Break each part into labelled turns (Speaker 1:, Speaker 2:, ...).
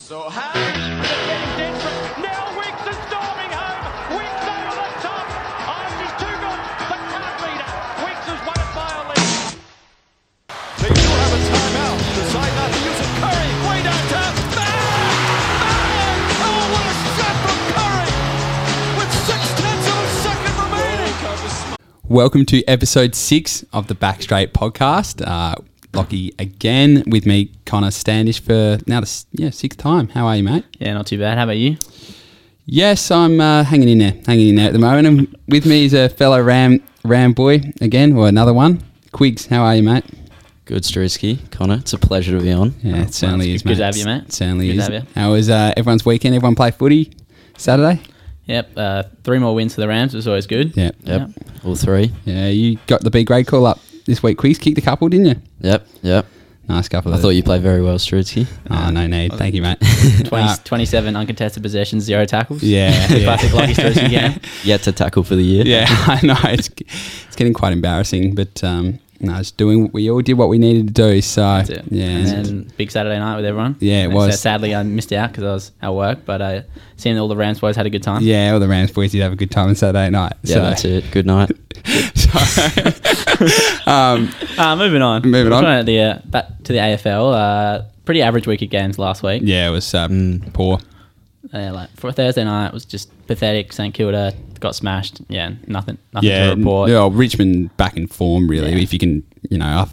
Speaker 1: So how now Weeks is storming home. Weeks over the top. Ives is too good, but can't beat it. Weeks has won it by a lead. They do have a timeout. Decide not to use it. Curry way down top. Bang! Bang! Oh, what a shot from Curry! With six tenths of a second remaining.
Speaker 2: Welcome to episode six of the Back Straight podcast. Uh, Lockie again with me, Connor Standish for now the s- yeah sixth time. How are you, mate?
Speaker 3: Yeah, not too bad. How about you?
Speaker 2: Yes, I'm uh, hanging in there, hanging in there at the moment. And with me is a fellow Ram Ram boy again, or another one. Quigs, how are you, mate?
Speaker 4: Good, Strisky. Connor, it's a pleasure to be on.
Speaker 2: Yeah, it certainly is,
Speaker 3: Oh, good
Speaker 2: mate.
Speaker 3: to have you, mate.
Speaker 2: It certainly
Speaker 3: Good to
Speaker 2: is.
Speaker 3: have you.
Speaker 2: How was uh, everyone's weekend? Everyone play footy Saturday?
Speaker 3: Yep. Uh, three more wins for the Rams was always good.
Speaker 2: Yeah,
Speaker 4: Yep. All three.
Speaker 2: yeah. You got the B grade call up this week. Quigs kicked a couple, didn't you?
Speaker 4: Yep. Yep.
Speaker 2: Nice couple.
Speaker 4: I
Speaker 2: of
Speaker 4: thought you played very well, Strutsky.
Speaker 2: Oh, no need. Thank you, mate.
Speaker 3: 20,
Speaker 2: Uh,
Speaker 3: 27 uncontested possessions, zero tackles.
Speaker 2: Yeah, yeah.
Speaker 3: Classic lucky stories again.
Speaker 4: Yet to tackle for the year.
Speaker 2: Yeah, I know it's it's getting quite embarrassing, but um, no, it's doing. We all did what we needed to do. So
Speaker 3: That's it.
Speaker 2: yeah,
Speaker 3: And then big Saturday night with everyone.
Speaker 2: Yeah, it
Speaker 3: And
Speaker 2: was.
Speaker 3: So sadly, I missed out because I was at work, but uh, seeing all the Rams boys had a good time.
Speaker 2: yeah, all the Rams boys did have a good time on Saturday night.
Speaker 4: Yeah,
Speaker 2: so,
Speaker 4: that's it. Good night.
Speaker 2: so, um,
Speaker 3: Uh, moving on.
Speaker 2: Moving
Speaker 3: We're
Speaker 2: on.
Speaker 3: trying to the, uh, back to the AFL. Uh, pretty average week of games last week.
Speaker 2: yeah, it was um,
Speaker 3: Mm.
Speaker 2: poor.
Speaker 3: Yeah, like for Thursday night, it was just pathetic. St Kilda got smashed. Yeah, nothing, nothing
Speaker 2: Yeah,
Speaker 3: to report.
Speaker 2: yeah, Richmond back in form really.
Speaker 3: Yeah.
Speaker 2: If you can, you know, I,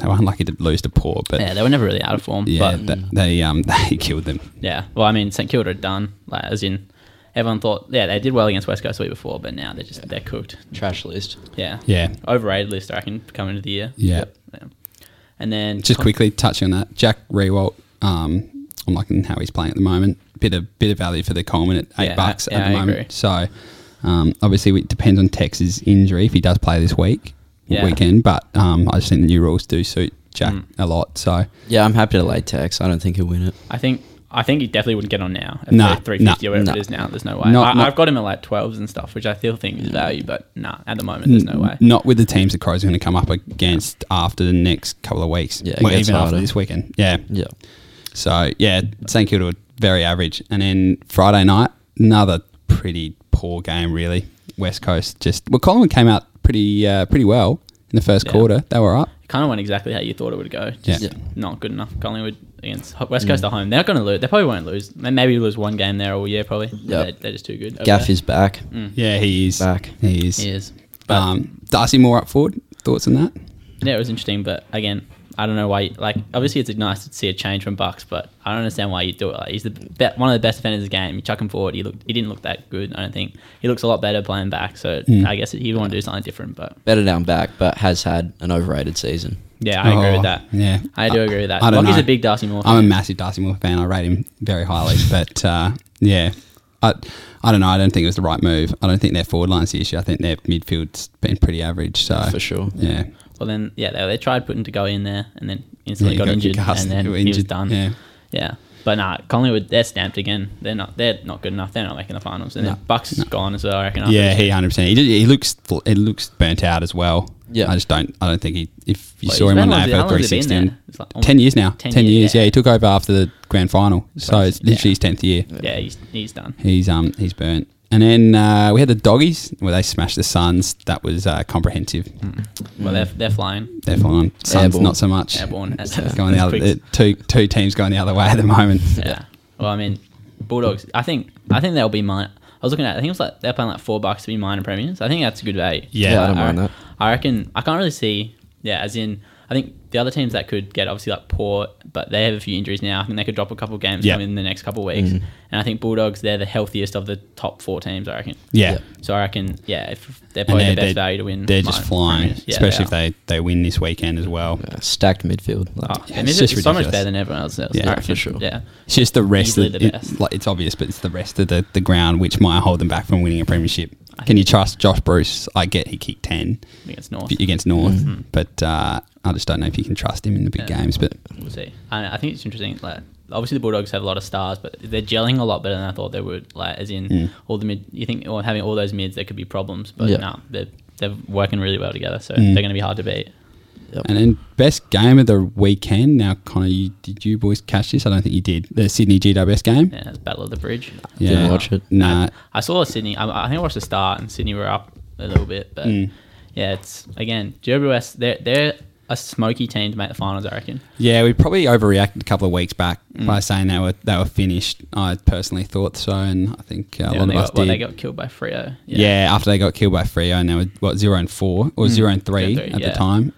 Speaker 2: they were unlucky to lose to poor, but
Speaker 3: Yeah,
Speaker 2: yeah,
Speaker 3: they were never really out of form. but mm.
Speaker 2: th- they um they killed them.
Speaker 3: yeah. Well, I mean, St Kilda had done like as in everyone thought. Yeah, they did well against West Coast the week before, but now they're just they're cooked.
Speaker 4: Trash list.
Speaker 3: Yeah.
Speaker 2: Yeah,
Speaker 3: Overrated list, I reckon, coming into the year.
Speaker 2: yeah.
Speaker 3: Yeah. And then
Speaker 2: Just quickly touching on that, Jack Rewalt. Um, I'm liking how he's playing at the moment. Bit of bit of value for the Coleman at eight
Speaker 3: Yeah,
Speaker 2: bucks
Speaker 3: yeah,
Speaker 2: at the
Speaker 3: I
Speaker 2: moment.
Speaker 3: agree.
Speaker 2: So um, obviously it depends on Tex's injury if he does play this week
Speaker 3: Yeah. Mm.
Speaker 2: weekend. But um, I just think the new rules do suit Jack a lot. So
Speaker 4: Yeah, I'm happy to lay tax. I don't think he'll win it.
Speaker 3: I think I think he definitely wouldn't get on now. At
Speaker 2: Nah,
Speaker 3: three fifty
Speaker 2: nah,
Speaker 3: or whatever
Speaker 4: nah.
Speaker 3: it is now. There's no way.
Speaker 2: Not-
Speaker 3: I,
Speaker 2: not-
Speaker 3: I've got him at like twelves and stuff, which I still think is value, but nah, at the moment there's no way.
Speaker 2: Not with the teams that Crows are going to come up against after the next couple of weeks.
Speaker 4: Yeah, it
Speaker 2: well,
Speaker 4: gets
Speaker 2: even after
Speaker 4: harder.
Speaker 2: this weekend. Yeah.
Speaker 4: Yeah.
Speaker 2: So yeah, St Kilda were very average, and then Friday night another pretty poor game really. West Coast just well, Collingwood came out pretty uh, pretty well in the first
Speaker 3: Yeah.
Speaker 2: quarter. They were up.
Speaker 3: Kind of went exactly how you thought it would go. Just
Speaker 2: Yeah.
Speaker 3: not good enough. Collingwood against Ho- West Coast at home. They're not going to lose. They probably won't lose. They maybe lose one game there all year. Probably.
Speaker 4: Yeah.
Speaker 3: They're, they're just too good. over
Speaker 4: Gaff
Speaker 3: there.
Speaker 4: is back.
Speaker 2: Yeah, he is
Speaker 4: Back.
Speaker 2: He is.
Speaker 3: He is. But
Speaker 2: Um, Darcy Moore up forward. Thoughts on that?
Speaker 3: yeah, it was interesting. But again, I don't know why. Like, obviously, it's nice to see a change from Bucks, but I don't understand why you do it. Like, he's the be- one of the best defenders in the game. You chuck him forward. He looked. He didn't look that good. I don't think he looks a lot better playing back. So
Speaker 2: Mm.
Speaker 3: I guess he want to do something different. But
Speaker 4: Better down back, but has had an overrated season.
Speaker 3: yeah, I agree
Speaker 2: Oh,
Speaker 3: with that.
Speaker 2: yeah.
Speaker 3: I do
Speaker 2: I-
Speaker 3: agree with that.
Speaker 2: I don't
Speaker 3: Lockie's
Speaker 2: know.
Speaker 3: a big Darcy Moore.
Speaker 2: I'm a
Speaker 3: fan.
Speaker 2: massive Darcy Moore fan. I rate him very highly, but uh, yeah, I I don't know. I don't think it was the right move. I don't think their forward line's the issue. I think their midfield's been pretty average. So
Speaker 4: For sure.
Speaker 2: Yeah.
Speaker 3: well, then yeah, they, they tried putting to go in there, and then instantly
Speaker 2: Yeah,
Speaker 3: got,
Speaker 2: got
Speaker 3: injured,
Speaker 2: concussed,
Speaker 3: and then
Speaker 2: got
Speaker 3: he was
Speaker 2: injured,
Speaker 3: done.
Speaker 2: yeah.
Speaker 3: Yeah. But nah, Collingwood, they're stamped again. They're not. They're not good enough. They're not making the finals. And
Speaker 2: No,
Speaker 3: then Bucks is gone as well. I reckon. after
Speaker 2: Yeah,
Speaker 3: this
Speaker 2: he hundred percent. He did, he looks it looks burnt out as well.
Speaker 4: Yeah.
Speaker 2: I just don't. I don't think he. If you
Speaker 3: Well,
Speaker 2: saw
Speaker 3: he's
Speaker 2: him on
Speaker 3: been on- how
Speaker 2: AFL
Speaker 3: long
Speaker 2: three
Speaker 3: has he been
Speaker 2: sixteen,
Speaker 3: there? It's like
Speaker 2: ten
Speaker 3: almost-
Speaker 2: years now.
Speaker 3: 10
Speaker 2: Ten, years.
Speaker 3: years,
Speaker 2: Yeah.
Speaker 3: yeah.
Speaker 2: he took over after the grand final, so it's
Speaker 3: Yeah.
Speaker 2: literally his tenth year.
Speaker 3: Yeah, he's, he's done.
Speaker 2: He's um he's burnt. And then uh, we had the doggies where they smashed the Suns. That was uh, comprehensive.
Speaker 3: Well, they're, they're flying.
Speaker 2: They're fine. Suns
Speaker 4: Airborne.
Speaker 2: not so much.
Speaker 3: Mm. Airborne. That's-
Speaker 2: It's going the
Speaker 3: that's
Speaker 2: other
Speaker 3: quick.
Speaker 2: uh, two two teams going the other way at the moment.
Speaker 3: Yeah. Well, I mean, Bulldogs. I think I think they'll be mine. I was looking at. I think it was like they're paying like four bucks to be minor premiums. I think that's a good value.
Speaker 2: Yeah, I
Speaker 4: don't
Speaker 3: I,
Speaker 4: mind that.
Speaker 3: I reckon I can't really see. Yeah, as in I think the other teams that could get obviously like Port, but they have a few injuries now. I think they could drop a couple of games
Speaker 2: Yeah.
Speaker 3: in the next couple of weeks. And I think Bulldogs they're the healthiest of the top four teams. I reckon.
Speaker 2: Yeah.
Speaker 4: Yeah.
Speaker 3: So I reckon yeah, if they're
Speaker 2: And
Speaker 3: probably
Speaker 2: they're,
Speaker 3: the
Speaker 2: they're,
Speaker 3: best value to win.
Speaker 2: they're just
Speaker 3: minor
Speaker 2: flying,
Speaker 3: premiums. Yeah,
Speaker 2: especially
Speaker 3: are.
Speaker 2: if they, they win this weekend as well.
Speaker 4: Uh, stacked midfield.
Speaker 3: Oh,
Speaker 4: Like,
Speaker 3: I mean,
Speaker 2: it's
Speaker 3: it's,
Speaker 2: just
Speaker 3: it's so much
Speaker 2: ridiculous.
Speaker 3: better than everyone else. else
Speaker 2: Yeah,
Speaker 3: I
Speaker 2: for
Speaker 3: reckon.
Speaker 4: sure.
Speaker 3: Yeah.
Speaker 2: It's just the rest
Speaker 3: Easily
Speaker 2: of
Speaker 3: the
Speaker 2: it-
Speaker 3: best.
Speaker 2: like it's obvious, but it's the rest of the, the ground which might hold them back from winning a premiership. Can you trust Josh Bruce? I get he kicked ten
Speaker 3: against North.
Speaker 2: f- against North,
Speaker 4: Mm-hmm.
Speaker 2: but uh, I just don't know if you can trust him in the big
Speaker 3: Yeah.
Speaker 2: games. But
Speaker 3: We'll see. I, I think it's interesting. Like, obviously the Bulldogs have a lot of stars, but they're gelling a lot better than I thought they would. Like, as in
Speaker 2: Mm.
Speaker 3: all the mid. You think or having all those mids, there could be problems, but
Speaker 4: Yeah.
Speaker 2: Mm.
Speaker 3: no, they're they're working really well together, so they're going to be hard to beat.
Speaker 4: Yep.
Speaker 2: And then best game of the weekend. Now, Connor, you, did you boys catch this? I don't think you did. The Sydney GWS game.
Speaker 3: Yeah, it's Battle of the Bridge.
Speaker 4: Didn't watch it.
Speaker 2: Nah.
Speaker 3: I saw Sydney. I, I think I watched the start, and Sydney were up a little bit, but
Speaker 2: Mm.
Speaker 3: yeah, it's again GWS. They're they're a smoky team to make the finals. I reckon.
Speaker 2: Yeah, we probably overreacted a couple of weeks back
Speaker 3: Mm.
Speaker 2: by saying they were they were finished. I personally thought so, and I think uh, a
Speaker 3: Yeah,
Speaker 2: lot
Speaker 3: and
Speaker 2: of
Speaker 3: they
Speaker 2: us
Speaker 3: got, well,
Speaker 2: did.
Speaker 3: they got killed by Frio.
Speaker 2: yeah. after they got killed by Frio, and they were what zero and four or zero and three,
Speaker 3: Mm. Zero and three,
Speaker 2: at
Speaker 3: yeah.
Speaker 2: the time.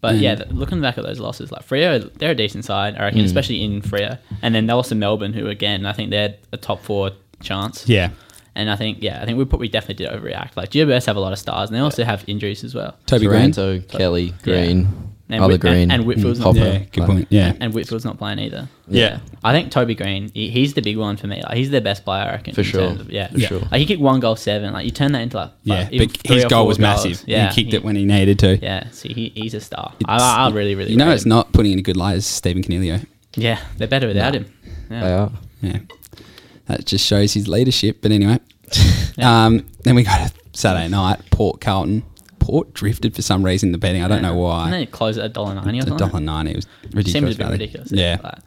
Speaker 3: But
Speaker 2: Mm.
Speaker 3: yeah, th- looking back at those losses, like Freo, they're a decent side, I reckon, especially in Freo. And then they lost to Melbourne, who again, I think they're a top four chance.
Speaker 2: Yeah,
Speaker 3: And I think, yeah, I think we put, we definitely did overreact. Like GWS have a lot of stars, and they also have injuries as well.
Speaker 2: Toby Green.
Speaker 4: Taranto, Kelly, Green,
Speaker 3: And
Speaker 4: other
Speaker 3: Whit-
Speaker 4: Green, Mm,
Speaker 3: and- and Whitfield's not-
Speaker 4: Hopper.
Speaker 2: Yeah, good point. Yeah,
Speaker 3: And Whitfield's not playing either.
Speaker 2: Yeah.
Speaker 3: I think Toby Green, he, he's the big one for me. Like, he's their best player, I reckon.
Speaker 4: For
Speaker 3: in
Speaker 4: sure.
Speaker 3: terms of- yeah.
Speaker 4: For sure.
Speaker 3: Like, he kicked one goal seven. Like you turn that into like
Speaker 2: yeah.
Speaker 3: five- even
Speaker 2: But
Speaker 3: three
Speaker 2: his
Speaker 3: or
Speaker 2: goal
Speaker 3: four
Speaker 2: was
Speaker 3: goals.
Speaker 2: massive. Yeah, he kicked it when he needed to.
Speaker 3: Yeah, see, he, he's a star.
Speaker 2: It's-
Speaker 3: I, I really, really.
Speaker 2: You know,
Speaker 3: rate
Speaker 2: it's
Speaker 3: him.
Speaker 2: not putting in a good light is Stephen Canelio.
Speaker 3: Yeah, they're better without him. Yeah.
Speaker 4: They are.
Speaker 2: Yeah, that just shows his leadership. But anyway, um, then we go to Saturday night, Port Carlton. Port drifted for some reason in the betting. I don't know
Speaker 3: And
Speaker 2: why.
Speaker 3: then it closed at a dollar ninety or
Speaker 2: It's a
Speaker 3: something.
Speaker 2: dollar ninety. It was ridiculous.
Speaker 3: Seems a bit
Speaker 2: value.
Speaker 3: ridiculous.
Speaker 2: Yeah.
Speaker 3: Like,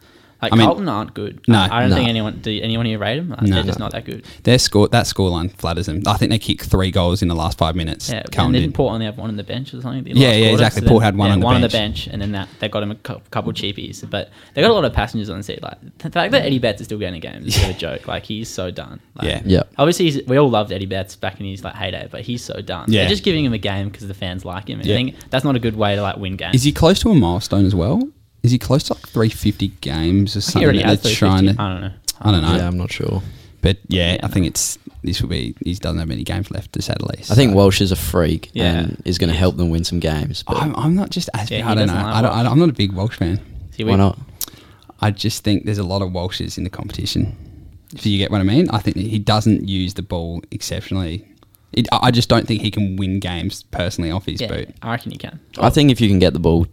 Speaker 3: like
Speaker 2: I mean-
Speaker 3: Carlton aren't good.
Speaker 2: No,
Speaker 3: I, I don't
Speaker 2: no.
Speaker 3: think anyone. Do anyone here rate them? Like,
Speaker 2: No.
Speaker 3: They're just not that good.
Speaker 2: Their score, that scoreline flatters them. I think they kicked three goals in the last five minutes.
Speaker 3: Yeah.
Speaker 2: Carlton
Speaker 3: and then
Speaker 2: did.
Speaker 3: Port only have one on the bench or something. in the
Speaker 2: Yeah,
Speaker 3: last
Speaker 2: yeah,
Speaker 3: quarter.
Speaker 2: exactly.
Speaker 3: So
Speaker 2: Port
Speaker 3: then-
Speaker 2: had one
Speaker 3: yeah,
Speaker 2: on the
Speaker 3: one on the
Speaker 2: bench.
Speaker 3: bench, and then that they got him a cou- couple cheapies, but they got a lot of passengers on the seat. Like the fact that Eddie Betts is still getting a game is a bit of a joke. Like he's so done. Like,
Speaker 2: Yeah.
Speaker 4: Yeah.
Speaker 3: Obviously, he's, we all loved Eddie Betts back in his like heyday, but he's so done.
Speaker 2: Yeah.
Speaker 3: They're just giving him a game because the fans like him. And
Speaker 2: Yeah.
Speaker 3: I think that's not a good way to like win games.
Speaker 2: Is he close to a milestone as well? Is he close to like three fifty games or
Speaker 3: I think he
Speaker 2: something?
Speaker 3: already
Speaker 2: that
Speaker 3: has
Speaker 2: they're trying
Speaker 3: 350.
Speaker 2: to-
Speaker 3: I don't know.
Speaker 2: I don't know.
Speaker 4: Yeah, I'm not sure.
Speaker 2: But yeah, I
Speaker 3: no.
Speaker 2: think it's this will be. He doesn't have many games left to settle.
Speaker 4: I think Welsh is a freak
Speaker 3: Yeah.
Speaker 4: and is going to help them win some games. But
Speaker 2: I'm, I'm not just as
Speaker 3: Yeah, he
Speaker 2: I don't know.
Speaker 3: doesn't like
Speaker 2: I don't,
Speaker 3: Welsh.
Speaker 2: I don't, I'm not a big Welsh fan.
Speaker 3: See,
Speaker 4: why
Speaker 3: we-
Speaker 4: not?
Speaker 2: I just think there's a lot of Welshes in the competition. If you get what I mean, I think that he doesn't use the ball exceptionally. It, I I just don't think he can win games personally off his
Speaker 3: Yeah,
Speaker 2: boot.
Speaker 3: I reckon you can.
Speaker 4: I think if you can get the ball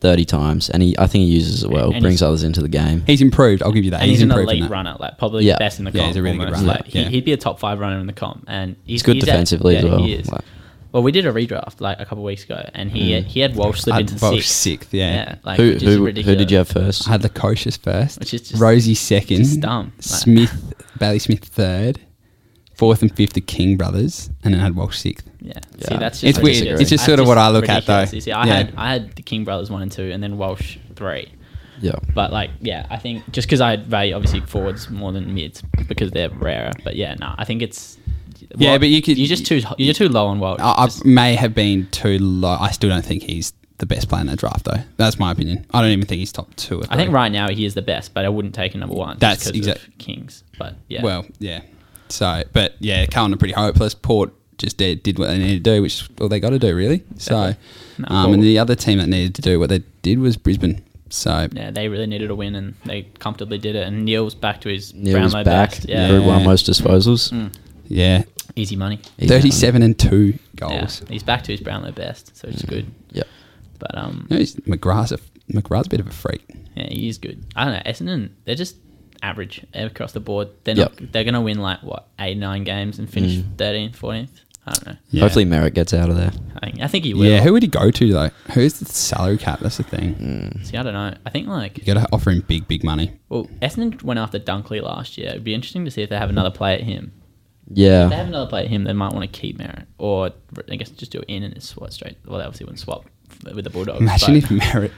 Speaker 4: 30 times, and he, I think he uses it well,
Speaker 3: And
Speaker 4: brings
Speaker 3: he's-
Speaker 4: others into the game.
Speaker 2: He's improved. I'll give you that.
Speaker 3: And he's, an
Speaker 2: improved in
Speaker 3: elite
Speaker 2: that.
Speaker 3: runner, like probably
Speaker 4: Yeah.
Speaker 3: best in the comp.
Speaker 2: Yeah, he's a really good
Speaker 3: almost.
Speaker 2: runner,
Speaker 3: Like, he,
Speaker 2: yeah.
Speaker 3: He'd be a top five runner in the comp, and he's,
Speaker 4: good
Speaker 3: he's at-
Speaker 4: defensively as
Speaker 3: yeah,
Speaker 4: well,
Speaker 3: He is.
Speaker 4: like-
Speaker 3: well, we did a redraft like a couple of weeks ago, and he he had Walsh slip
Speaker 2: Uh,
Speaker 3: into the
Speaker 2: Welsh
Speaker 3: sixth.
Speaker 2: sixth, yeah.
Speaker 3: like,
Speaker 4: Who,
Speaker 3: which is
Speaker 4: who,
Speaker 3: ridiculous.
Speaker 4: who did you have first?
Speaker 2: I had Lacocious first,
Speaker 3: Which is just-
Speaker 2: Rosie second,
Speaker 3: just dumb, like-
Speaker 2: Smith, Bailey Smith third, fourth and fifth the King brothers, and then I had Welsh sixth.
Speaker 3: Yeah. see,
Speaker 4: Yeah.
Speaker 3: that's just
Speaker 2: It's weird.
Speaker 3: ridiculous.
Speaker 2: It's just
Speaker 3: That's
Speaker 2: sort of what I look at, though.
Speaker 3: ridiculous. You see, I
Speaker 2: Yeah.
Speaker 3: had I had the King brothers one and two, and then Walsh three.
Speaker 4: Yeah.
Speaker 3: But like, yeah, I think just because I value obviously forwards more than mids because they're rarer. But yeah, no, I think it's
Speaker 2: Yeah,
Speaker 3: Wel-
Speaker 2: but you could-
Speaker 3: you're just too you're too low on Welsh.
Speaker 2: I,
Speaker 3: Just-
Speaker 2: I may have been too low. I still don't think he's the best player in that draft, though. That's my opinion. I don't even think he's top two. Or
Speaker 3: I think
Speaker 2: three.
Speaker 3: right now he is the best, but I wouldn't take a number one.
Speaker 2: That's
Speaker 3: just 'cause
Speaker 2: exact-
Speaker 3: of Kings, but yeah,
Speaker 2: Well, yeah. So, but yeah, Carlton are pretty hopeless. Port just did, did what they needed to do, which is all they got to do, really. So,
Speaker 3: No,
Speaker 2: um,
Speaker 3: Port-
Speaker 2: and the other team that needed to do what they did was Brisbane. So,
Speaker 3: yeah, they really needed a win and they comfortably did it. And Neil's back to his
Speaker 4: Neil was
Speaker 3: Brownlow
Speaker 4: back.
Speaker 3: best.
Speaker 4: Yeah.
Speaker 3: Yeah,
Speaker 4: Drew
Speaker 2: Yeah.
Speaker 4: won most disposals.
Speaker 2: yeah,
Speaker 3: easy money.
Speaker 4: He's done.
Speaker 2: 37 and two
Speaker 3: Yeah,
Speaker 2: goals.
Speaker 3: he's back to his Brownlow best, so it's good.
Speaker 4: Yeah.
Speaker 3: But um,
Speaker 2: You know, he's- McGrath's a, McGrath's a bit of a freak.
Speaker 3: yeah, he is good. I don't know. Essendon, they're just average across the board. They're
Speaker 4: Yep. Mm.
Speaker 3: not. They're gonna win like what eight, nine games and finish thirteenth, fourteenth. I don't know.
Speaker 2: Yeah.
Speaker 4: Hopefully Merritt gets out of there.
Speaker 3: I think, I think he will.
Speaker 2: Yeah, who would he go to, though? Who's the salary cap? That's the thing.
Speaker 3: See, I don't know. I think like
Speaker 2: You got to offer him big, big money.
Speaker 3: well, Essendon went after Dunkley last year. It'd be interesting to see if they have another play at him. If they
Speaker 4: Yeah.
Speaker 3: have another play at him, they might want to keep Merritt, or I guess just do it in and just swap straight. Well, they obviously wouldn't swap with the Bulldogs.
Speaker 2: Imagine
Speaker 3: but-
Speaker 2: if Merritt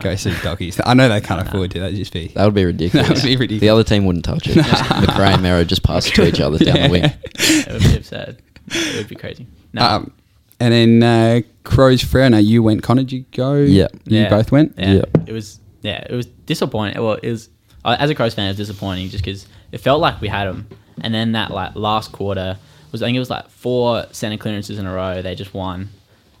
Speaker 2: goes to the doggies. I know they can't afford to. That'd just be.
Speaker 4: That would be ridiculous.
Speaker 2: That would be ridiculous.
Speaker 4: The other team wouldn't touch it. Just McRae and Merritt just pass it to each other down the wing.
Speaker 3: it would be absurd. It would be crazy. No,
Speaker 2: Um, and then uh, Crows Freo. Now you went, Connor. Did you go?
Speaker 4: Yeah.
Speaker 2: You
Speaker 3: Yeah.
Speaker 2: both went?
Speaker 3: Yeah.
Speaker 4: Yeah.
Speaker 3: It was yeah, it was disappointing. Well, it was uh, as a Crows fan, it was disappointing just because it felt like we had them, and then that like last quarter was I think it was like four center clearances in a row. They just won,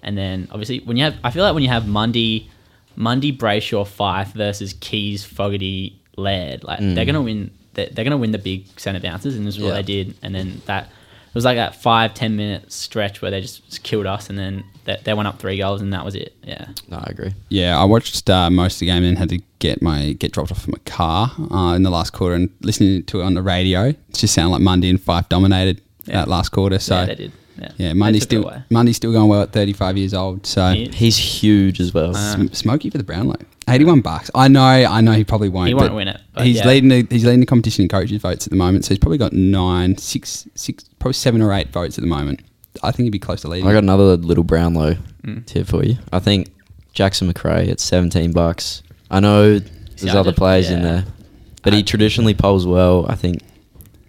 Speaker 3: and then obviously when you have I feel like when you have Mundy, Mundy Brayshaw Fife versus Keys Fogarty Laird, like
Speaker 2: Mm.
Speaker 3: they're gonna win. They're, they're gonna win the big center bounces, and this is what
Speaker 4: Yeah.
Speaker 3: they did. And then that. It was like that five ten minute stretch where they just killed us, and then they, they went up three goals, and that was it. Yeah,
Speaker 4: No, I agree.
Speaker 2: Yeah, I watched uh, most of the game and then had to get my get dropped off my car uh, in the last quarter and listening to it on the radio. It just sounded like Monday and Fife dominated
Speaker 3: Yeah.
Speaker 2: that last quarter. So
Speaker 3: yeah, they did. Yeah,
Speaker 2: Yeah,
Speaker 3: Monday
Speaker 2: Mundy's still Mundy's still going well at 35 years old. So
Speaker 3: He-
Speaker 4: He's huge as well.
Speaker 3: Uh,
Speaker 2: Sm- Smokey for the Brownlow, 81 bucks. I know, I know he probably won't.
Speaker 3: He won't
Speaker 2: but
Speaker 3: win it, but
Speaker 2: he's
Speaker 3: yeah.
Speaker 2: leading the he's leading the competition in coaches votes at the moment. So he's probably got nine, six, six, probably seven or eight votes at the moment. I think he'd be close to leading.
Speaker 4: I got another little Brownlow tip for you. I think Jackson McRae at 17 bucks. I know there's
Speaker 3: See, I
Speaker 4: other
Speaker 3: just-
Speaker 4: players in
Speaker 3: yeah.
Speaker 4: there, but he traditionally polls well. I think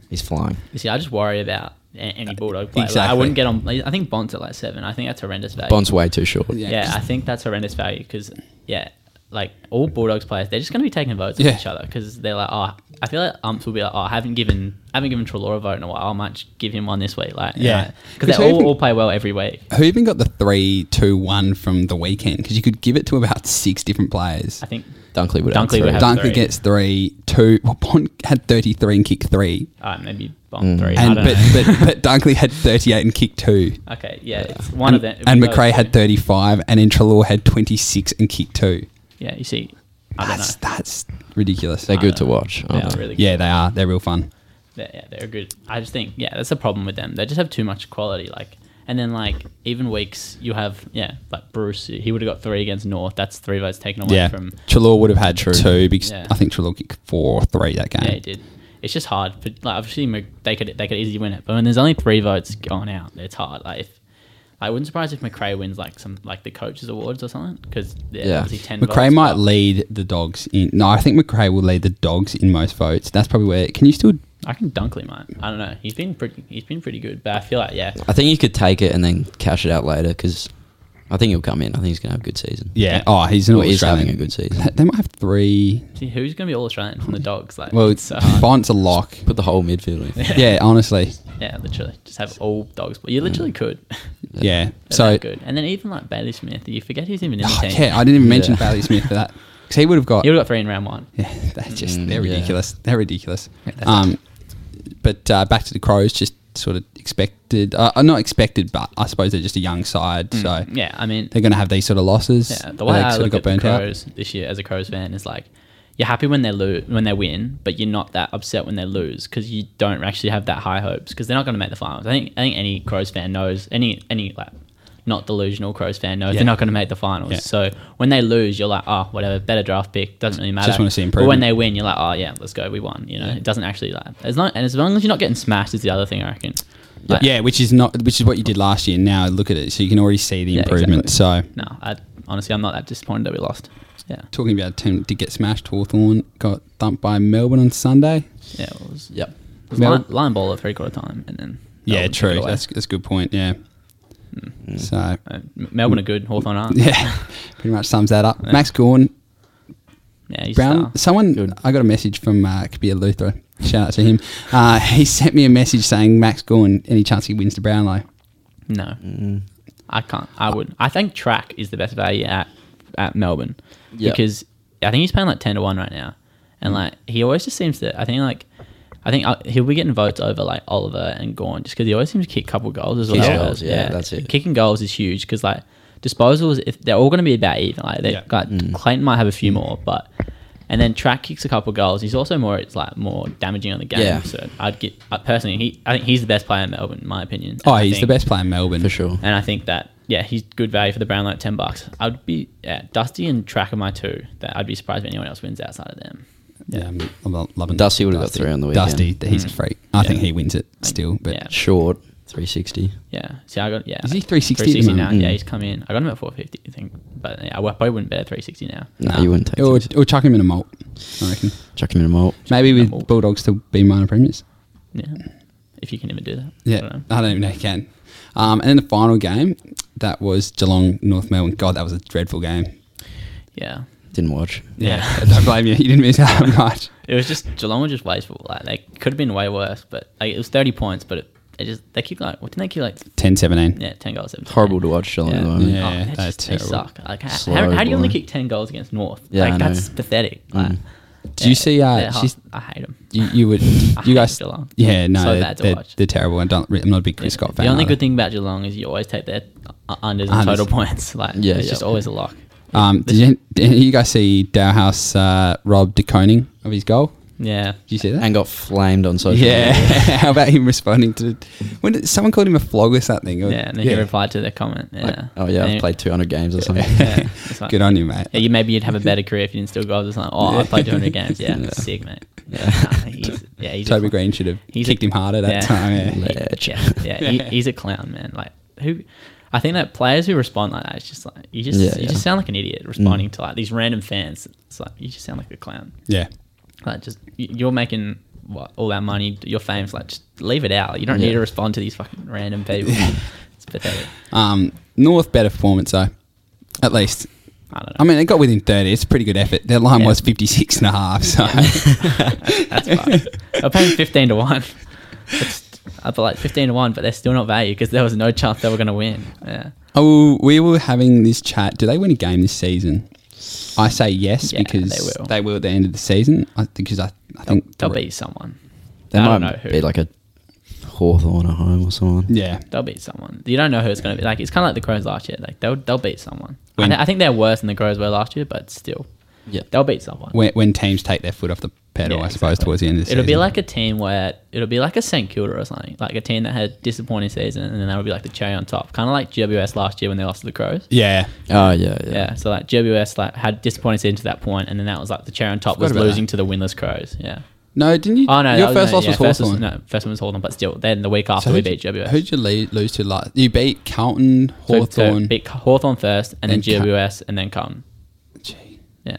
Speaker 4: he's flying.
Speaker 3: You see, I just worry about a- any bulldog player.
Speaker 2: Uh,
Speaker 3: Like, I
Speaker 2: Exactly.
Speaker 3: wouldn't get on. I think Bond's at like seven. I think that's horrendous value.
Speaker 4: Bond's way too short.
Speaker 2: Yeah.
Speaker 3: yeah, I think that's horrendous value because yeah, like all bulldogs players, they're just going to be taking votes
Speaker 2: Yeah.
Speaker 3: off each other because they're like, oh, I feel like umps will be like, oh, I haven't given, I haven't given Trelaw a vote in a while. I might just give him one this week, like
Speaker 2: Yeah.
Speaker 3: because
Speaker 2: 'Cause
Speaker 3: they
Speaker 2: who
Speaker 3: all,
Speaker 2: even-
Speaker 3: all play well every week.
Speaker 2: Who even got the three, two, one from the weekend? Because you could give it to about six different players.
Speaker 3: I think
Speaker 4: Dunkley
Speaker 3: Dunkley
Speaker 4: would have
Speaker 3: would
Speaker 4: three.
Speaker 3: have-
Speaker 2: Dunker
Speaker 3: three.
Speaker 2: gets three, two. Well, Bond had 33 and kicked three,
Speaker 3: uh, maybe Bond three. I
Speaker 2: Mm. and
Speaker 3: don't
Speaker 2: but,
Speaker 3: know.
Speaker 2: but but Dunkley had 38 and kicked two.
Speaker 3: okay, yeah, it's
Speaker 2: and,
Speaker 3: one of them.
Speaker 2: and
Speaker 3: we both-
Speaker 2: McRae had 35, and then Trelaw had 26 and kicked two.
Speaker 3: Yeah, you see, I don't know.
Speaker 2: That's that's ridiculous.
Speaker 4: They're good to watch.
Speaker 3: They
Speaker 4: aren't
Speaker 3: are
Speaker 4: they?
Speaker 3: really good.
Speaker 2: Yeah, they are. They're real fun.
Speaker 3: they're, yeah, they're good. I just think yeah, that's the problem with them. They just have too much quality. Like, and then like even weeks you have yeah, like Bruce, he would have got three against North. That's three votes taken away
Speaker 2: yeah,
Speaker 3: from.
Speaker 2: Trelaw would have had two because
Speaker 3: Yeah.
Speaker 2: I think Trelaw kicked four or three that game.
Speaker 3: Yeah, he did. It's just hard. But like obviously Mc- they could they could easily win it, but when there's only three votes gone out, it's hard. Like if. I wouldn't surprise if McRae wins like some like the coaches awards or something because
Speaker 4: Yeah.
Speaker 3: yeah, obviously ten.
Speaker 2: McRae
Speaker 3: votes,
Speaker 2: might
Speaker 3: but-
Speaker 2: lead the dogs in. No, I think McRae will lead the dogs in most votes. That's probably where. Can you still?
Speaker 3: I can Dunkley might. I don't know. He's been pretty. He's been pretty good, but I feel like yeah,
Speaker 4: I think you could take it and then cash it out later because I think he'll come in. I think he's going to have a good season.
Speaker 2: Yeah. Oh, he's an
Speaker 4: Or is
Speaker 2: Australian.
Speaker 4: having a good season.
Speaker 2: They might have three.
Speaker 3: see who's gonna be all Australian from the dogs. Like
Speaker 2: Well,
Speaker 3: so hard.
Speaker 2: Font's a lock.
Speaker 4: Put the whole midfield in.
Speaker 2: yeah, honestly.
Speaker 3: Yeah, literally. Just have all dogs. You literally could.
Speaker 2: Yeah.
Speaker 3: so
Speaker 2: Mm. So
Speaker 3: good. And then even like Bailey Smith, you forget he's even in the
Speaker 2: Oh,
Speaker 3: team.
Speaker 2: yeah, I didn't even mention
Speaker 4: Yeah.
Speaker 2: Bailey Smith for that because he would have got.
Speaker 3: He would have got three in round one.
Speaker 2: Yeah, they're just
Speaker 4: Mm,
Speaker 2: they're
Speaker 4: yeah.
Speaker 2: ridiculous. They're ridiculous. Um, but uh, back to the Crows, just sort of expected. Uh, uh, not expected, but I suppose they're just a young side, so
Speaker 3: Yeah, I mean,
Speaker 2: they're going to have these sort of losses.
Speaker 3: Mm. yeah, the
Speaker 2: but
Speaker 3: way
Speaker 2: they
Speaker 3: I
Speaker 2: sort of
Speaker 3: look
Speaker 2: got
Speaker 3: at the
Speaker 2: burnt out.
Speaker 3: Crows this year as a Crows fan is like, you're happy when they lose, when they win, but you're not that upset when they lose because you don't actually have that high hopes because they're not going to make the finals. I think I think any Crows fan knows any any like not delusional Crows fan knows
Speaker 2: Yeah.
Speaker 3: they're not going to make the finals.
Speaker 2: Yeah.
Speaker 3: So when they lose, you're like, oh, whatever, better draft pick doesn't really matter.
Speaker 2: wanna see
Speaker 3: But when
Speaker 2: improvement.
Speaker 3: they win, you're like, oh yeah, let's go, we won. You know, it doesn't actually like as long and as long as you're not getting smashed is the other thing I reckon. Like,
Speaker 2: Yeah, which is not which is what you did last year. Now look at it, so you can already see the
Speaker 3: Yeah,
Speaker 2: improvement. So
Speaker 3: No, I, honestly, I'm not that disappointed that we lost. Yeah,
Speaker 2: talking about a team that did get smashed, Hawthorn got thumped by Melbourne on Sunday.
Speaker 3: yeah, it was.
Speaker 4: Yep.
Speaker 3: It was
Speaker 2: Mel-
Speaker 3: line, line ball at three quarter time, and then
Speaker 2: yeah,
Speaker 3: Melbourne took it
Speaker 2: true.
Speaker 3: away.
Speaker 2: That's that's a good point. Yeah. So
Speaker 3: Uh, M- Melbourne are good. Hawthorn aren't. Yeah,
Speaker 2: yeah, pretty much sums that up. Max Gorn
Speaker 3: he's
Speaker 2: Brown.
Speaker 3: a star.
Speaker 2: Someone I got a message from uh, Kabir Luther. Shout out to him. Uh, he sent me a message saying Max Gorn. Any chance he wins the Brownlow?
Speaker 3: No,
Speaker 4: Mm.
Speaker 3: I can't. I would. I think track is the best value at at Melbourne
Speaker 4: Yeah. Mm.
Speaker 3: because I think he's paying like ten to one right now, and like he always just seems to. I think like. I think uh, he'll be getting votes over like Oliver and Gorn just because he always seems to kick a couple goals as well.
Speaker 4: Kicks goals, yeah, that's it.
Speaker 3: Kicking goals is huge because like disposals, if they're all going to be about even. Like they
Speaker 2: Yeah.
Speaker 3: like
Speaker 4: Mm.
Speaker 3: Clayton might have a few more, but and then Track kicks a couple goals. He's also more it's like more damaging on the game.
Speaker 4: Yeah.
Speaker 3: So I'd get I personally, he I think he's the best player in Melbourne in my opinion. And
Speaker 2: Oh,
Speaker 3: I
Speaker 2: he's the
Speaker 3: think-
Speaker 2: best player in Melbourne
Speaker 4: For sure.
Speaker 3: and I think that yeah, he's good value for the Brownlow at ten bucks. I'd be yeah, Dusty and Track are my two. That I'd be surprised if anyone else wins outside of them.
Speaker 2: Yeah, I'm, I'm lo- loving
Speaker 4: Dusty would've got three on the weekend. Mm.
Speaker 2: Dusty, he's a freak. I think he wins it still. But
Speaker 3: Yeah.
Speaker 4: Short, 360.
Speaker 3: Yeah. See, I got yeah.
Speaker 2: Is he 360 at the
Speaker 3: 360 now?
Speaker 2: moment? Mm.
Speaker 3: Yeah, he's come in. I got him at four fifty. I think, but yeah, I probably wouldn't bet at three sixty now.
Speaker 4: No, you wouldn't take
Speaker 2: Or,
Speaker 4: it.
Speaker 2: or chuck him in a malt. I reckon.
Speaker 4: Chuck him in a malt.
Speaker 2: Maybe
Speaker 3: in a
Speaker 2: with
Speaker 3: malt.
Speaker 2: Bulldogs to be minor premiers.
Speaker 3: Yeah, if you can even do that. I
Speaker 2: Yeah,
Speaker 3: don't know.
Speaker 2: I don't even know if he can. Um, and then the final game, that was Geelong North Melbourne. God, that was a dreadful game.
Speaker 3: Yeah.
Speaker 4: Didn't watch.
Speaker 3: Yeah.
Speaker 2: I don't blame you. You didn't miss out much.
Speaker 3: It was just Geelong were just wasteful. Like they could have been way worse, but like, it was thirty points. But it, they just they kicked like what didn't they kick like
Speaker 2: 10 17.
Speaker 3: yeah ten goals? 17.
Speaker 4: Horrible to watch Geelong at
Speaker 3: Yeah.
Speaker 4: the moment.
Speaker 2: Yeah.
Speaker 3: oh,
Speaker 2: they're
Speaker 3: that's just, they
Speaker 2: terrible.
Speaker 3: suck. Like, how,
Speaker 4: Slow
Speaker 3: how, how do you only
Speaker 4: ball.
Speaker 3: kick ten goals against North?
Speaker 4: Yeah,
Speaker 3: like
Speaker 4: I
Speaker 3: that's
Speaker 4: know. Mm.
Speaker 3: pathetic. Like,
Speaker 2: Did you see, uh,
Speaker 3: they're hard.
Speaker 2: she's-
Speaker 3: I hate them.
Speaker 2: You, you would, you
Speaker 3: hate
Speaker 2: guys,
Speaker 3: Geelong.
Speaker 2: yeah, no,
Speaker 3: So
Speaker 2: they're,
Speaker 3: bad to
Speaker 2: they're,
Speaker 3: watch.
Speaker 2: they're terrible. I don't, I'm not a big Chris Scott fan.
Speaker 3: The only
Speaker 2: either.
Speaker 3: good thing about Geelong is you always take their uh, unders
Speaker 2: Unders.
Speaker 3: and total points. Like
Speaker 4: Yeah,
Speaker 3: it's
Speaker 4: yeah.
Speaker 3: just always a lock.
Speaker 2: Um, did, you, did you guys see Dowhouse uh, rob DeConing of his goal?
Speaker 3: Yeah.
Speaker 2: Did you see that?
Speaker 4: and got flamed on social
Speaker 2: yeah.
Speaker 4: media.
Speaker 2: How about him responding to when did, someone called him a flog or something? Or,
Speaker 3: Yeah, and then he replied to their comment. Yeah.
Speaker 4: Like, oh yeah,
Speaker 3: And
Speaker 4: I've
Speaker 3: he-
Speaker 4: played 200 games or something.
Speaker 3: Yeah, it's like-
Speaker 2: Good on you, mate.
Speaker 3: Yeah, you maybe you'd have a better career if you didn't still go up to something. Oh, I played 200 games. Yeah,
Speaker 4: Yeah.
Speaker 3: sick, mate.
Speaker 4: Yeah.
Speaker 3: Nah, he's, yeah, he's a
Speaker 2: Toby
Speaker 3: clown.
Speaker 2: Green should have
Speaker 3: He's a-
Speaker 2: kicked him harder that
Speaker 3: yeah.
Speaker 2: time. Yeah.
Speaker 3: He-
Speaker 4: Ledge.
Speaker 3: yeah, yeah, he- he's a clown, man. Like who? I think that players who respond like that, it's just like you just
Speaker 4: Yeah,
Speaker 3: you
Speaker 4: yeah.
Speaker 3: just sound like an idiot
Speaker 2: Mm.
Speaker 3: responding to like these random fans. It's like you just sound like a clown.
Speaker 2: yeah.
Speaker 3: Like just y- you're making what, all that money, your fame's like just leave it out. You don't need
Speaker 4: Yeah.
Speaker 3: to respond to these fucking random people. it's pathetic.
Speaker 2: Um, North better performance though, at least.
Speaker 3: I don't know.
Speaker 2: I mean, they got within 30. It's a pretty good effort. Their line
Speaker 3: Yeah.
Speaker 2: was 56 and a half. So
Speaker 3: That's fine. They're paying 15 to 1. It's, I feel like 15 to 1, but they're still not value because there was no chance they were going to win. Yeah.
Speaker 2: oh, we were having this chat. Do they win a game this season? I say yes
Speaker 3: Yeah,
Speaker 2: because
Speaker 3: they will.
Speaker 2: they will at the end of the season. I because I, I think
Speaker 3: They'll beat someone.
Speaker 4: They
Speaker 3: I
Speaker 4: might
Speaker 3: don't know who.
Speaker 4: be like a Hawthorn at home or someone.
Speaker 2: Yeah,
Speaker 3: They'll beat someone. You don't know who it's going to be. Like it's kind of like the Crows last year. Like they'll they'll beat someone. I,
Speaker 2: When-
Speaker 3: thi- I think they're worse than the Crows were last year, but still,
Speaker 4: Yeah.
Speaker 3: they'll beat someone.
Speaker 2: when, when teams take their foot off the pedal,
Speaker 3: Yeah,
Speaker 2: I suppose
Speaker 3: exactly.
Speaker 2: towards the end of the
Speaker 3: It'll
Speaker 2: season.
Speaker 3: be like a team where it'll be like a St Kilda or something, like a team that had a disappointing season, and then that would be like the cherry on top, kind of like GWS last year when they lost to the Crows.
Speaker 2: yeah,
Speaker 4: Oh yeah, yeah.
Speaker 3: Yeah, so like GWS like had disappointing season to that point, and then that was like the cherry on top was
Speaker 2: about
Speaker 3: losing to the winless Crows. Yeah.
Speaker 2: no, didn't you?
Speaker 3: Oh no,
Speaker 2: your
Speaker 3: that
Speaker 2: first
Speaker 3: no,
Speaker 2: loss
Speaker 3: yeah,
Speaker 2: was
Speaker 3: first
Speaker 2: Hawthorn.
Speaker 3: no, first one was Hawthorn, but still, then the week after we beat GWS.
Speaker 2: Who did you le- lose to last? You beat Carlton,
Speaker 3: So- so
Speaker 2: Hawthorn.
Speaker 3: beat Hawthorn first, and
Speaker 2: Then
Speaker 3: then,
Speaker 2: Cal-
Speaker 3: GWS, and then Carlton.
Speaker 2: Gee.
Speaker 3: Yeah,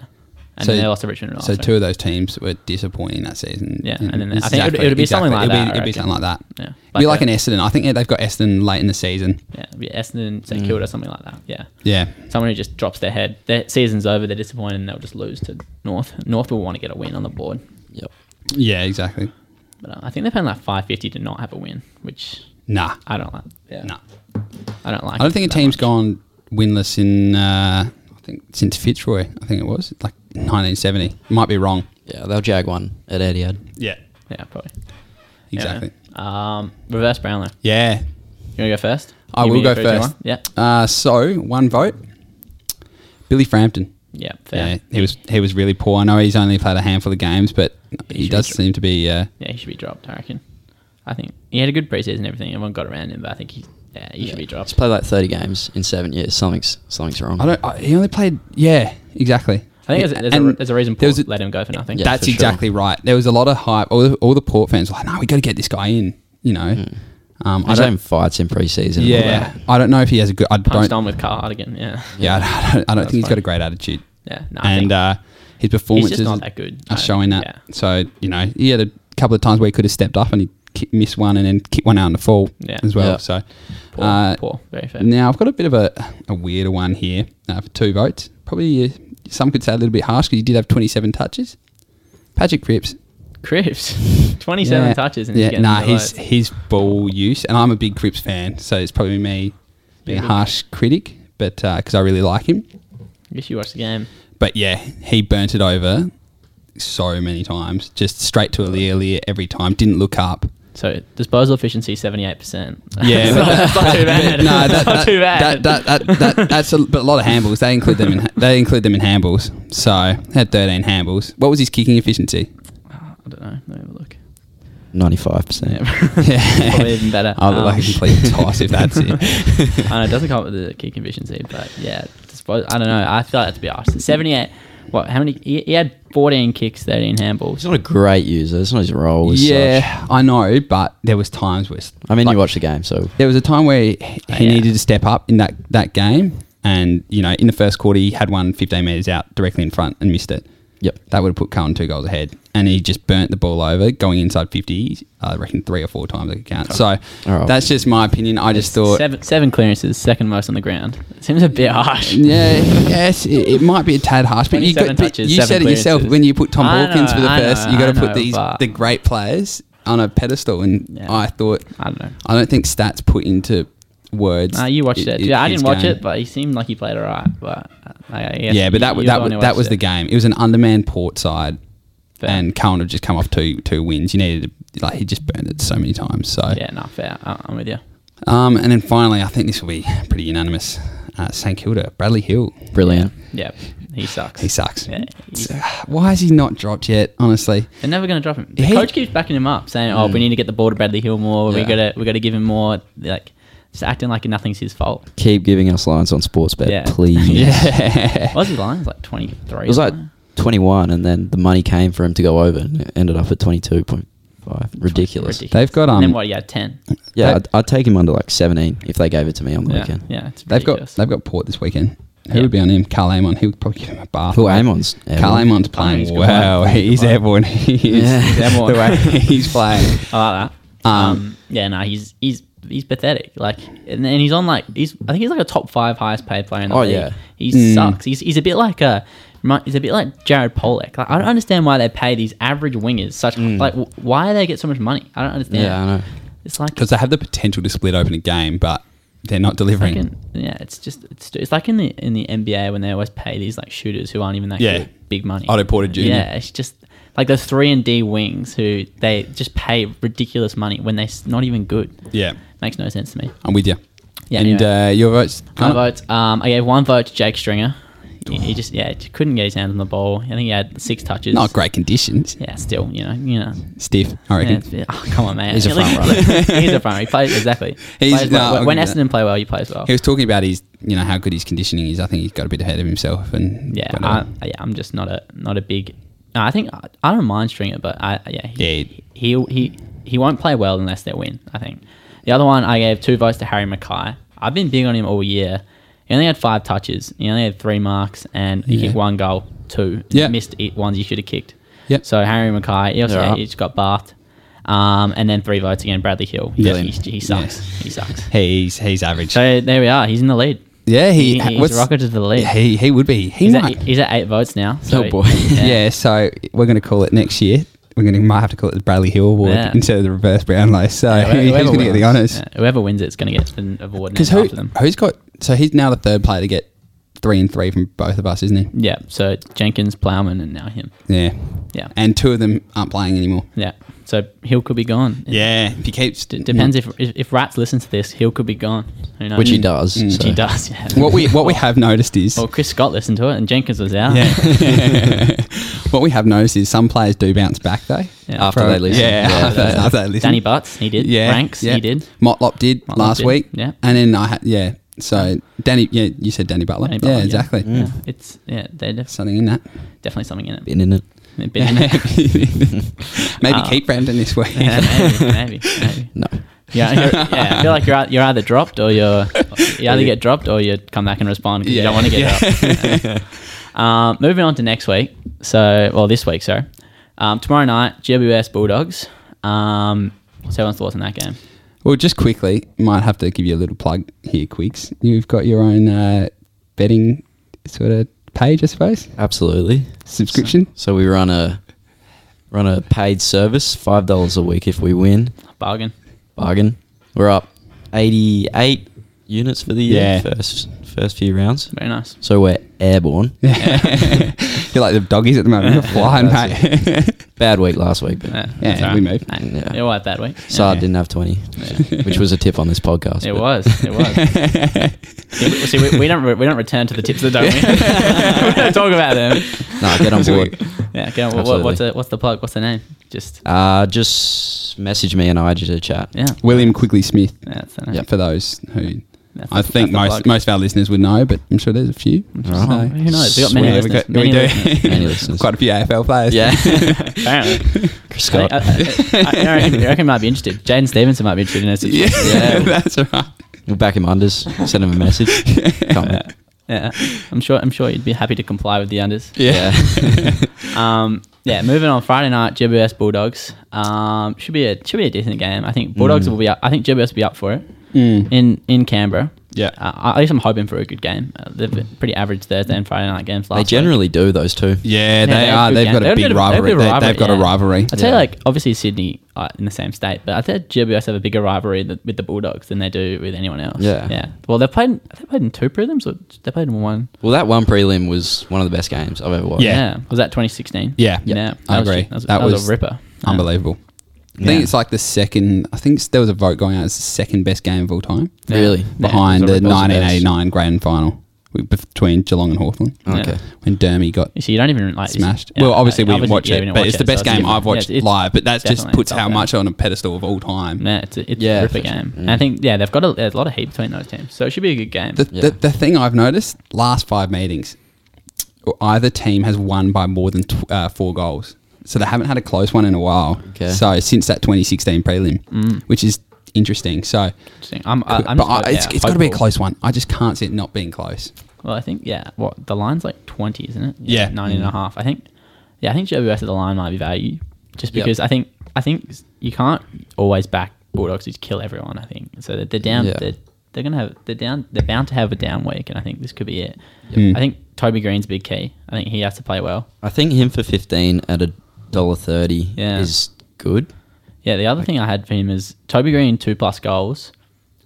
Speaker 3: and
Speaker 2: So-
Speaker 3: then they lost to Richmond. and
Speaker 2: So
Speaker 3: Arsenal.
Speaker 2: two of those teams were disappointing that season.
Speaker 3: Oh,
Speaker 2: Mm-hmm.
Speaker 3: Yeah, and then I think it'd- it'd be something like
Speaker 2: it'd
Speaker 3: that,
Speaker 2: Be,
Speaker 3: I
Speaker 2: it'd be
Speaker 3: reckon.
Speaker 2: something like that.
Speaker 3: Yeah.
Speaker 2: it'd be like
Speaker 3: Like
Speaker 2: an
Speaker 3: a-
Speaker 2: Essendon. I think yeah, they've got Essendon late in the season.
Speaker 3: yeah, it'd be Essendon,
Speaker 2: Mm.
Speaker 3: St Kilda, something like that. Yeah,
Speaker 2: Yeah,
Speaker 3: someone who just drops their head. Their season's over. They're disappointed, and they'll just lose to North. North will want to get a win on the board,
Speaker 4: Yep.
Speaker 2: yeah, exactly.
Speaker 3: but uh, I think they're paying like five fifty to not have a win, which
Speaker 2: Nah,
Speaker 3: I don't like.
Speaker 2: yeah. nah.
Speaker 3: I don't like.
Speaker 2: I don't think a
Speaker 3: it that
Speaker 2: team's
Speaker 3: much.
Speaker 2: gone winless in uh, I think since Fitzroy. I think it was like 1970. Might be wrong.
Speaker 4: Yeah, they'll jag one at Etihad.
Speaker 2: Yeah,
Speaker 3: Yeah, probably. Yeah.
Speaker 2: exactly.
Speaker 3: Um, reverse Brownlow.
Speaker 2: Yeah,
Speaker 3: You want to go first?
Speaker 2: I
Speaker 3: You
Speaker 2: will
Speaker 3: mean
Speaker 2: go
Speaker 3: three, two,
Speaker 2: first.
Speaker 3: one? Yeah.
Speaker 2: Uh, so one vote, Billy Frampton. Yeah.
Speaker 3: Yeah. Fair. Yeah.
Speaker 2: he was he was really poor. I know he's only played a handful of games, but he
Speaker 3: should
Speaker 2: does
Speaker 3: be-
Speaker 2: seem to be. Uh,
Speaker 3: he should be dropped. I reckon. I think he had a good preseason and everything. Everyone got around him, but I think he, yeah, he should be dropped.
Speaker 4: Just play like 30 games in seven years. Something's something's wrong.
Speaker 2: I don't. I, he only played. Yeah, exactly.
Speaker 3: I think there's, there's, a,
Speaker 2: And
Speaker 3: there's a reason
Speaker 2: there
Speaker 3: Paul
Speaker 2: was a-
Speaker 3: let him go for nothing.
Speaker 4: Yeah.
Speaker 2: that's
Speaker 4: for sure.
Speaker 2: exactly right. There was a lot of hype. All the, all the Port fans were like, "No, we got to get this guy in." You know,
Speaker 3: Hmm.
Speaker 2: um, I
Speaker 4: He's having
Speaker 2: don't.
Speaker 4: fights in preseason. and all
Speaker 2: Yeah,
Speaker 4: that.
Speaker 2: I don't know if he has a good. I
Speaker 3: Punched
Speaker 2: don't.
Speaker 3: on with Cardigan. Yeah.
Speaker 2: yeah, I don't, I don't think he's
Speaker 3: fine.
Speaker 2: got a great attitude.
Speaker 3: Yeah. No, I
Speaker 2: and
Speaker 3: think
Speaker 2: uh, his performances
Speaker 3: not that good.
Speaker 2: are
Speaker 3: I-
Speaker 2: showing that.
Speaker 3: yeah.
Speaker 2: So you know, he had a couple of times where he could have stepped up and he ki- missed one and then kicked one out on the fall
Speaker 3: Yeah.
Speaker 2: as well.
Speaker 4: Yeah.
Speaker 2: So
Speaker 3: Paul,
Speaker 2: uh,
Speaker 3: Paul, very fair.
Speaker 2: Now I've got a bit of a, a weirder one here uh, for two votes. Probably uh, some could say a little bit harsh because he did have 27 touches. Patrick Cripps.
Speaker 3: Cripps, 27
Speaker 2: Yeah.
Speaker 3: touches and
Speaker 2: yeah,
Speaker 3: he's getting
Speaker 2: nah,
Speaker 3: the
Speaker 2: his
Speaker 3: votes.
Speaker 2: his ball use, and I'm a big Cripps fan, so it's probably me being a harsh critic, but because I really like him.
Speaker 3: I guess you watched the game.
Speaker 2: But yeah, he burnt it over so many times, just straight to Alia Alia every time. Didn't look up.
Speaker 3: So disposal efficiency 78%.
Speaker 2: Yeah,
Speaker 3: it's not, it's not too bad.
Speaker 2: no, that,
Speaker 3: it's not
Speaker 2: that-
Speaker 3: too bad.
Speaker 2: That, that, that, that, that's a, but a lot of handballs. They include them in they include them in handballs. So had thirteen handballs. What was his kicking efficiency?
Speaker 3: I don't know. Let me have a look.
Speaker 4: 95%.
Speaker 2: Yeah,
Speaker 3: Probably even better.
Speaker 2: I look like
Speaker 3: Um,
Speaker 2: a complete toss if that's it.
Speaker 3: I don't know, it doesn't come up with the key efficiency, but yeah, dispos- I don't know. I feel like that's a bit harsh. 78. What? How many? He, he had 14 kicks, 13 handballs.
Speaker 4: He's not a great user. It's not his role. as such.
Speaker 2: yeah, I know, but there was times where s-
Speaker 4: I mean,
Speaker 2: like,
Speaker 4: you watch the game, so
Speaker 2: There was a time where he, he
Speaker 3: yeah.
Speaker 2: needed to step up in that that game, and you know, in the first quarter, he had one 15 meters out directly in front and missed it.
Speaker 4: Yep.
Speaker 2: that would have put Carlton two goals ahead, and he just burnt the ball over, going inside 50. I reckon three or four times I could count. So
Speaker 4: Alright.
Speaker 2: that's just my opinion. I just thought.
Speaker 3: Seven, seven clearances, second most on the ground. It seems a bit harsh.
Speaker 2: Yeah, yes, it, it might be a tad harsh, but you,
Speaker 3: 27
Speaker 2: got, but
Speaker 3: touches,
Speaker 2: you
Speaker 3: seven
Speaker 2: said it yourself
Speaker 3: clearances.
Speaker 2: when you put Tom
Speaker 3: I know,
Speaker 2: Hawkins for the
Speaker 3: I
Speaker 2: first,
Speaker 3: know,
Speaker 2: you got
Speaker 3: I
Speaker 2: to put
Speaker 3: know,
Speaker 2: these
Speaker 3: but-
Speaker 2: the great players on a pedestal, and
Speaker 3: Yeah.
Speaker 2: I thought
Speaker 3: I don't know.
Speaker 2: I don't think stats put into words.
Speaker 3: Nah, you watched it.
Speaker 2: i-
Speaker 3: yeah, I
Speaker 2: his
Speaker 3: didn't watch
Speaker 2: game.
Speaker 3: it, but he seemed like he played all right. But uh, I I guess
Speaker 2: yeah, but
Speaker 3: you-
Speaker 2: that was
Speaker 3: you're
Speaker 2: that
Speaker 3: the one
Speaker 2: was,
Speaker 3: who
Speaker 2: that
Speaker 3: watched
Speaker 2: was the
Speaker 3: it.
Speaker 2: game. It was an undermanned port side,
Speaker 3: Fair.
Speaker 2: and Carlton had just come off two two wins. You needed to, like he just burned it so many times. So
Speaker 3: Yeah, no, fair. I, I'm with you.
Speaker 2: um, and then finally, I think this will be pretty unanimous. uh, St Kilda, Bradley Hill.
Speaker 4: Brilliant.
Speaker 3: Yeah, he sucks.
Speaker 2: He sucks.
Speaker 3: Yeah, he's-
Speaker 2: It's, uh, why is he not dropped yet? Honestly,
Speaker 3: They're never going to drop him. The
Speaker 2: He- Mm.
Speaker 3: coach keeps backing him up, saying, "Oh, we need to get the ball to Bradley Hill more. We
Speaker 2: Yeah.
Speaker 3: got to, we got to give him more." Like, just acting like nothing's his fault.
Speaker 4: Keep giving us lines on sports bet,
Speaker 3: Yeah.
Speaker 4: please.
Speaker 2: yeah,
Speaker 3: Aussie Lions like twenty three.
Speaker 4: It was like 21, and then the money came for him to go over, and it ended up at 22.5. Ridiculous.
Speaker 2: They've got, um,
Speaker 3: and then what? Yeah, ten.
Speaker 4: Yeah,
Speaker 2: They-
Speaker 4: I'd, I'd take him under like 17 if they gave it to me on the
Speaker 3: Yeah,
Speaker 4: weekend.
Speaker 3: yeah. It's
Speaker 2: they've got
Speaker 3: ridiculous.
Speaker 2: they've got Port this weekend. Who
Speaker 3: Yeah.
Speaker 2: would be on him? Carl Amon. He would probably give him a bath.
Speaker 4: Who Amon's?
Speaker 2: Carl
Speaker 4: Amon.
Speaker 2: Amon's
Speaker 3: Oh,
Speaker 2: playing
Speaker 3: he's
Speaker 2: well.
Speaker 3: good.
Speaker 2: He's airborne. He is
Speaker 4: Yeah. He's
Speaker 3: airborne.
Speaker 2: the way he's playing.
Speaker 3: I like that.
Speaker 2: Um,
Speaker 3: Um, yeah, no, he's he's he's pathetic. Like, and then he's on like he's I think he's like a top five highest paid player in the
Speaker 4: Oh,
Speaker 3: league.
Speaker 4: yeah.
Speaker 3: he sucks. He's, he's a bit like a remi- he's a bit like Jared Pollock. Like, I don't understand why they pay these average wingers such like w- why they get so much money. I don't understand.
Speaker 4: Hmm. Yeah, I know.
Speaker 3: It's like
Speaker 2: because they have the potential to split open a game, but they're not delivering.
Speaker 3: fucking- yeah, it's just it's, it's like in the in the NBA when they always pay these like shooters who aren't even that
Speaker 2: Yeah.
Speaker 3: good, big money.
Speaker 2: Otto Porter Jr..
Speaker 3: Yeah, it's just like those three and D wings who they just pay ridiculous money when they're s- not even good.
Speaker 2: Yeah,
Speaker 3: Makes no sense to me.
Speaker 2: I'm with you.
Speaker 3: Yeah,
Speaker 2: and
Speaker 3: anyway.
Speaker 2: uh, your votes?
Speaker 3: My
Speaker 2: Connor?
Speaker 3: votes. Um, I gave one vote to Jake Stringer. He, he just yeah just couldn't get his hands on the ball. I think he had six touches.
Speaker 2: Not great conditions.
Speaker 3: Yeah, still you know you know.
Speaker 2: Stiff, I
Speaker 3: Yeah,
Speaker 2: reckon.
Speaker 3: it's- yeah, oh, come on, man.
Speaker 4: He's a front
Speaker 3: runner. He's a front runner. He plays exactly.
Speaker 2: He's-
Speaker 3: Plays
Speaker 2: no,
Speaker 3: well.
Speaker 2: I'll
Speaker 3: when
Speaker 2: give you
Speaker 3: Essendon play well, he plays well.
Speaker 2: He was talking about his, you know, how good his conditioning is. I think he's got a bit ahead of himself, and
Speaker 3: yeah,
Speaker 2: whatever.
Speaker 3: I, yeah, I'm just not a not a big. No, I think I, I don't mind Stringer, but I yeah he,
Speaker 2: Yeah.
Speaker 3: he he he won't play well unless they win. I think the other one I gave two votes to Harry Mackay. I've been big on him all year. He only had five touches. He only had three marks, and he
Speaker 2: Yeah.
Speaker 3: kicked one goal, two
Speaker 2: Yeah.
Speaker 3: missed eight ones he should have kicked.
Speaker 2: Yep.
Speaker 3: So Harry Mackay, he also
Speaker 4: Yeah.
Speaker 3: he just got bathed. Um, and then three votes again, Bradley Hill. He,
Speaker 2: Brilliant.
Speaker 3: he, he sucks. He sucks.
Speaker 2: he's he's average.
Speaker 3: So there we are. He's in the lead.
Speaker 2: yeah, he,
Speaker 3: he- he's
Speaker 2: what's-
Speaker 3: rocketed the league.
Speaker 2: He he would be. He
Speaker 3: He's
Speaker 2: might.
Speaker 3: at, he's at eight votes now.
Speaker 4: Oh, boy.
Speaker 2: yeah. so we're going to call it next year. We're going to might have to call it the Bradley Hill Award
Speaker 3: Yeah.
Speaker 2: instead of the reverse Brownlow. So
Speaker 3: whoever-
Speaker 2: he's
Speaker 3: whoever
Speaker 2: going to get the
Speaker 3: wins.
Speaker 2: honours.
Speaker 3: Yeah, whoever wins it's going to get an award named
Speaker 2: Because who
Speaker 3: after them.
Speaker 2: who's got? So he's now the third player to get three and three from both of us, isn't he?
Speaker 3: Yeah, so Jenkins, Plowman, and now him.
Speaker 2: Yeah.
Speaker 3: Yeah.
Speaker 2: And two of them aren't playing anymore.
Speaker 3: Yeah, so Hill could be gone.
Speaker 2: Yeah. If he keeps.
Speaker 3: D- depends if, if if Rats listens to this, Hill could be gone. Who knows?
Speaker 4: Which he does.
Speaker 2: Mm.
Speaker 3: Which
Speaker 4: so-
Speaker 3: he does. Yeah.
Speaker 2: What we what we have noticed is
Speaker 3: well, Chris Scott listened to it, and Jenkins was out.
Speaker 2: yeah. what we have noticed is some players do bounce back though
Speaker 3: Yeah.
Speaker 4: After they listen.
Speaker 2: Yeah,
Speaker 4: Yeah,
Speaker 2: after,
Speaker 4: that's-
Speaker 2: after they listen.
Speaker 3: Danny Butts, he did.
Speaker 2: yeah,
Speaker 3: Ranks,
Speaker 2: yeah.
Speaker 3: he did.
Speaker 2: Motlop did
Speaker 3: Motlop
Speaker 2: last
Speaker 3: did,
Speaker 2: week.
Speaker 3: yeah.
Speaker 2: and then I had yeah. So Danny, yeah, you said Danny Butler.
Speaker 3: Danny Butler,
Speaker 2: yeah, exactly.
Speaker 3: Yeah. It's yeah, they're def-
Speaker 2: Something in that.
Speaker 3: definitely something in it.
Speaker 4: Been in it.
Speaker 3: They're big in it.
Speaker 2: Maybe
Speaker 3: Uh,
Speaker 2: keep Brandon this week.
Speaker 3: Yeah, maybe, maybe, maybe.
Speaker 4: No.
Speaker 3: Yeah, you're, yeah. I feel like you're ei- you're either dropped or you're you either get dropped or you come back and respond because
Speaker 2: Yeah.
Speaker 3: you don't want to get
Speaker 2: Yeah.
Speaker 3: dropped. Um, moving on to next week. So, well, this week, sorry. Um, tomorrow night, GWS Bulldogs. Um, what's everyone's thoughts on that game?
Speaker 2: Well, just quickly, might have to give you a little plug here, Quicks. You've got your own uh, betting sort of page, I suppose,
Speaker 4: Absolutely.
Speaker 2: subscription.
Speaker 4: So we run a run a paid service, five dollars a week if we win.
Speaker 3: Bargain.
Speaker 4: Bargain. We're up eighty eight units for the year
Speaker 2: Yeah.
Speaker 4: first first few rounds.
Speaker 3: Very nice.
Speaker 4: So we're airborne.
Speaker 2: You're like the doggies at the moment. You're flying,
Speaker 4: That's
Speaker 2: mate.
Speaker 4: Bad week last week, but
Speaker 3: Yeah,
Speaker 2: Yeah,
Speaker 3: that's all
Speaker 2: we moved.
Speaker 3: Hey,
Speaker 4: Yeah.
Speaker 3: It was that week.
Speaker 4: Saad
Speaker 2: Yeah.
Speaker 4: didn't have twenty, which was a tip on this podcast.
Speaker 3: It
Speaker 4: but-
Speaker 3: was. It was. See, we, see, we, we don't re- we don't return to the tips that don't we? we don't talk about them.
Speaker 4: No, get on board.
Speaker 3: Yeah. Okay, what- what,
Speaker 4: Absolutely.
Speaker 3: what's the, what's the plug? What's the name? Just
Speaker 4: Uh, just message me and I just a chat.
Speaker 3: yeah.
Speaker 2: William Quigley Smith.
Speaker 3: Yeah, That's the name.
Speaker 2: For those who,
Speaker 3: That's
Speaker 2: I
Speaker 3: the-
Speaker 2: think
Speaker 3: that's the
Speaker 2: most
Speaker 3: plug.
Speaker 2: most of our listeners would know, but I'm sure there's a few.
Speaker 4: Alright.
Speaker 2: So-
Speaker 3: Who knows? We got many
Speaker 2: Yeah,
Speaker 3: listeners.
Speaker 2: Uh-huh. we,
Speaker 3: many
Speaker 2: we
Speaker 3: listeners.
Speaker 2: do.
Speaker 4: Many listeners.
Speaker 2: Quite a few AFL players.
Speaker 4: Yeah.
Speaker 3: Apparently.
Speaker 4: Chris
Speaker 3: I,
Speaker 4: Scott.
Speaker 3: I, I, I reckon, I reckon might be interested. Jaden Stevenson might be interested in us.
Speaker 2: yeah,
Speaker 4: Yeah.
Speaker 2: that's right.
Speaker 4: We'll back him unders. Send him a message. Comment.
Speaker 3: Yeah, I'm sure. I'm sure you'd be happy to comply with the unders.
Speaker 2: Yeah.
Speaker 3: Um, yeah. Moving on, Friday night, GWS Bulldogs. Um, should be a should be a decent game. I think Bulldogs will be up. I think GWS will be up for it in in Canberra.
Speaker 2: Yeah.
Speaker 3: Uh, at least I'm hoping for a good game. Uh, they've been pretty average Thursday and Friday night games last.
Speaker 4: They
Speaker 3: week.
Speaker 4: generally do those two.
Speaker 2: Yeah, they
Speaker 3: they're
Speaker 2: are.
Speaker 3: good
Speaker 2: They've
Speaker 3: game.
Speaker 2: got
Speaker 3: They're
Speaker 2: a big
Speaker 3: bit of- they've
Speaker 2: rivalry.
Speaker 3: bit of
Speaker 2: They, have got a
Speaker 3: yeah.
Speaker 2: rivalry.
Speaker 3: I'd say,
Speaker 4: Yeah.
Speaker 3: like, obviously Sydney uh, in the same state, but I'd say GWS have a bigger rivalry th- with the Bulldogs than they do with anyone else.
Speaker 4: Yeah.
Speaker 3: Yeah. Well, they've played, have they played in two prelims or they played in one?
Speaker 4: Well, that one prelim was one of the best games I've ever watched.
Speaker 2: Yeah.
Speaker 3: Was that 2016?
Speaker 2: Yeah.
Speaker 3: Yeah.
Speaker 2: I
Speaker 3: was-
Speaker 2: agree.
Speaker 3: That was,
Speaker 2: That
Speaker 3: that was
Speaker 2: was
Speaker 3: a ripper. Yeah.
Speaker 2: Unbelievable. I think
Speaker 4: Yeah.
Speaker 2: it's like the second. I think it's- there was a vote going out. It's the second best game of all time,
Speaker 3: Yeah.
Speaker 4: Really?
Speaker 2: behind
Speaker 3: it's
Speaker 2: the
Speaker 3: already best.
Speaker 2: 1989 grand final w- between Geelong and Hawthorn
Speaker 3: Yeah.
Speaker 4: Okay.
Speaker 2: when Dermy got
Speaker 3: You see, you don't even like
Speaker 2: smashed.
Speaker 3: Oh. yeah,
Speaker 2: well, obviously we
Speaker 3: yeah,
Speaker 2: didn't watch
Speaker 3: yeah,
Speaker 2: it,
Speaker 3: we didn't
Speaker 2: but
Speaker 3: watch
Speaker 2: it's
Speaker 3: it,
Speaker 2: the best
Speaker 3: so it's
Speaker 2: game I've
Speaker 3: different.
Speaker 2: watched
Speaker 3: Yeah, it's-
Speaker 2: live. But that just
Speaker 3: definitely
Speaker 2: puts
Speaker 3: up
Speaker 2: how
Speaker 3: there.
Speaker 2: much on a pedestal of all time.
Speaker 3: Yeah, it's a, it's
Speaker 4: Yeah,
Speaker 3: a ripper
Speaker 4: for sure.
Speaker 2: Mm.
Speaker 3: game. And I think yeah, they've got a, there's a lot of heat between those teams, so it should be a good game.
Speaker 2: The,
Speaker 4: Yeah.
Speaker 2: the, the thing I've noticed last five meetings, either team has won by more than tw- uh, four goals. So they haven't had a close one in a while.
Speaker 4: Okay.
Speaker 2: So since that 2016 prelim, which is interesting. So,
Speaker 3: Interesting. I'm, Mm. I, I'm
Speaker 2: but
Speaker 3: just,
Speaker 2: I, it's,
Speaker 3: yeah,
Speaker 2: it's got to be a
Speaker 3: hopeful.
Speaker 2: close one. I just can't see it not being close.
Speaker 3: Well, I think yeah. What the line's like twenty, isn't it?
Speaker 2: Yeah. Mm.
Speaker 3: 19 and a half. I think. Yeah, I think JWS at the line might be value, just
Speaker 2: Yep.
Speaker 3: because I think I think you can't always back Bulldogs to kill everyone. I think so. They're, they're down.
Speaker 4: Yeah.
Speaker 3: They're, they're gonna have. They're down. They're bound to have a down week, and I think this could be it.
Speaker 2: Mm.
Speaker 3: I think Toby Green's a big key. I think he has to play well.
Speaker 4: I think him for fifteen at a dollar thirty
Speaker 3: Yeah.
Speaker 4: is good.
Speaker 3: Yeah, the other thing I had for him is Toby Green two plus goals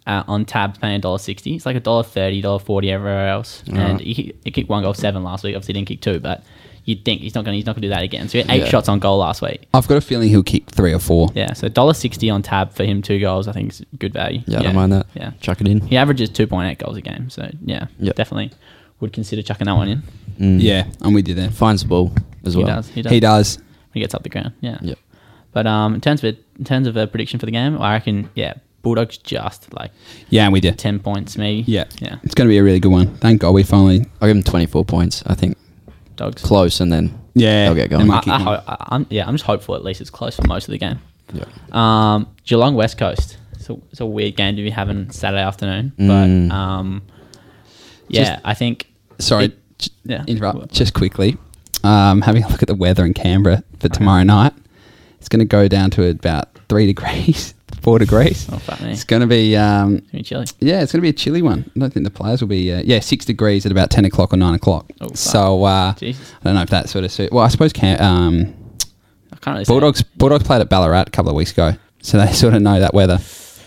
Speaker 3: uh, on tabs paying dollar sixty. It's like a dollar thirty, dollar forty everywhere else. And
Speaker 4: Alright.
Speaker 3: he, he kicked one goal seven last week. Obviously didn't kick two, but you'd think he's not going he's not going to do that again. So he had eight
Speaker 4: Yeah.
Speaker 3: shots on goal last week.
Speaker 2: I've got a feeling he'll kick three or four.
Speaker 3: Yeah, so dollar sixty on tab for him two goals. I think is good value.
Speaker 4: Yeah, I don't mind that.
Speaker 3: Yeah,
Speaker 4: Chuck it in.
Speaker 3: he averages two point eight goals a game. So yeah,
Speaker 4: Yep.
Speaker 3: definitely would consider chucking that one in.
Speaker 4: Mm.
Speaker 2: Yeah, I'm with you there.
Speaker 4: Finds the ball as well.
Speaker 3: He does. He does.
Speaker 2: He does.
Speaker 3: He gets up the ground. Yeah.
Speaker 4: Yep.
Speaker 3: But um, in terms of it, in terms of a prediction for the game, I reckon yeah, Bulldogs just like
Speaker 2: Yeah, I'm with you.
Speaker 3: 10 points maybe.
Speaker 2: Yeah.
Speaker 3: Yeah.
Speaker 2: It's going to be a really good one. Thank God we finally.
Speaker 4: I'll give him twenty four points, I think.
Speaker 3: Dogs.
Speaker 4: Close and then
Speaker 2: Yeah.
Speaker 4: They'll get
Speaker 2: they
Speaker 4: going.
Speaker 2: might
Speaker 3: I,
Speaker 2: kick
Speaker 3: I,
Speaker 2: one.
Speaker 3: ho- I, I'm, yeah, I'm just hopeful at least it's close for most of the game.
Speaker 4: yeah.
Speaker 3: Um, Geelong West Coast. It's a, it's a weird game to be having Saturday afternoon.
Speaker 4: Mm.
Speaker 3: But um, yeah,
Speaker 2: Just-
Speaker 3: I think.
Speaker 2: Sorry,
Speaker 3: It-
Speaker 2: j-
Speaker 3: yeah.
Speaker 2: interrupt
Speaker 3: What?
Speaker 2: just quickly. Um, having a look at the weather in Canberra for tomorrow night, it's going to go down to about three degrees, four degrees.
Speaker 3: Oh, fuck me.
Speaker 2: It's going to be, um,
Speaker 3: It's going to be chilly.
Speaker 2: yeah, it's going to be a chilly one. I don't think the players will be, uh, yeah, six degrees at about 10 o'clock or 9 o'clock.
Speaker 3: Oh, fuck.
Speaker 2: so uh, I
Speaker 3: Jesus.
Speaker 2: don't know if that sort of suit. Well, I suppose Cam- um,
Speaker 3: I can't really say.
Speaker 2: Bulldogs, Bulldogs played at Ballarat a couple of weeks ago. So they sort of know that weather.
Speaker 3: Pff,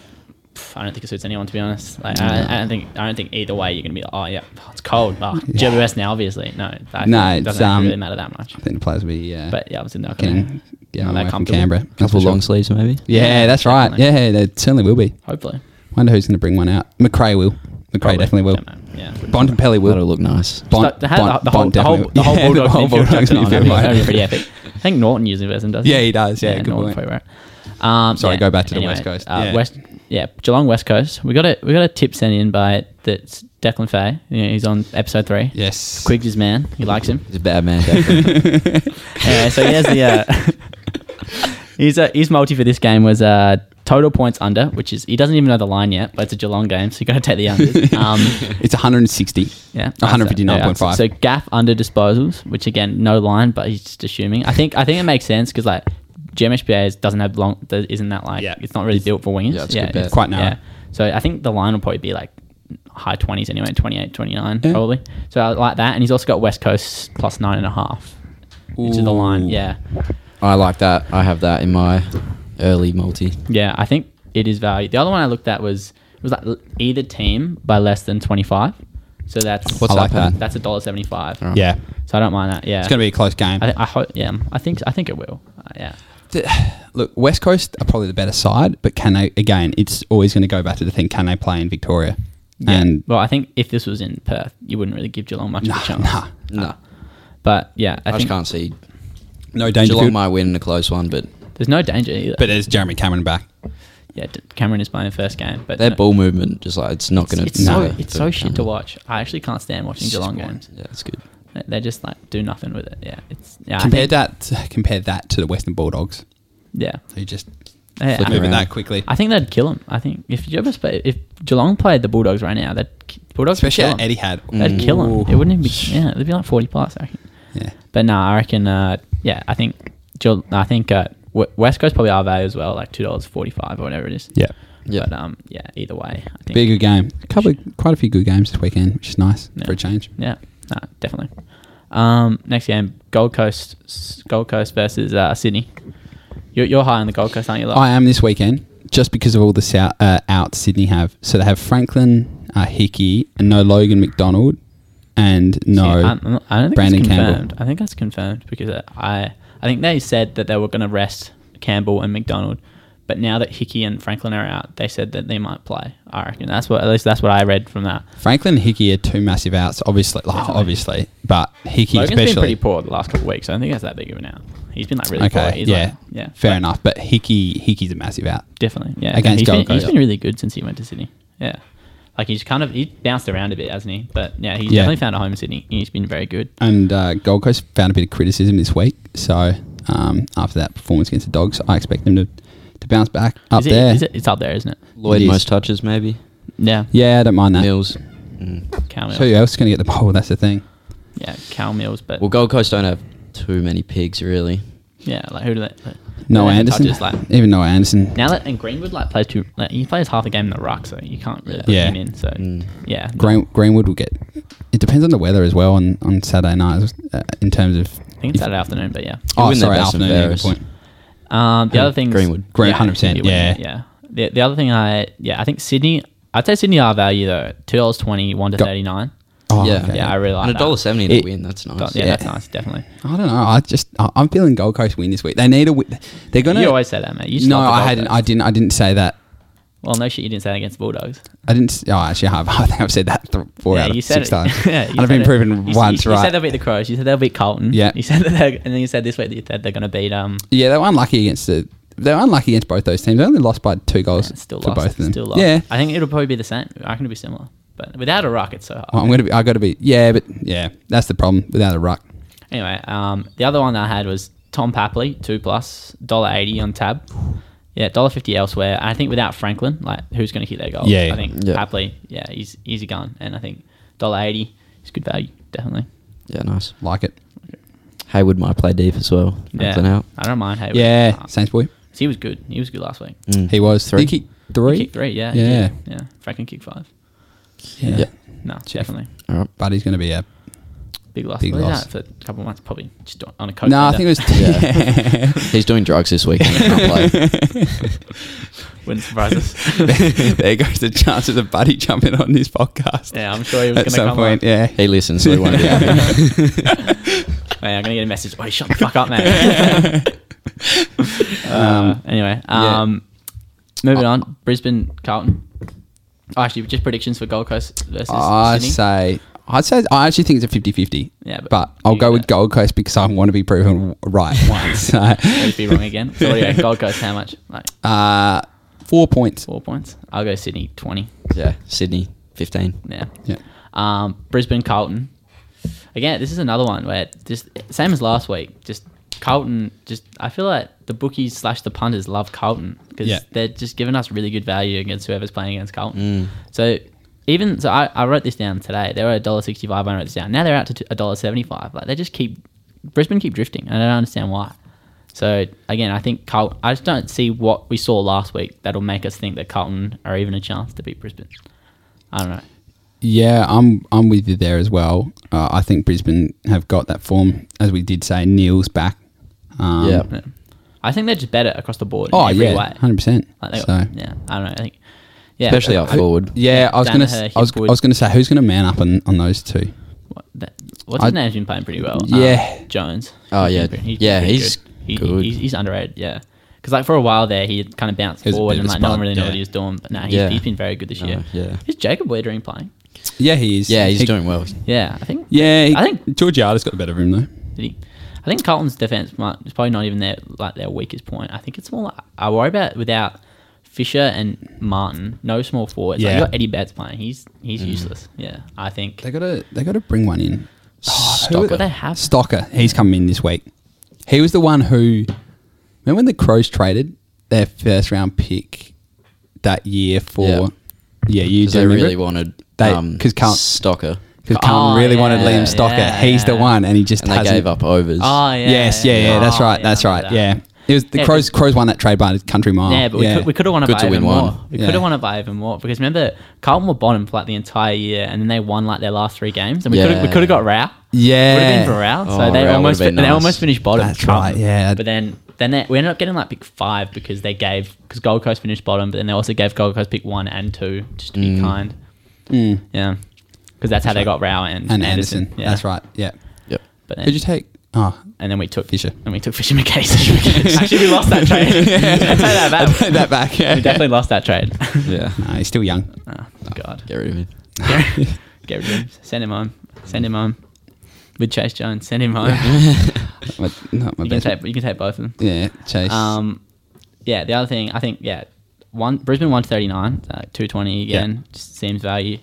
Speaker 3: I don't think it suits anyone to be honest. Like, I, I don't think I don't think either way you're gonna be like, oh yeah, it's cold. Oh, GWS now obviously no. I think
Speaker 2: No,
Speaker 3: it
Speaker 2: it's,
Speaker 3: doesn't actually
Speaker 2: um,
Speaker 3: really matter that much.
Speaker 2: I think the players will be, uh,
Speaker 3: But yeah, obviously not gonna
Speaker 2: getting, getting
Speaker 3: not that
Speaker 2: away from
Speaker 3: comfortable.
Speaker 2: Canberra. that's
Speaker 4: Couple
Speaker 2: for sure.
Speaker 4: long sleeves maybe.
Speaker 2: Yeah, that's right.
Speaker 3: definitely.
Speaker 2: Yeah, they certainly will be.
Speaker 3: Hopefully,
Speaker 2: Wonder who's going to bring one out. McRae will. McRae
Speaker 3: Probably.
Speaker 2: definitely will.
Speaker 3: Don't know. Yeah.
Speaker 2: Bond and Pelly
Speaker 4: That'll
Speaker 2: will.
Speaker 4: look nice.
Speaker 2: Bond,
Speaker 3: the, the, whole-
Speaker 2: Bond-
Speaker 3: the whole,
Speaker 2: Bond
Speaker 3: the whole,
Speaker 2: definitely
Speaker 3: the whole
Speaker 2: will. Yeah,
Speaker 3: Bulldogs midfield
Speaker 2: Bulldogs
Speaker 3: chucks it on.
Speaker 2: midfield
Speaker 3: That'd be-
Speaker 2: might.
Speaker 3: that'd be pretty epic. I think Norton uses Western, doesn't
Speaker 2: Yeah, he does. Yeah, good
Speaker 3: Norton
Speaker 2: point.
Speaker 3: probably won't. Um,
Speaker 2: Sorry,
Speaker 3: yeah,
Speaker 2: go back to the West Coast.
Speaker 3: Uh,
Speaker 2: Yeah.
Speaker 3: West, yeah, Geelong West Coast. We got a we got a tip sent in by that's Declan Fay. You know, he's on episode three.
Speaker 2: Yes.
Speaker 3: Quigs is man. He likes him.
Speaker 4: He's a bad man, definitely.
Speaker 3: Yeah, so he has the uh, his uh, his multi for this game was uh, total points under, which is he doesn't even know the line yet, but it's a Geelong game, so you got to take the unders. Um,
Speaker 2: It's 160.
Speaker 3: Yeah, So,
Speaker 2: 159.5.
Speaker 3: so gaff under disposals, which again no line, but he's just assuming. I think I think it makes sense because like GMHBA is, doesn't have long. there Isn't that like
Speaker 2: Yeah.
Speaker 3: it's not really built for wingers.
Speaker 4: yeah, it's a good bet.
Speaker 2: Quite narrow.
Speaker 3: So I think the line will probably be like high twenties anyway, 28, 29
Speaker 2: Yeah.
Speaker 3: probably. So I like that, and he's also got West Coast plus nine and a half. Which is the line,
Speaker 2: Ooh.
Speaker 3: yeah,
Speaker 4: I like that. I have that in my early multi.
Speaker 3: yeah. I think it is value. The other one I looked at was it was like l- either team by less than twenty five. So that's
Speaker 4: What's I like that? that.
Speaker 3: That's a dollar seventy five.
Speaker 4: Alright.
Speaker 2: yeah.
Speaker 3: So I don't mind that. Yeah,
Speaker 2: It's going to be a close game.
Speaker 3: I, th- I hope. Yeah, I think I think it will. Uh, yeah,
Speaker 2: Look, West Coast are probably the better side, but can they, again, it's always going to go back to the thing can they play in Victoria? And
Speaker 3: well, I think if this was in Perth, you wouldn't really give Geelong much of a chance.
Speaker 2: nah,
Speaker 4: No.
Speaker 3: But yeah, I,
Speaker 4: I just
Speaker 3: think
Speaker 4: can't see.
Speaker 2: no
Speaker 4: Geelong
Speaker 2: Dangerfield.
Speaker 4: might win in a close one, but
Speaker 3: there's no danger either.
Speaker 2: but there's Jeremy Cameron back.
Speaker 3: yeah, D- Cameron is playing first game, but
Speaker 4: their
Speaker 3: no,
Speaker 4: ball movement just like it's not
Speaker 3: It's,
Speaker 4: going
Speaker 3: it's so
Speaker 2: no,
Speaker 3: it's so shit to watch. I actually can't stand watching Geelong games.
Speaker 4: Yeah, it's good.
Speaker 3: They- They just like do nothing with it. Yeah, it's yeah. I
Speaker 2: Compare
Speaker 3: think-
Speaker 2: that, compare that to the Western Bulldogs.
Speaker 3: yeah.
Speaker 2: They just
Speaker 3: Yeah,
Speaker 2: flip
Speaker 3: I-
Speaker 2: move it
Speaker 4: around.
Speaker 2: that quickly.
Speaker 3: I think they'd kill him. I think if Geelong play, if Geelong played the Bulldogs right now, that Bulldogs would
Speaker 2: Especially
Speaker 3: kill
Speaker 2: at
Speaker 3: 'em.
Speaker 2: Eddie had. Mm.
Speaker 3: They'd kill him. It wouldn't even be. Yeah, it'd be like forty plus. I reckon.
Speaker 2: Yeah.
Speaker 3: But no, I reckon. Uh, yeah, I think. Geel- I think uh, W- West Coast probably our value as well, like two dollars forty five or whatever it is.
Speaker 2: Yeah.
Speaker 4: Yeah.
Speaker 3: But um, yeah. Either way, I think.
Speaker 2: Be a good game. A couple, of, quite a few good games this weekend, which is nice
Speaker 3: Yeah.
Speaker 2: for a change.
Speaker 3: Yeah. No, definitely. Um, next game, Gold Coast. s- Gold Coast versus uh, Sydney. You're, you're high on the Gold Coast, aren't you? Like,
Speaker 2: I am this weekend just because of all the sou- uh, outs Sydney have. So they have Franklin uh, Hickey and no Logan McDonald and no.
Speaker 3: I'm, I'm not, I don't think
Speaker 2: Brandon
Speaker 3: that's
Speaker 2: Campbell.
Speaker 3: confirmed. I think that's confirmed because uh, I I think they said that they were going to rest Campbell and McDonald. But now that Hickey and Franklin are out, they said that they might play. I reckon that's what at least that's what I read from that.
Speaker 2: Franklin and Hickey are two massive outs, obviously, like, obviously, but Hickey
Speaker 3: Logan's been
Speaker 2: especially.
Speaker 3: pretty poor the last couple of weeks. I don't think that's that big of an out. He's been like really poor.
Speaker 2: okay,
Speaker 3: He's
Speaker 2: yeah,
Speaker 3: like- yeah,
Speaker 2: fair
Speaker 3: But
Speaker 2: enough. But Hickey, Hickey's a massive out.
Speaker 3: Definitely, yeah.
Speaker 2: Against
Speaker 3: he's
Speaker 2: Gold
Speaker 3: been, he's
Speaker 2: Coast.
Speaker 3: been really good since he went to Sydney. Yeah, like he's kind of he bounced around a bit, hasn't he? But yeah, he's
Speaker 2: Yeah.
Speaker 3: definitely found a home in Sydney. He's been very good.
Speaker 2: And uh, Gold Coast found a bit of criticism this week, so um, after that performance against the Dogs, I expect them to, to bounce back up
Speaker 3: is it,
Speaker 2: there.
Speaker 3: is it- it's up there, isn't it?
Speaker 4: Lloyd
Speaker 2: It is.
Speaker 4: most touches maybe.
Speaker 3: Yeah,
Speaker 2: Yeah, I don't mind that.
Speaker 4: Mills. Mm.
Speaker 3: Cal Mills.
Speaker 2: So who else is going to get the ball? That's the thing.
Speaker 3: Yeah, Cal Mills. But
Speaker 4: Well, Gold Coast don't have too many pigs really.
Speaker 3: yeah, like who do they? Like,
Speaker 2: Noah
Speaker 3: who do they
Speaker 2: Anderson,
Speaker 3: touch? It's like
Speaker 2: even Noah Anderson.
Speaker 3: now that and Greenwood like plays two. Like, he plays half a game in the ruck, so you can't really put
Speaker 2: Yeah.
Speaker 3: him in. So yeah,
Speaker 2: Green, Greenwood will get. It depends on the weather as well on, on Saturday night uh, in terms of.
Speaker 3: I think it's Saturday afternoon, but yeah.
Speaker 2: Oh,
Speaker 4: win their
Speaker 2: sorry,
Speaker 4: best and
Speaker 2: afternoon. yeah, good
Speaker 4: fairest.
Speaker 2: point.
Speaker 3: Um,
Speaker 2: Hmm,
Speaker 3: the other thing,
Speaker 4: Greenwood.
Speaker 2: Green- 100%,
Speaker 3: it would,
Speaker 2: yeah.
Speaker 3: yeah. The, the other thing I, yeah, I think Sydney. I'd say Sydney are value though. Two dollars twenty, one to
Speaker 2: Go-
Speaker 3: thirty nine.
Speaker 2: Oh,
Speaker 4: Yeah.
Speaker 2: okay.
Speaker 3: Yeah, I really like
Speaker 4: And a
Speaker 3: that.
Speaker 4: dollar seventy in a
Speaker 2: It-
Speaker 4: win. That's nice.
Speaker 3: Yeah, that's nice, definitely.
Speaker 2: I don't know. I just I- I'm feeling Gold Coast win this week. They need a win. They're gonna.
Speaker 3: You always say that, mate. You just
Speaker 2: no,
Speaker 3: love the
Speaker 2: I
Speaker 3: Gold
Speaker 2: hadn't.
Speaker 3: Coast.
Speaker 2: I didn't. I didn't say that.
Speaker 3: Well, no shit, you didn't say that against the Bulldogs.
Speaker 2: I didn't. s- Oh, actually, I have. I think I've said that th- four
Speaker 3: yeah,
Speaker 2: out of
Speaker 3: you said
Speaker 2: six
Speaker 3: it.
Speaker 2: times.
Speaker 3: yeah, you
Speaker 2: and I've
Speaker 3: said
Speaker 2: been
Speaker 3: it.
Speaker 2: proven
Speaker 3: You s-
Speaker 2: once
Speaker 3: you,
Speaker 2: right.
Speaker 3: You said they'll beat the Crows. You said they'll beat Carlton.
Speaker 2: Yeah.
Speaker 3: You said that, they'll- and then you said this week that you said they're going to beat um.
Speaker 2: yeah, they were unlucky against the. They were unlucky against both those teams. They only lost by two goals
Speaker 3: Still
Speaker 2: for
Speaker 3: lost.
Speaker 2: both of them.
Speaker 3: Still lost.
Speaker 2: Yeah,
Speaker 3: I think it'll probably be the same. I reckon it'll be similar, but without a rock, it's so hard.
Speaker 2: Oh, I'm gonna be. I got to be. Yeah, but yeah, that's the problem. Without a ruck,
Speaker 3: Anyway, um, the other one that I had was Tom Papley, two plus, dollar eighty on tab. Yeah, dollar fifty elsewhere. And I think without Franklin, like who's going to hit their goals?
Speaker 2: Yeah, yeah.
Speaker 3: I think
Speaker 4: Yeah.
Speaker 3: Papley. Yeah, he's he's a gun, and I think dollar eighty is good value, definitely.
Speaker 4: Yeah, nice.
Speaker 2: like it.
Speaker 4: Haywood might play deep as well.
Speaker 3: Yeah,
Speaker 4: Nothing out.
Speaker 3: I don't mind Hayward.
Speaker 2: Yeah,
Speaker 3: Uh,
Speaker 2: Saints boy.
Speaker 3: he was good. He was good last week.
Speaker 4: Mm.
Speaker 2: He was
Speaker 4: Three?
Speaker 2: Did he kick three.
Speaker 3: He kicked three. Yeah, he
Speaker 2: Yeah.
Speaker 3: did. yeah. Franklin kicked five.
Speaker 2: Yeah.
Speaker 4: Yeah.
Speaker 3: No,
Speaker 2: Jeff.
Speaker 3: definitely
Speaker 4: All right.
Speaker 2: But he's going to be a.
Speaker 3: big loss.
Speaker 2: Big
Speaker 3: Big
Speaker 2: loss.
Speaker 3: for a couple of months, probably just on a coach.
Speaker 2: No, I think it was.
Speaker 4: Yeah. He's doing drugs this week. He can't play.
Speaker 3: wouldn't surprise us.
Speaker 2: there goes the chances of Buddy jumping on this podcast.
Speaker 3: Yeah, I'm sure he was
Speaker 2: At
Speaker 3: gonna
Speaker 2: some
Speaker 3: come
Speaker 2: point,
Speaker 3: on.
Speaker 2: yeah.
Speaker 4: He listens, so he won't be happy.
Speaker 3: Hey, I'm gonna get a message. Oh, shut the fuck up, man. um, anyway,
Speaker 2: yeah.
Speaker 3: um, moving on. Brisbane, Carlton. Oh, actually, just predictions for Gold Coast versus
Speaker 2: I
Speaker 3: Sydney.
Speaker 2: say, I'd say, I actually think it's a 50-50.
Speaker 3: Yeah,
Speaker 2: but,
Speaker 3: but
Speaker 2: I'll
Speaker 3: you
Speaker 2: go
Speaker 3: got
Speaker 2: with
Speaker 3: it.
Speaker 2: Gold Coast because I want to be proven right once. So,
Speaker 3: I'd be wrong again. So what do you reckon? Gold Coast, how much? Like
Speaker 2: uh, four points.
Speaker 3: four points. I'll go Sydney twenty.
Speaker 4: Yeah, Sydney, 15.
Speaker 3: Yeah.
Speaker 2: Yeah.
Speaker 3: Um, Brisbane, Carlton. Again, this is another one where just same as last week. Just Carlton. Just I feel like the bookies slash the punters love Carlton because
Speaker 2: Yeah.
Speaker 3: they're just giving us really good value against whoever's playing against Carlton. So even so, I, I wrote this down today. They were a dollar sixty five. I wrote this down. Now they're out to a dollar seventy five. Like they just keep Brisbane keep drifting. and I don't understand why. So again, I think Carlton. I just don't see what we saw last week that'll make us think that Carlton are even a chance to beat Brisbane. I don't know.
Speaker 2: Yeah, I'm I'm with you there as well. Uh, I think Brisbane have got that form, as we did say. Neil's back. Um,
Speaker 4: yeah.
Speaker 3: Yeah. I think they're just better across the board.
Speaker 2: Oh
Speaker 3: in every
Speaker 2: yeah,
Speaker 3: way.
Speaker 2: hundred percent.
Speaker 3: Like they-
Speaker 2: So
Speaker 3: yeah, I don't know. I think, yeah,
Speaker 4: Especially up forward.
Speaker 2: yeah, I was gonna s-
Speaker 3: Danaher,
Speaker 2: I was, I
Speaker 3: Hipwood.
Speaker 2: was gonna say who's gonna man up on, on those two.
Speaker 3: What, that, what's
Speaker 2: I-
Speaker 3: his name's been playing pretty well.
Speaker 2: Yeah.
Speaker 3: um, Jones.
Speaker 4: Oh,
Speaker 3: He's been
Speaker 4: yeah.
Speaker 3: pretty- he's been
Speaker 4: Yeah,
Speaker 3: pretty
Speaker 4: he's
Speaker 3: He- he-
Speaker 4: good.
Speaker 3: he's, he's underrated. Yeah, because like for a while there, he had kind of bounced
Speaker 2: He was a
Speaker 3: forward
Speaker 2: bit of
Speaker 3: and
Speaker 2: a
Speaker 3: like no one
Speaker 2: spud,
Speaker 3: really knew
Speaker 2: yeah.
Speaker 3: what he was doing. But now he's,
Speaker 4: Yeah.
Speaker 3: he's been very good this
Speaker 4: No,
Speaker 3: year.
Speaker 4: yeah.
Speaker 3: is Jacob Weidering playing?
Speaker 2: Yeah, he is.
Speaker 4: Yeah, he's
Speaker 2: He-
Speaker 4: doing well.
Speaker 3: Yeah, I think.
Speaker 2: Yeah, he,
Speaker 3: I think-
Speaker 2: Georgiada's got the better of him though.
Speaker 3: Did he? I think Carlton's defense might, is probably not even their like their weakest point. I think it's more. Like, I worry about without Fisher and Martin, no small forwards. Yeah,
Speaker 2: Yeah. Mm.
Speaker 3: like, you got Eddie Betts playing. He's he's useless. Yeah, I think.
Speaker 2: They gotta they gotta bring one in.
Speaker 4: Stocker.
Speaker 3: But they have
Speaker 2: Stocker, he's coming in this week. He was the one who remember when the Crows traded their first round pick that year for
Speaker 4: Yeah.
Speaker 2: yeah, you
Speaker 4: Because
Speaker 2: do
Speaker 4: they
Speaker 2: remember
Speaker 4: really
Speaker 2: it?
Speaker 4: wanted
Speaker 2: They-
Speaker 4: um,
Speaker 2: 'cause Carl-
Speaker 4: Stocker.
Speaker 2: because Carlton
Speaker 3: Oh,
Speaker 2: really wanted
Speaker 3: yeah,
Speaker 2: Liam Stocker.
Speaker 3: yeah,
Speaker 2: He's the
Speaker 3: yeah.
Speaker 2: one, and he just
Speaker 4: And they
Speaker 2: hasn't-
Speaker 4: gave up overs.
Speaker 3: Oh yeah.
Speaker 2: yes, yeah, yeah, that's
Speaker 3: Oh,
Speaker 2: right,
Speaker 3: yeah,
Speaker 2: that's
Speaker 3: I
Speaker 2: right,
Speaker 3: remember
Speaker 2: yeah.
Speaker 3: that.
Speaker 2: It was the
Speaker 3: Yeah,
Speaker 2: Crows.
Speaker 3: but-
Speaker 2: Crows won that trade by Country Mile.
Speaker 3: Yeah, but we could we could have won it
Speaker 4: Good
Speaker 3: by
Speaker 4: to
Speaker 3: even
Speaker 4: win one.
Speaker 3: more. We
Speaker 2: Yeah.
Speaker 3: could have won it by even more because remember Carlton were bottom for like the entire year, and then they won like their last three games, and we could have we
Speaker 4: Yeah.
Speaker 3: could have got Rao.
Speaker 2: Yeah.
Speaker 3: would have been for Rao.
Speaker 4: Oh,
Speaker 3: So they
Speaker 4: Rao
Speaker 3: almost
Speaker 4: would've been
Speaker 3: they
Speaker 4: nice.
Speaker 3: almost finished bottom.
Speaker 2: That's
Speaker 3: Carlton.
Speaker 2: right, yeah.
Speaker 3: But then then they, we ended up getting like pick five because they gave because Gold Coast finished bottom, but then they also gave Gold Coast pick one and two just to
Speaker 2: Mm.
Speaker 3: be kind. Yeah, because that's how they got Rao and,
Speaker 2: and Anderson.
Speaker 3: Yeah.
Speaker 2: That's right. Yeah.
Speaker 4: Yep.
Speaker 3: But then,
Speaker 2: Who'd you take? Oh,
Speaker 3: and then we took
Speaker 2: Fisher.
Speaker 3: and we took Fisher McCase. Actually, we lost that trade. I take that
Speaker 2: I
Speaker 3: back.
Speaker 2: take that back. Yeah.
Speaker 3: We definitely lost that trade.
Speaker 4: Yeah.
Speaker 2: No, he's still young.
Speaker 3: oh, God,
Speaker 4: Get rid of him.
Speaker 3: get rid of him. Send him home. Send him home. With Chase Jones, send him home.
Speaker 2: But not my
Speaker 3: you can
Speaker 2: best.
Speaker 3: take you can take both of them.
Speaker 2: yeah, Chase.
Speaker 3: Um, yeah, the other thing I think, yeah, one Brisbane one thirty nine, uh, two twenty again, just seems value.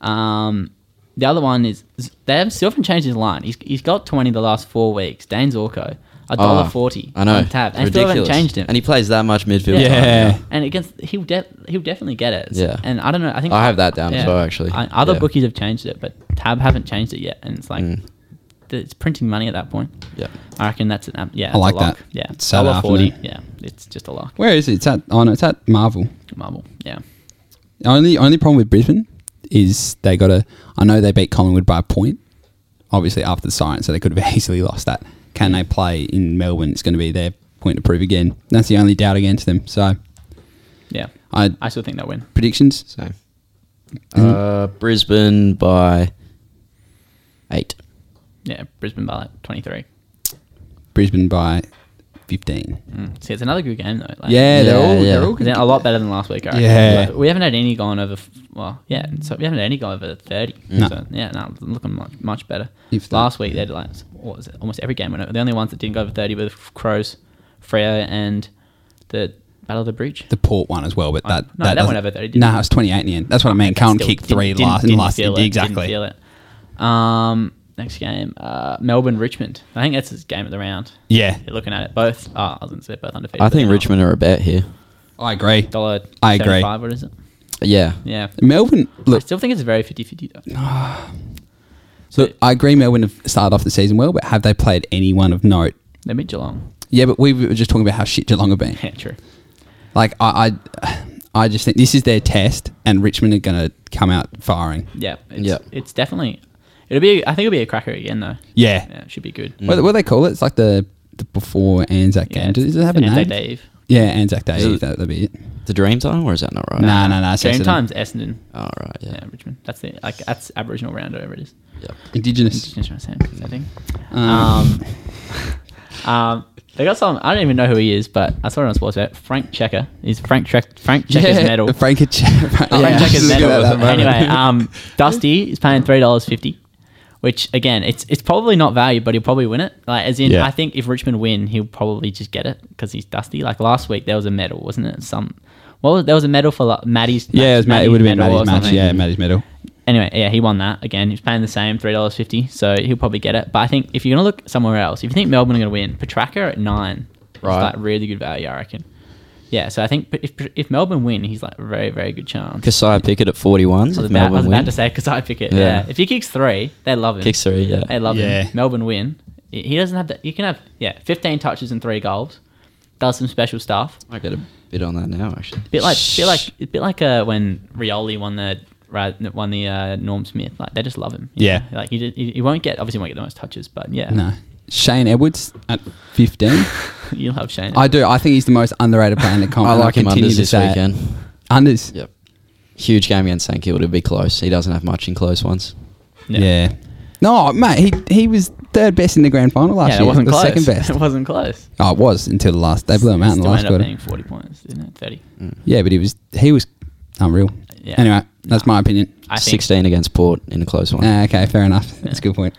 Speaker 3: Um, the other one is they have Sylvan changed his line. He's, he's got twenty the last four weeks. Dane Zorco, a dollar
Speaker 4: Oh,
Speaker 3: forty.
Speaker 4: I know.
Speaker 3: on Tab, and still haven't changed him.
Speaker 4: And he plays that much midfield.
Speaker 3: Yeah.
Speaker 4: time,
Speaker 2: yeah.
Speaker 3: and against he'll de- he'll definitely get it.
Speaker 4: Yeah.
Speaker 3: and I don't know. I think
Speaker 4: I have that down as well, actually.
Speaker 3: I, other
Speaker 4: Yeah.
Speaker 3: bookies have changed it, but Tab haven't changed it yet, and it's like
Speaker 4: Mm.
Speaker 3: th- it's printing money at that point.
Speaker 4: Yeah.
Speaker 3: I reckon that's an um, yeah.
Speaker 2: I
Speaker 3: it's a
Speaker 2: like
Speaker 3: lock.
Speaker 2: that.
Speaker 3: Yeah,
Speaker 2: It's Saturday
Speaker 3: dollar forty.
Speaker 2: afternoon.
Speaker 3: Yeah, it's just a lock.
Speaker 2: Where is it? It's at oh no, it's at Marvel.
Speaker 3: Marble. Yeah.
Speaker 2: Only only problem with Brisbane is they got to. I know they beat Collingwood by a point, obviously after the siren, so they could have easily lost that. Can they play in Melbourne? It's going to be their point to prove again. That's the only doubt against them. So,
Speaker 3: Yeah.
Speaker 2: I
Speaker 3: I still think they'll win.
Speaker 2: predictions.
Speaker 4: So, uh, Brisbane by eight.
Speaker 3: Yeah, Brisbane by like 23.
Speaker 2: Brisbane by fifteen.
Speaker 3: Mm. See, it's another good game, though. Like,
Speaker 2: Yeah, they're
Speaker 4: Yeah,
Speaker 2: all
Speaker 4: yeah.
Speaker 2: they're all
Speaker 3: It's
Speaker 2: good.
Speaker 3: a lot better than last week, I reckon.
Speaker 2: Yeah.
Speaker 3: But We haven't had any gone over, f- well, yeah, so we haven't had any gone over 30.
Speaker 2: No.
Speaker 3: So, yeah, no, it's looking much, much better.
Speaker 2: If that-
Speaker 3: last week, they had like, what was it? Almost every game went over. The only ones that didn't go over 30 were the Crows, Freo, and the Battle of the Bridge.
Speaker 2: The Port one as well, but
Speaker 3: Oh,
Speaker 2: that
Speaker 3: no, that went
Speaker 2: doesn't-
Speaker 3: over though, didn't
Speaker 2: No,
Speaker 3: it?
Speaker 2: it was twenty eight in the end. That's what I mean. Can't
Speaker 3: Still
Speaker 2: kick
Speaker 3: didn't-
Speaker 2: 3
Speaker 3: didn't-
Speaker 2: last
Speaker 3: didn't
Speaker 2: in last
Speaker 3: feel it, didn't
Speaker 2: exactly.
Speaker 3: feel it. Um, next game, uh, Melbourne Richmond. I think that's his game of the round.
Speaker 2: Yeah,
Speaker 3: You're looking at it both. Oh, I was going to say both undefeated.
Speaker 4: I
Speaker 3: but
Speaker 4: think
Speaker 3: they're not.
Speaker 4: Richmond are a bet here.
Speaker 2: I agree.
Speaker 3: Dollar.
Speaker 2: I agree.
Speaker 3: 75, What is it?
Speaker 4: Yeah.
Speaker 3: Yeah.
Speaker 2: Melbourne,
Speaker 3: I
Speaker 2: look,
Speaker 3: still think it's very 50-50 though.
Speaker 2: look, I agree. Melbourne have started off the season well, but have they played anyone of note?
Speaker 3: They meet Geelong.
Speaker 2: Yeah, but we were just talking about how shit Geelong have been.
Speaker 3: Yeah, true.
Speaker 2: Like, I, I, I just think this is their test, and Richmond are going to come out firing.
Speaker 3: Yeah. It's,
Speaker 4: Yeah.
Speaker 3: It's definitely. It'll be. I think it'll be a cracker again though.
Speaker 2: Yeah.
Speaker 3: Yeah. It should be good.
Speaker 2: What, what do they call it? It's like the, the before Anzac
Speaker 3: Yeah,
Speaker 2: game.
Speaker 3: it's-
Speaker 2: Does it have a
Speaker 3: it's Anzac
Speaker 2: name?
Speaker 3: Day Eve.
Speaker 2: Yeah, Anzac Day.
Speaker 4: Is it-
Speaker 2: that, that'd be it.
Speaker 4: The dream time, or is that not right?
Speaker 2: No, no, no. it's
Speaker 3: Game
Speaker 2: Essendon.
Speaker 3: time's Essendon.
Speaker 4: All right.
Speaker 3: Yeah.
Speaker 4: Yeah.
Speaker 3: Richmond. That's the like that's Aboriginal round or whatever it is.
Speaker 4: Yeah.
Speaker 2: Indigenous.
Speaker 3: Indigenous round, same, same thing.
Speaker 2: Um,
Speaker 3: Um, they got some. I don't even know who he is, but I saw it on Sports Bet. Frank Checker. He's Frank Trek. Frank Checker's
Speaker 2: yeah,
Speaker 3: medal.
Speaker 2: The Frank and Checker.
Speaker 3: Frank Checker's
Speaker 2: Look at
Speaker 3: medal.
Speaker 2: that moment.
Speaker 3: Anyway, um, Dusty is paying three dollars fifty, which again, it's it's probably not value, but he'll probably win it. Like as in,
Speaker 4: Yeah.
Speaker 3: I think if Richmond win, he'll probably just get it because he's Dusty. Like last week, there was a medal, wasn't it? Some. Well, there was a medal for like, Maddie's.
Speaker 2: yeah, it, was Matt, it would have been
Speaker 3: medal or
Speaker 2: Maddie's match.
Speaker 3: something
Speaker 2: Yeah, Maddie's medal.
Speaker 3: anyway, yeah, he won that again. He's paying the same three dollars fifty, so he'll probably get it. But I think if you're gonna look somewhere else, if you think Melbourne are gonna win, Petraka at nine,
Speaker 4: Right.
Speaker 3: is like really good value, I reckon. Yeah, so I think if if Melbourne win, he's like a very very good chance.
Speaker 4: Kasai Pickett at 41.
Speaker 3: I was,
Speaker 4: If
Speaker 3: about, I was
Speaker 4: Melbourne
Speaker 3: about
Speaker 4: win.
Speaker 3: to say because I pick it. Yeah.
Speaker 4: Yeah.
Speaker 3: if he kicks three, they love him.
Speaker 4: Kicks three, yeah.
Speaker 3: they love
Speaker 2: Yeah.
Speaker 3: him. Melbourne win. He he doesn't have that. You can have yeah, fifteen touches and three goals. Does some special stuff.
Speaker 4: I get a bit on that now, actually.
Speaker 3: Bit like, bit like, a bit like uh, when Rioli won the ra- won the uh, Norm Smith. Like they just love him. you
Speaker 2: Yeah.
Speaker 3: know? Like he, did, he he won't get obviously won't get the most touches, but yeah,
Speaker 2: No. Shane Edwards at 15.
Speaker 3: you'll have Shane.
Speaker 2: I do. I think he's the most underrated player in the comp.
Speaker 4: I
Speaker 2: and
Speaker 4: like him
Speaker 2: continue
Speaker 4: unders
Speaker 2: to
Speaker 4: this
Speaker 2: say it.
Speaker 4: weekend.
Speaker 2: Unders.
Speaker 4: Yep. Huge game against St Kilda. It'd be close. He doesn't have much in close ones.
Speaker 2: Yeah. No, mate. He he was third best in the grand final last
Speaker 3: yeah,
Speaker 2: year.
Speaker 3: it wasn't
Speaker 2: The
Speaker 3: close.
Speaker 2: Second best.
Speaker 3: it wasn't close.
Speaker 2: Oh, it was until the last. They blew him out in the
Speaker 3: Still
Speaker 2: last
Speaker 3: ended up
Speaker 2: quarter. Mm.
Speaker 3: being forty points, didn't it? Thirty.
Speaker 2: Yeah, but he was he was unreal.
Speaker 3: Yeah.
Speaker 2: Anyway, that's my opinion.
Speaker 3: I think.
Speaker 4: 16 against Port in a close one.
Speaker 2: Ah, okay, fair enough. That's a good point.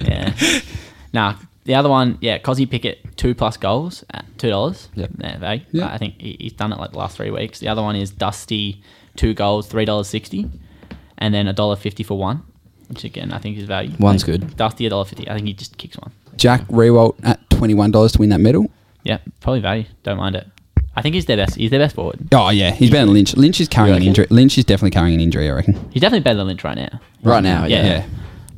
Speaker 3: Yeah. nah, the other one, yeah, Cosy Pickett two plus goals at two dollars.
Speaker 4: Yep.
Speaker 3: Yeah,
Speaker 2: Yeah.
Speaker 3: I think he, he's done it like the last three weeks. The other one is Dusty two goals, three dollars sixty, and then a dollar fifty for one, which again I think is value.
Speaker 4: One's
Speaker 3: Like,
Speaker 4: good.
Speaker 3: Dusty a dollar fifty. I think he just kicks one.
Speaker 2: Jack Rewalt at twenty one dollars to win that medal.
Speaker 3: Yeah, probably value. Don't mind it. I think he's their best. He's their best forward.
Speaker 2: Oh yeah, he's better than Lynch. Lynch is carrying an
Speaker 4: reckon?
Speaker 2: injury. Lynch is definitely carrying an injury. I reckon.
Speaker 3: He's definitely better than Lynch right now.
Speaker 4: Right now, yeah.
Speaker 3: Yeah.
Speaker 2: Yeah.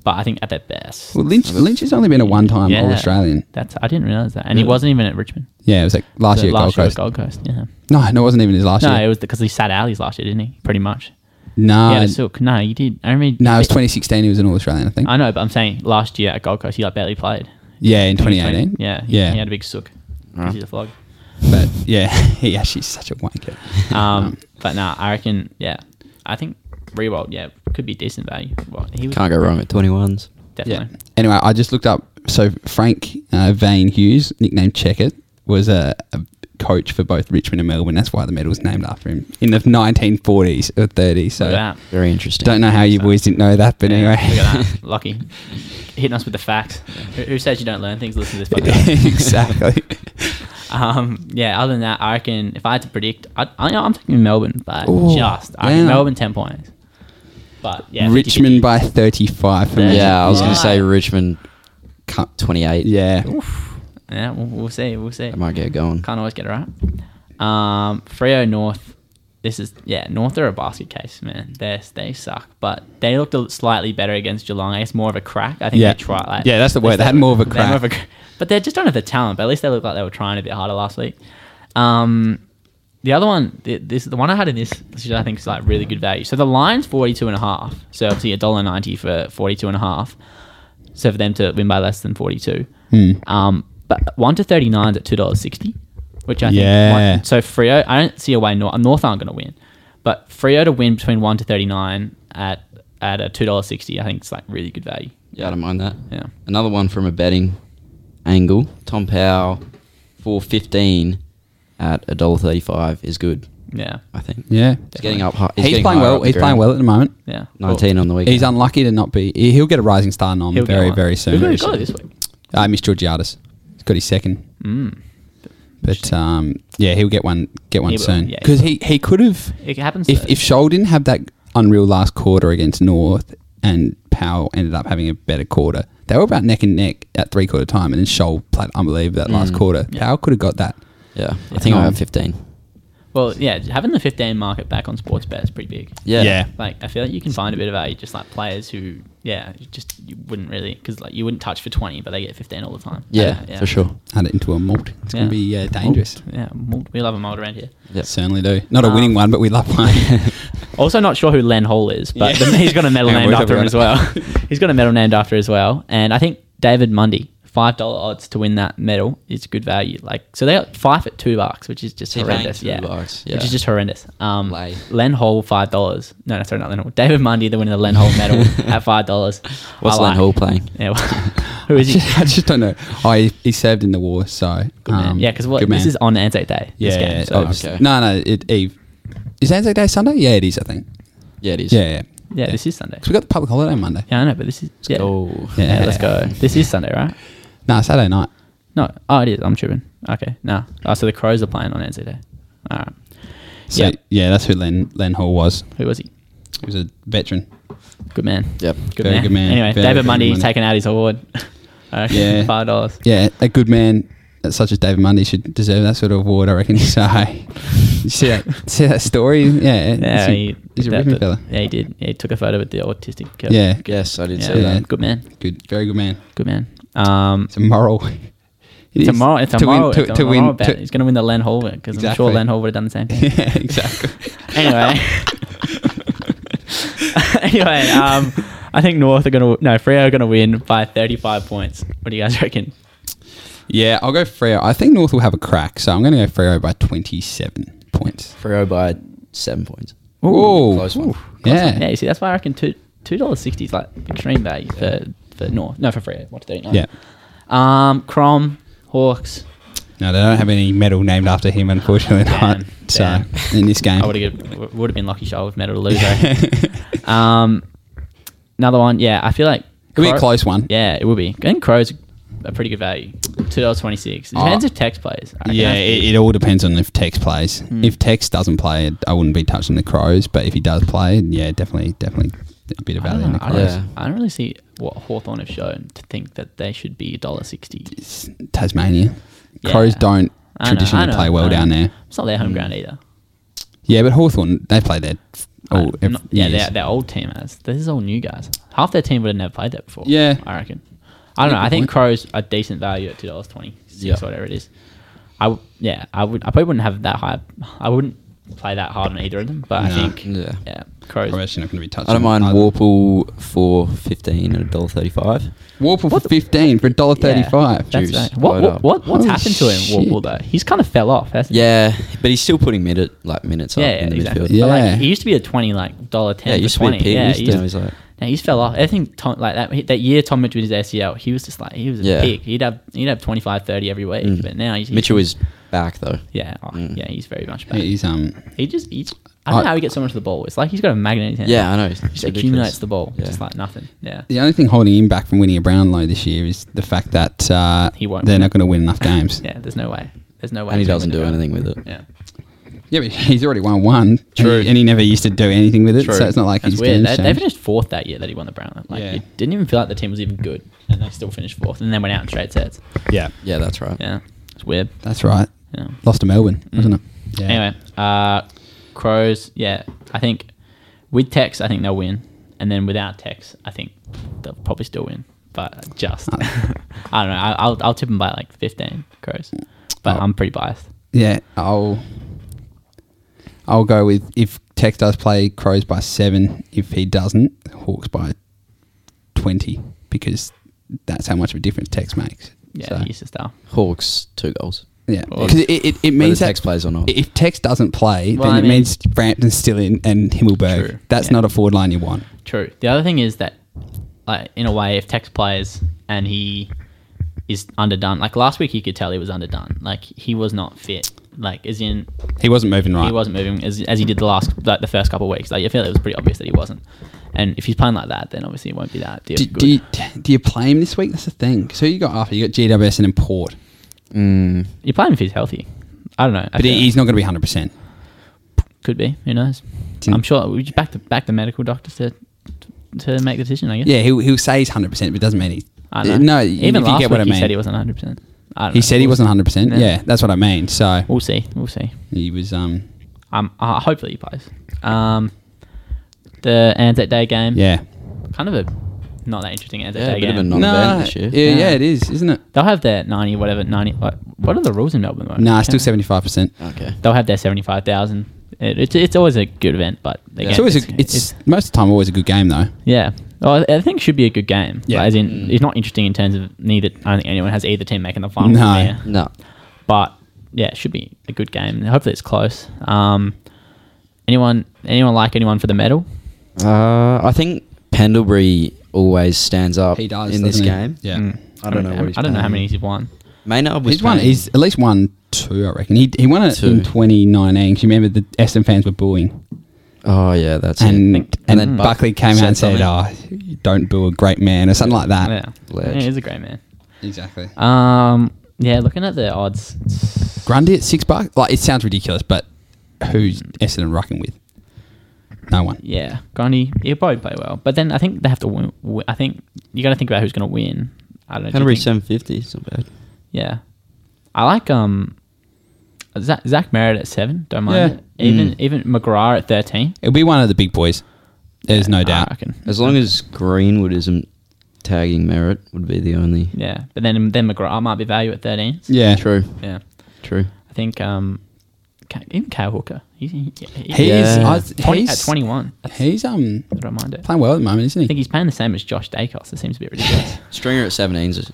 Speaker 3: But I think at their best.
Speaker 2: Well, Lynch Lynch has only been a one time
Speaker 3: Yeah.
Speaker 2: All Australian.
Speaker 3: That's I didn't realize that, and he wasn't even at Richmond.
Speaker 2: Yeah, it was like last
Speaker 3: So
Speaker 2: year at Gold
Speaker 3: last year
Speaker 2: Coast.
Speaker 3: at Gold Coast. Yeah.
Speaker 2: No, no, it wasn't even his last
Speaker 3: No,
Speaker 2: year.
Speaker 3: it was because he sat alleys last year, didn't he? Pretty much.
Speaker 2: no,
Speaker 3: Yeah, had a silk. No, you did. I mean,
Speaker 2: Um, No, it was 2016. He was an All Australian, I think.
Speaker 3: I know, but I'm saying last year at Gold Coast, he like barely played.
Speaker 2: yeah, in 2018.
Speaker 3: Yeah, he,
Speaker 2: yeah.
Speaker 3: He had a big sook.
Speaker 4: Right.
Speaker 3: He's a flog.
Speaker 2: but yeah, he actually is such a wanker.
Speaker 3: Um, but no, I reckon. Yeah, I think Rewald. Yeah, could be decent value. Well, he was
Speaker 4: Can't go wrong at 21s.
Speaker 3: definitely.
Speaker 2: Yeah. Anyway, I just looked up. So Frank uh, Vane Hughes, nicknamed Checkit, was a, a coach for both Richmond and Melbourne. That's why the medal was named after him in the 1940s or 30s. So
Speaker 3: Look at that.
Speaker 4: Very interesting.
Speaker 2: don't know how you boys didn't know that, but
Speaker 3: Yeah,
Speaker 2: anyway.
Speaker 3: look at that. Lucky. Hitting us with the facts. Who, who says you don't learn things? Listen to this podcast.
Speaker 2: exactly.
Speaker 3: um, yeah, other than that, I reckon if I had to predict, I, I, I'm taking Melbourne, but
Speaker 2: Ooh,
Speaker 3: just. I reckon
Speaker 2: yeah.
Speaker 3: Melbourne 10 points. But yeah. 50-50.
Speaker 2: Richmond by 35 for me.
Speaker 4: Yeah, I was going
Speaker 3: Right.
Speaker 4: to say Richmond
Speaker 2: Cut.
Speaker 4: 28.
Speaker 2: Yeah.
Speaker 3: Yeah, we'll, we'll see. We'll see.
Speaker 4: That might get going.
Speaker 3: Can't always get it right. Um, Freo North. This is yeah, North are a basket case, man. They they suck, but they looked a l- slightly better against Geelong. I guess more of a crack. I think
Speaker 2: Yeah.
Speaker 3: they tried. Like,
Speaker 2: Yeah, that's the
Speaker 3: at least
Speaker 2: word. They had more of a
Speaker 3: they had more
Speaker 2: crack.
Speaker 3: cr- but they just don't have the talent. But at least they look like they were trying a bit harder last week. Um, the other one, th- this the one I had in this, which I think is like really good value. So the line's forty two and a half. So obviously a dollar ninety for forty two and a half. So for them to win by less than forty two.
Speaker 2: Hmm.
Speaker 3: Um, but one to thirty nine is at two dollars sixty, which I
Speaker 2: Yeah.
Speaker 3: think. One, so Frio, I don't see a way North, North aren't going to win, but Frio to win between one to thirty nine at at a two dollars sixty, I think it's like really good value.
Speaker 4: Yeah, I don't mind that.
Speaker 3: Yeah.
Speaker 4: Another one from a betting angle. Tom Powell, four fifteen at a dollar thirty five is good.
Speaker 3: Yeah,
Speaker 4: I think.
Speaker 2: Yeah.
Speaker 4: It's getting up. hi-
Speaker 2: He's,
Speaker 4: getting
Speaker 2: playing
Speaker 4: higher
Speaker 2: well.
Speaker 4: up the
Speaker 2: He's playing
Speaker 4: ground.
Speaker 2: well at the moment.
Speaker 3: yeah.
Speaker 4: Nineteen on the weekend.
Speaker 2: He's unlucky to not be. he- He'll get a rising star nom
Speaker 3: He'll get
Speaker 2: very,
Speaker 3: one.
Speaker 2: very soon.
Speaker 3: Who got his goal this Hmm. week?
Speaker 2: I missed Georgiades. He's got his second. But um, yeah, he'll get one. Get one
Speaker 3: He will,
Speaker 2: soon
Speaker 3: yeah.
Speaker 2: because he, he could have.
Speaker 3: It happens.
Speaker 2: If
Speaker 3: though.
Speaker 2: if Shoal didn't have that unreal last quarter against North and Powell ended up having a better quarter, they were about neck and neck at three quarter time, and then Shoal played unbelievable that
Speaker 3: Hmm.
Speaker 2: last quarter. Powell could have got that.
Speaker 4: Yeah. I think I
Speaker 2: Um,
Speaker 4: have fifteen.
Speaker 3: well, yeah, having the fifteen market back on sports bet is pretty big.
Speaker 4: Yeah.
Speaker 2: Yeah.
Speaker 3: Like I feel like you can find a bit of value just like players who, yeah, you just you wouldn't really because like you wouldn't touch for twenty, but they get fifteen all the time.
Speaker 4: Yeah, for sure.
Speaker 2: Add it into a malt. It's
Speaker 3: Yeah.
Speaker 2: gonna be uh, dangerous.
Speaker 3: Yeah, mold- we love a mold around here.
Speaker 4: Yep.
Speaker 2: Certainly do. Not a
Speaker 3: Um,
Speaker 2: winning one, but we love one.
Speaker 3: Also, not sure who Len Hall is, but
Speaker 2: Yeah.
Speaker 3: the, he's got a medal
Speaker 2: Hang on,
Speaker 3: named
Speaker 2: we'll
Speaker 3: after him
Speaker 2: talk
Speaker 3: as well.
Speaker 2: about
Speaker 3: he's got a medal named after as well, and I think David Mundy, five dollar odds to win that medal is good value. Like, so they got five at two bucks, which is just
Speaker 4: They're paying
Speaker 3: horrendous.
Speaker 4: two
Speaker 3: yeah,
Speaker 4: bucks,
Speaker 3: which
Speaker 4: yeah.
Speaker 3: is just horrendous. Um,
Speaker 4: Lay.
Speaker 3: Len Hall five dollars. No, no, sorry, not Len Hall. David Mundy, the winner of the Len Hall medal at five dollars.
Speaker 4: What's Len Hall playing?
Speaker 3: Yeah, well, who is
Speaker 2: I
Speaker 3: he?
Speaker 2: just, I just don't know. Oh, he, he served in the war, so
Speaker 3: Good man.
Speaker 2: um,
Speaker 3: yeah, because what
Speaker 2: good
Speaker 3: this
Speaker 2: man.
Speaker 3: is on Anzac Day.
Speaker 2: yeah.
Speaker 3: This
Speaker 2: yeah,
Speaker 3: game,
Speaker 2: yeah.
Speaker 3: so
Speaker 2: Oh,
Speaker 4: okay.
Speaker 2: No, no, it, Eve. Is Anzac Day Sunday? Yeah, it is. I think.
Speaker 4: Yeah, it is.
Speaker 2: Yeah, yeah.
Speaker 3: yeah, this is Sunday.
Speaker 2: 'Cause we got the public holiday on Monday.
Speaker 3: Yeah, I know, but this is yeah.
Speaker 4: Oh.
Speaker 2: Yeah.
Speaker 3: Yeah, let's go. This is Sunday, right?
Speaker 2: No, Saturday night.
Speaker 3: No, oh, it is. I'm tripping. Okay, no. Oh, so the Crows are playing on NZ Day. All right.
Speaker 2: So
Speaker 3: Yeah.
Speaker 2: yeah, that's who Len Len Hall was.
Speaker 3: Who was he?
Speaker 2: He was a veteran.
Speaker 3: Good man.
Speaker 4: Yep.
Speaker 3: Good
Speaker 2: Very
Speaker 3: man.
Speaker 2: good man.
Speaker 3: Anyway,
Speaker 2: Very
Speaker 3: David
Speaker 2: good
Speaker 3: Mundy's
Speaker 2: man.
Speaker 3: taking out his award.
Speaker 2: Yeah.
Speaker 3: Five dollars.
Speaker 2: Yeah, a good man such as David Mundy should deserve that sort of award, I reckon. So you see that see that story? Yeah,
Speaker 3: Yeah,
Speaker 2: he's a, he's a
Speaker 3: that-
Speaker 2: ripping
Speaker 3: that-
Speaker 2: fella.
Speaker 3: Yeah, he did. Yeah, he took a photo with the autistic girl.
Speaker 2: Yeah,
Speaker 4: Yes, I did
Speaker 3: Yeah,
Speaker 4: say that.
Speaker 3: Good man.
Speaker 2: good, very good man.
Speaker 3: Good man. Um,
Speaker 2: It's a moral. It is.
Speaker 3: tomorrow, it's
Speaker 2: To win-
Speaker 3: tomorrow,
Speaker 2: to-
Speaker 3: it's
Speaker 2: to
Speaker 3: a moral
Speaker 2: win-
Speaker 3: bet.
Speaker 2: to-
Speaker 3: he's going to win the Len Hall because I'm sure
Speaker 2: Exactly.
Speaker 3: Len Hall would have done the same thing.
Speaker 2: Yeah, exactly.
Speaker 3: anyway. anyway, um, I think North are going to no Freo are going to win by 35 points. What do you guys reckon?
Speaker 2: Yeah, I'll go Freo. I think North will have a crack, so I'm going to go Freo by 27 points.
Speaker 4: Freo by seven points.
Speaker 2: Oh,
Speaker 4: close one.
Speaker 3: Yeah,
Speaker 2: Yeah.
Speaker 3: you see, that's why I reckon two two dollars sixty is like extreme value for for North. No, for Freo, one to thirty nine.
Speaker 2: Yeah.
Speaker 3: Um, Crom, Hawks.
Speaker 2: No, they don't have any medal named after him, unfortunately.
Speaker 3: Damn,
Speaker 2: Not. So
Speaker 3: damn.
Speaker 2: in this game,
Speaker 3: I would have would have been lucky shot with medal to lose. I reckon. um, another one. Yeah, I feel like
Speaker 2: It'll be a
Speaker 3: Cro-
Speaker 2: close one.
Speaker 3: Yeah, it will be. And Crows are pretty good value. Two dollars twenty six.
Speaker 2: Oh.
Speaker 3: Depends if Tex plays. I reckon
Speaker 2: yeah,
Speaker 3: that's
Speaker 2: it, it all depends on if Tex plays.
Speaker 3: Hmm.
Speaker 2: If Tex doesn't play, I wouldn't be touching the Crows. But if he does play, yeah, definitely, definitely a bit of
Speaker 3: I
Speaker 2: value in the
Speaker 3: don't, know. I,
Speaker 2: Crows.
Speaker 3: don't,
Speaker 4: Yeah.
Speaker 3: I don't really see what Hawthorn have shown to think that they should be $1.60.
Speaker 2: It's Tasmania.
Speaker 3: Yeah.
Speaker 2: Crows don't
Speaker 3: I know,
Speaker 2: traditionally
Speaker 3: I know,
Speaker 2: play well
Speaker 3: I know.
Speaker 2: down there. Mm.
Speaker 3: It's not their home ground either.
Speaker 2: Yeah, but Hawthorn they play there.
Speaker 3: I-
Speaker 2: Oh,
Speaker 3: not- yeah, their, their old team has. This is all new guys. Half their team would have never played that before.
Speaker 2: Yeah.
Speaker 3: I reckon. I don't
Speaker 2: Yeah,
Speaker 3: know.
Speaker 2: good
Speaker 3: I think
Speaker 2: point.
Speaker 3: Crows are decent value at two dollars twenty six
Speaker 4: Yeah.
Speaker 3: or whatever it is. I w- yeah, I would. I probably wouldn't have that high. I wouldn't play that hard on either of them. But I
Speaker 2: No.
Speaker 3: think
Speaker 4: Yeah.
Speaker 3: yeah, Crows.
Speaker 2: Probably actually not going to be touching.
Speaker 4: I don't mind
Speaker 2: either.
Speaker 4: Warple for fifteen at a dollar thirty-five.
Speaker 2: Warple for fifteen for a dollar
Speaker 3: Yeah,
Speaker 2: thirty-five.
Speaker 3: that's
Speaker 4: Juice.
Speaker 3: right. What,
Speaker 4: Load
Speaker 3: what,
Speaker 4: up.
Speaker 3: what what's
Speaker 2: Holy
Speaker 3: happened to him?
Speaker 2: shit.
Speaker 3: Warple, though, he's kind of fell off, hasn't he?
Speaker 4: Yeah, but he's still putting minute like minutes
Speaker 3: Yeah,
Speaker 4: up
Speaker 3: yeah,
Speaker 4: in the
Speaker 3: exactly.
Speaker 4: midfield.
Speaker 3: But, like,
Speaker 2: Yeah.
Speaker 3: he used to be a twenty, like dollar ten.
Speaker 4: Yeah,
Speaker 3: for
Speaker 4: he used to be a
Speaker 3: 20.
Speaker 4: pig,
Speaker 3: Yeah,
Speaker 4: used
Speaker 3: he
Speaker 4: to-
Speaker 3: used-
Speaker 4: now he's like-
Speaker 3: Now he's fell off. I think Tom, like that that year Tom Mitchell did his ACL, he was just like he was a
Speaker 4: Yeah.
Speaker 3: pig. He'd have he'd have 25, 30 every week,
Speaker 4: Mm.
Speaker 3: but now he's, he's
Speaker 4: Mitchell is Mm. back though.
Speaker 3: yeah oh, yeah he's very much back.
Speaker 2: He's um
Speaker 3: He just he, I don't
Speaker 2: I-
Speaker 3: know how he gets so much of the ball. It's like he's got a magnet in his hand.
Speaker 4: Yeah, I know. It's
Speaker 3: He just
Speaker 4: ridiculous.
Speaker 3: accumulates the ball,
Speaker 4: Yeah.
Speaker 3: just like nothing. Yeah,
Speaker 2: the only thing holding him back from winning a Brownlow this year is the fact that uh,
Speaker 3: He won't
Speaker 2: they're
Speaker 3: win.
Speaker 2: not going to win enough games.
Speaker 3: yeah. There's no way. There's no way.
Speaker 4: and he
Speaker 3: to
Speaker 4: doesn't
Speaker 3: win
Speaker 4: do
Speaker 3: it.
Speaker 4: anything with it.
Speaker 3: Yeah,
Speaker 2: Yeah, but he's already won one.
Speaker 4: True.
Speaker 2: And he, and he never used to do anything with it,
Speaker 4: True.
Speaker 2: so it's not like
Speaker 3: that's
Speaker 2: he's
Speaker 3: weird.
Speaker 2: doing
Speaker 3: They, they finished fourth that year that he won the Brownlow. Like
Speaker 2: Yeah.
Speaker 3: it didn't even feel like the team was even good, and they still finished fourth, and then went out in straight sets.
Speaker 2: Yeah,
Speaker 4: Yeah, that's right.
Speaker 3: Yeah, it's weird.
Speaker 2: that's right.
Speaker 3: Yeah. Mm.
Speaker 2: Lost to Melbourne, wasn't it? Yeah.
Speaker 3: Anyway, uh, Crows. Yeah, I think with Tex, I think they'll win, and then without Tex, I think they'll probably still win, but just I don't know. I, I'll I'll tip them by like 15 Crows, but
Speaker 2: Oh.
Speaker 3: I'm pretty biased.
Speaker 2: Yeah, I'll I'll go with if Tex does play Crows by seven. If he doesn't, Hawks by twenty because that's how much of a difference Tex makes.
Speaker 3: Yeah,
Speaker 2: So,
Speaker 3: he's a star.
Speaker 4: Hawks two goals.
Speaker 2: yeah.
Speaker 3: Or-
Speaker 2: Because it, it, it means
Speaker 4: Whether
Speaker 2: that
Speaker 4: Tex plays or not.
Speaker 2: if Tex doesn't play,
Speaker 3: Well,
Speaker 2: then
Speaker 3: I
Speaker 2: it
Speaker 3: mean-
Speaker 2: means Brampton's still in and Himmelberg.
Speaker 3: True,
Speaker 2: That's
Speaker 3: yeah.
Speaker 2: not a forward line you want.
Speaker 3: True. The other thing is that, like in a way, if Tex plays and he is underdone, like last week, you could tell he was underdone. Like he was not fit. Like as in
Speaker 2: He wasn't moving right.
Speaker 3: he wasn't moving as, as he did the last like the first couple of weeks. Like I feel it was pretty obvious that he wasn't. And if he's playing like that, then obviously it won't be that deal.
Speaker 2: Do,
Speaker 3: good.
Speaker 2: do you do you play him this week? That's the thing. So you got after you got GWS and then Port,
Speaker 4: Mm.
Speaker 3: you play him if he's healthy. I don't know. I
Speaker 2: but
Speaker 3: feel-
Speaker 2: he, he's not going to be hundred percent.
Speaker 3: could be. Who knows?
Speaker 2: Didn't-
Speaker 3: I'm sure we just back the back the medical doctors to to make the decision. I guess.
Speaker 2: Yeah, he'll, he'll say he's hundred percent, but it doesn't mean he.
Speaker 3: I don't know.
Speaker 2: No,
Speaker 3: even
Speaker 2: if you
Speaker 3: last
Speaker 2: get what
Speaker 3: week
Speaker 2: I mean.
Speaker 3: he said he wasn't 100. percent
Speaker 2: He said he wasn't 100%.
Speaker 3: Yeah.
Speaker 2: Yeah. that's what I mean. So
Speaker 3: We'll see. We'll see.
Speaker 2: he was um
Speaker 3: Um, uh, hopefully he plays. Um, the Anzac Day game.
Speaker 2: yeah.
Speaker 3: Kind of a not that interesting Anzac
Speaker 4: Yeah, a
Speaker 3: Day
Speaker 4: bit of
Speaker 3: game.
Speaker 4: a non- event this year.
Speaker 2: Yeah, yeah,
Speaker 3: Yeah.
Speaker 2: it is, isn't it?
Speaker 3: They'll have their ninety whatever ninety. What, what are the rules in Melbourne? though?
Speaker 2: Nah, it's still
Speaker 3: Yeah.
Speaker 2: 75%.
Speaker 4: Okay.
Speaker 3: They'll have their seventy five thousand. It, it's it's always a good event, but again,
Speaker 2: it's always a, it's, most of the time always a good game though.
Speaker 3: yeah. Well, I I think it should be a good game.
Speaker 2: Yeah.
Speaker 3: Like, as in, it's not interesting in terms of neither. I don't think anyone has either team making the final.
Speaker 2: No.
Speaker 3: Yeah.
Speaker 4: No.
Speaker 3: but yeah, it should be a good game. Hopefully, it's close. Um, anyone, anyone like anyone for the medal?
Speaker 4: Uh, I think Pendlebury always stands up
Speaker 2: He does
Speaker 4: in this
Speaker 2: doesn't he?
Speaker 4: game.
Speaker 2: Yeah.
Speaker 4: I don't know what he's
Speaker 3: I don't know how
Speaker 4: playing.
Speaker 3: many he's won.
Speaker 4: Maynard was
Speaker 2: He's won
Speaker 4: playing-
Speaker 2: he's at least won two, I reckon. He he won it
Speaker 4: Two.
Speaker 2: in 2019. 'cause you remember the Essendon fans were booing.
Speaker 4: Oh yeah, that's
Speaker 2: And
Speaker 4: it.
Speaker 2: and, then Buckley came out and said, "Oh, you don't boo a great man" or something like that.
Speaker 3: Yeah,
Speaker 4: Ledge.
Speaker 3: Yeah, he's a great man.
Speaker 2: Exactly.
Speaker 3: Um, yeah, looking at the odds, it's-
Speaker 2: Grundy at 6 bucks. Like it sounds ridiculous, but who's Essendon rocking with? No one.
Speaker 3: yeah, Grundy, he'll probably play well. But then I think they have to win. wi- I think you got to think about who's going to win. I don't know. do you
Speaker 4: Pendlebury
Speaker 3: think-
Speaker 4: seven fifty. It's not bad.
Speaker 3: Yeah, I like um. Zach, Zach Merritt at seven, don't mind
Speaker 2: Yeah. Mm.
Speaker 3: it. Even even McGrath at thirteen,
Speaker 2: It'll be one of the big boys. There's no doubt.
Speaker 3: I reckon.
Speaker 4: As long as Greenwood isn't tagging Merritt, would be the only.
Speaker 3: Yeah, but then then McGrath might be value at thirteen.
Speaker 2: Yeah.
Speaker 4: True.
Speaker 3: Yeah,
Speaker 4: True.
Speaker 3: I think um, Ka- even Kyle Hooker, he's he, he-
Speaker 2: He is.
Speaker 4: Yeah.
Speaker 2: I, th-
Speaker 3: 20
Speaker 2: he's,
Speaker 3: at twenty one.
Speaker 2: He's um
Speaker 3: I don't mind it. I
Speaker 2: playing well at the moment, isn't he?
Speaker 3: think he's playing the same as Josh Dacos. It seems a bit ridiculous.
Speaker 4: Stringer at seventeens. is-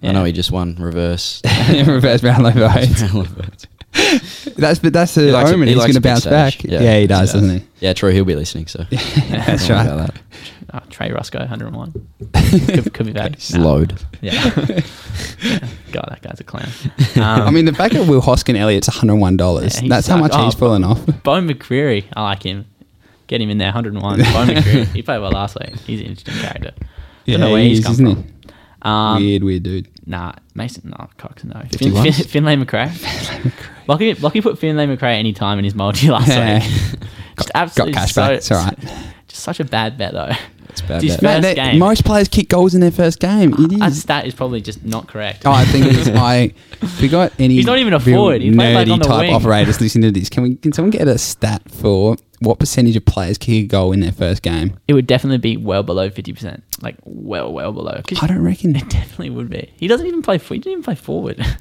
Speaker 3: Yeah.
Speaker 4: I know he just won reverse.
Speaker 2: In reverse Brownlow vote.
Speaker 4: he
Speaker 2: That's but that's the
Speaker 4: likes a-
Speaker 2: omen.
Speaker 4: he
Speaker 2: He's going
Speaker 4: likes
Speaker 2: to
Speaker 4: a big
Speaker 2: bounce
Speaker 4: stash.
Speaker 2: back. Yeah, he does, doesn't he?
Speaker 4: Yeah, true. He'll be listening. So
Speaker 2: that's
Speaker 4: Don't worry
Speaker 2: right.
Speaker 4: about that.
Speaker 3: Ah, Trey Roscoe, one hundred and one. Could, could be value.
Speaker 4: He's
Speaker 3: Nah.
Speaker 4: load.
Speaker 3: Yeah. Yeah. God, that guy's a clown. Um,
Speaker 2: I mean, the fact that Will Hoskin Elliott's one hundred one dollars.
Speaker 3: Yeah, he
Speaker 2: that's how much
Speaker 3: sucked.
Speaker 2: he's
Speaker 3: Oh,
Speaker 2: pulling off.
Speaker 3: Bo McCreary, I like him. Get him in there, 101. Bo McCreary, he played well last week. He's an interesting character.
Speaker 2: Yeah,
Speaker 3: Don't know where
Speaker 2: he
Speaker 3: he's
Speaker 2: is,
Speaker 3: come
Speaker 2: isn't
Speaker 3: from.
Speaker 2: he?
Speaker 3: Um,
Speaker 2: weird, weird dude.
Speaker 3: Nah, Mason, no, Cox, no. Fin,
Speaker 2: 51?
Speaker 3: fin, Finlay McRae. Lockie, Lockie put Finlay McRae any time in his multi last
Speaker 2: Yeah.
Speaker 3: week. Just
Speaker 2: Got
Speaker 3: absolutely
Speaker 2: cash
Speaker 3: so,
Speaker 2: back. It's all right.
Speaker 3: Just such a bad bet, though.
Speaker 4: It's a bad
Speaker 3: His
Speaker 4: bet.
Speaker 3: first
Speaker 2: Mate, they-
Speaker 3: game.
Speaker 2: most players kick goals in their first game. It
Speaker 3: That
Speaker 2: is.
Speaker 3: stat is probably just not correct.
Speaker 2: Oh, I think it is. I if we got any.
Speaker 3: He's not even a
Speaker 2: real
Speaker 3: forward. He's playing, like,
Speaker 2: nerdy
Speaker 3: on the
Speaker 2: type
Speaker 3: wing.
Speaker 2: operators listening to this. Can we? Can someone get a stat for what percentage of players kick a goal in their first game?
Speaker 3: it would definitely be well below 50%. Like, well, well below. 'Cause
Speaker 2: I don't reckon.
Speaker 3: It definitely would be. He doesn't even play. He didn't even play forward. and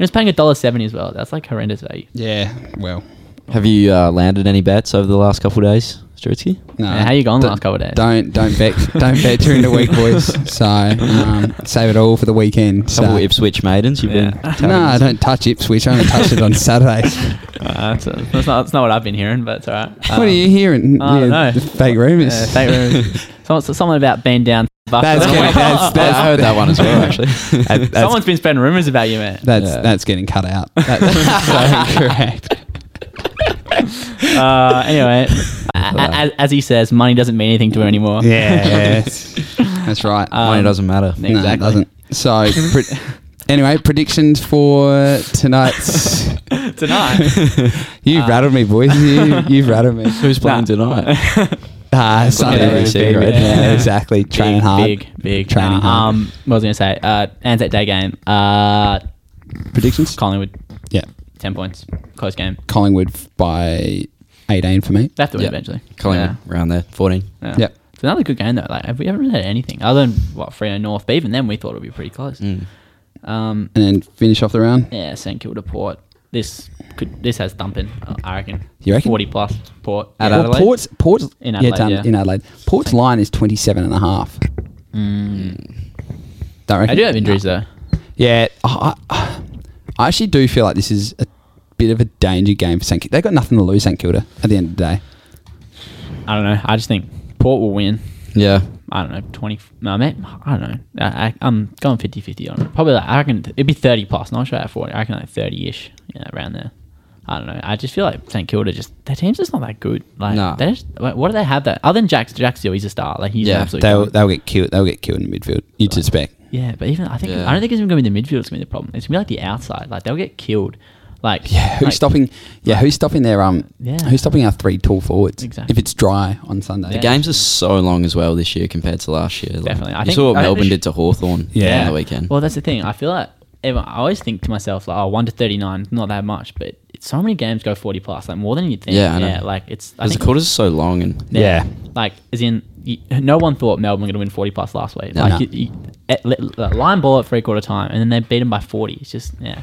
Speaker 3: it's paying a dollar seventy as well. That's like horrendous value.
Speaker 2: Yeah. Well.
Speaker 4: Have you uh, landed any bets over the last couple of days? Stritsky?
Speaker 2: No,
Speaker 3: Yeah, how you gone
Speaker 2: d-
Speaker 3: last couple of days?
Speaker 2: Don't don't bet don't bet during the week, boys. So um, save it all for the weekend.
Speaker 4: Couple
Speaker 2: so.
Speaker 4: of Ipswich maidens you've
Speaker 3: Yeah.
Speaker 4: been.
Speaker 2: No,
Speaker 4: tapping
Speaker 2: I
Speaker 4: into.
Speaker 2: don't touch Ipswich. I only touch it on Saturdays.
Speaker 3: Uh, that's, that's, not, that's not what I've been hearing, but it's all right.
Speaker 2: what are you hearing?
Speaker 3: Um, I don't know.
Speaker 2: the fake rumours.
Speaker 3: Yeah, fake rumours. Someone, someone about being down.
Speaker 2: That's
Speaker 3: Bucks.
Speaker 2: good. That's-
Speaker 4: Yeah, I heard that one as well, actually.
Speaker 2: That- that's,
Speaker 3: Someone's been spreading rumors about you, man.
Speaker 2: that's,
Speaker 4: Yeah.
Speaker 2: that's getting cut out. That's so incorrect.
Speaker 3: Uh, anyway, as, as he says, money doesn't mean anything to her anymore.
Speaker 2: Yes. that's right.
Speaker 4: Money
Speaker 3: Um,
Speaker 4: doesn't matter.
Speaker 3: Nick.
Speaker 2: No, it
Speaker 3: exactly.
Speaker 2: doesn't. So, pre- anyway, predictions for tonight's.
Speaker 3: Tonight.
Speaker 2: You
Speaker 3: Uh,
Speaker 2: rattled me, boys. You, you've rattled me.
Speaker 4: Who's
Speaker 3: Nah.
Speaker 4: playing tonight?
Speaker 2: Ah, Sunday,
Speaker 4: Yeah,
Speaker 2: was big,
Speaker 4: yeah,
Speaker 2: right?
Speaker 4: yeah.
Speaker 2: Yeah, exactly. Training
Speaker 3: big,
Speaker 2: hard.
Speaker 3: Big, big.
Speaker 2: Training
Speaker 3: Nah,
Speaker 2: hard.
Speaker 3: Um, what was I going to say? Uh, Anzac Day game. Uh,
Speaker 2: Predictions?
Speaker 3: Collingwood,
Speaker 2: Yeah.
Speaker 3: 10 points. Close game.
Speaker 2: Collingwood by 18 for me.
Speaker 3: They have to win
Speaker 4: Yeah.
Speaker 3: eventually.
Speaker 4: Collingwood, around there, 14.
Speaker 3: Yeah. yeah.
Speaker 2: Yep.
Speaker 3: It's another good game, though. Like, have we haven't really had anything other than, what, Freo North. But even then, we thought it would be pretty close.
Speaker 4: Mm.
Speaker 3: Um,
Speaker 2: And then finish off the round.
Speaker 3: yeah, St Kilda Port. This could this has thumping, I reckon.
Speaker 2: You reckon?
Speaker 3: 40 plus Port.
Speaker 4: At
Speaker 3: Yeah.
Speaker 2: Well,
Speaker 4: Adelaide?
Speaker 2: Port's, Port's
Speaker 3: In
Speaker 2: yeah,
Speaker 3: Adelaide,
Speaker 2: done
Speaker 3: yeah.
Speaker 2: in Adelaide. Port's line is 27 and a half. Don't reckon?
Speaker 3: I do have injuries, though.
Speaker 2: Mm. Yeah, I, I- I actually do feel like this is a bit of a danger game for St. Kilda. They've got nothing to lose, St. Kilda, at the end of the day.
Speaker 3: I don't know. I just think Port will win.
Speaker 4: Yeah.
Speaker 3: I don't know, 20. No, mate, I don't know. I, I, I'm going 50 50 on it. Probably, like, I reckon it'd be 30 plus, not straight at 40. I reckon like 30 ish, yeah, around there. I don't know. I just feel like St Kilda just, their team's just not that good. Like,
Speaker 4: Nah.
Speaker 3: they just, like, what do they have that? Other than Jack's, Jack's still, he's a star. Like, he's
Speaker 4: Yeah,
Speaker 3: yeah, absolutely.
Speaker 2: They'll, they'll get killed. They'll get killed in the midfield. You'd suspect.
Speaker 3: yeah, but even, I think,
Speaker 4: Yeah.
Speaker 3: I don't think it's even going to be the midfield that's going to be the problem. It's going to be like the outside. Like, they'll get killed. Like,
Speaker 2: Yeah, who's
Speaker 3: like,
Speaker 2: stopping? Yeah, who's stopping their um?
Speaker 3: Yeah.
Speaker 2: who's stopping our three tall forwards?
Speaker 3: Exactly.
Speaker 2: If it's dry on Sunday,
Speaker 3: The Yeah.
Speaker 4: Games are so long as well this year compared to last year. Like,
Speaker 3: Definitely. I
Speaker 4: you
Speaker 3: think-
Speaker 4: saw what
Speaker 3: I think
Speaker 4: Melbourne
Speaker 3: they
Speaker 4: did to Hawthorn
Speaker 2: Yeah.
Speaker 4: on the weekend.
Speaker 3: Well, that's the thing. I feel like ev- I always think to myself, like, oh, 1 to 39, not that much, but it's so many games go 40 plus, like, more than you'd think.
Speaker 4: Yeah, I know.
Speaker 3: like, it's, I
Speaker 4: Because the
Speaker 3: think,
Speaker 4: quarters are so long and
Speaker 2: Yeah.
Speaker 3: Like, as in, you, no one thought Melbourne were going to win 40 plus last week.
Speaker 4: No,
Speaker 3: like,
Speaker 4: no.
Speaker 3: You, you, at, let- like, line ball at three quarter time, and then they beat them by 40. It's just, yeah.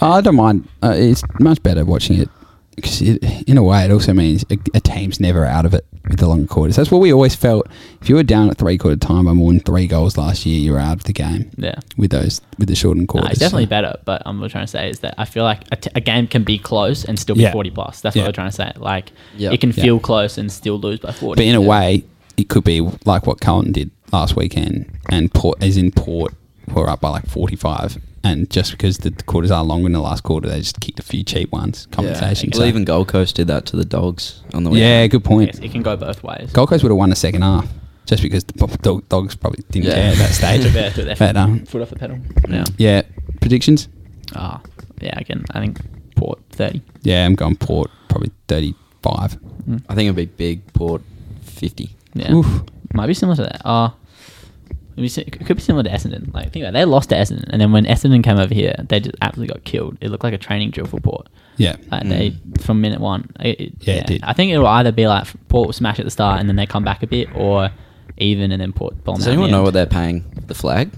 Speaker 2: I don't mind. Uh, it's much better watching it because, it, in a way, it also means a, a team's never out of it with the long quarters. That's what we always felt. If you were down at three quarter time by more than three goals last year, you were out of the game.
Speaker 3: Yeah.
Speaker 2: with those with the shortened
Speaker 3: No,
Speaker 2: quarters.
Speaker 3: it's definitely
Speaker 2: so.
Speaker 3: better, but um, what I'm trying to say is that I feel like a, t- a game can be close and still be
Speaker 2: Yeah.
Speaker 3: 40 plus. That's
Speaker 2: Yeah.
Speaker 3: what I'm trying to say. Like,
Speaker 4: Yeah.
Speaker 3: it can
Speaker 2: Yeah.
Speaker 3: feel close and still lose by 40.
Speaker 2: But in a
Speaker 3: Yeah.
Speaker 2: way, it could be like what Carlton did last weekend, and Port, as in Port, were up by like forty-five, and just because the quarters are longer in the last quarter, they just kicked a few cheap ones. Compensation.
Speaker 4: Well,
Speaker 2: so-
Speaker 4: even Gold Coast did that to the Dogs on the
Speaker 2: yeah,
Speaker 4: weekend.
Speaker 2: good
Speaker 3: Yes,
Speaker 2: point.
Speaker 3: it can go both ways.
Speaker 2: Gold Coast would have won the second half just because the Pop- dog, dogs probably didn't
Speaker 4: Yeah.
Speaker 2: care at that stage.
Speaker 3: Took their- took their
Speaker 2: but um,
Speaker 3: foot off the pedal.
Speaker 4: Yeah.
Speaker 2: yeah, predictions.
Speaker 3: Ah, yeah, again, I think Port 30.
Speaker 2: Yeah, I'm going Port probably thirty-five.
Speaker 4: I think it'd be big port 50.
Speaker 3: Yeah.
Speaker 2: Oof.
Speaker 3: Might be similar to that. Uh, it'd be si- it could be similar to Essendon. Like, think about it. They lost to Essendon, and then when Essendon came over here, they just absolutely got killed. It looked like a training drill for Port.
Speaker 2: Yeah,
Speaker 3: Like, they, from minute one. It, it-
Speaker 2: Mm. Yeah, it did.
Speaker 3: I think it'll either be like Port will smash at the start, and then they come back a bit, or even, and then Port bomb.
Speaker 4: Does anyone know what they're paying the flag?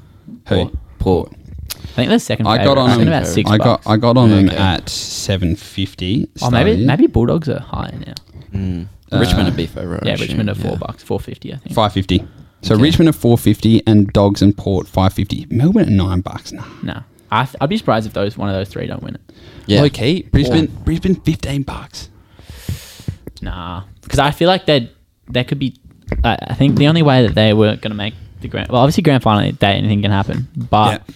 Speaker 2: Who?
Speaker 4: Port. Port.
Speaker 3: I think they're second.
Speaker 2: I got
Speaker 3: favourite. I
Speaker 2: on
Speaker 3: think
Speaker 2: them.
Speaker 3: about six
Speaker 2: I got
Speaker 3: bucks.
Speaker 2: I got on them
Speaker 4: Okay.
Speaker 2: at seven fifty.
Speaker 3: Oh, maybe maybe Bulldogs are higher now.
Speaker 4: Mm.
Speaker 2: Uh,
Speaker 4: Richmond would be favourite. I
Speaker 3: Yeah,
Speaker 4: assume,
Speaker 3: Richmond are four
Speaker 4: yeah.
Speaker 3: bucks, four fifty. I think.
Speaker 2: Five fifty. So
Speaker 4: Okay.
Speaker 2: Richmond at four fifty and Dogs and Port five fifty. Melbourne at nine bucks. Nah.
Speaker 3: No, I th- I'd be surprised if those one of those three don't win it.
Speaker 4: Yeah.
Speaker 2: Low key. Brisbane Brisbane fifteen bucks.
Speaker 3: Nah, because I feel like they that could be. I I think the only way that they were going to make the grand, well, obviously grand final day, anything can happen. But
Speaker 2: Yeah.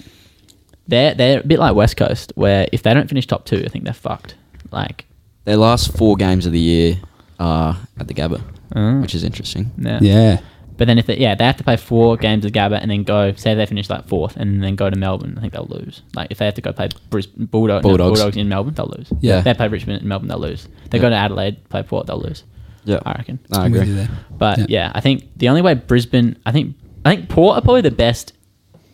Speaker 3: they're they're a bit like West Coast, where if they don't finish top two, I think they're fucked. Like,
Speaker 4: Their last four games of the year are at the Gabba,
Speaker 3: Oh.
Speaker 4: which is interesting.
Speaker 3: yeah.
Speaker 2: Yeah.
Speaker 3: But then if they, yeah, they have to play four games of Gabba and then go. Say they finish like fourth and then go to Melbourne, I think they'll lose. Like if they have to go play Bris- Bulldog, no,
Speaker 4: Bulldogs.
Speaker 3: Bulldogs in Melbourne, they'll lose.
Speaker 4: Yeah.
Speaker 3: If they play Richmond in Melbourne, they'll lose. They go to
Speaker 4: Yeah.
Speaker 3: Adelaide, play Port, they'll lose.
Speaker 4: Yeah.
Speaker 3: I reckon.
Speaker 4: No, I
Speaker 2: I'm with
Speaker 4: agree.
Speaker 2: you there.
Speaker 3: But
Speaker 2: Yeah.
Speaker 3: yeah. I think the only way Brisbane, I think, I think Port are probably the best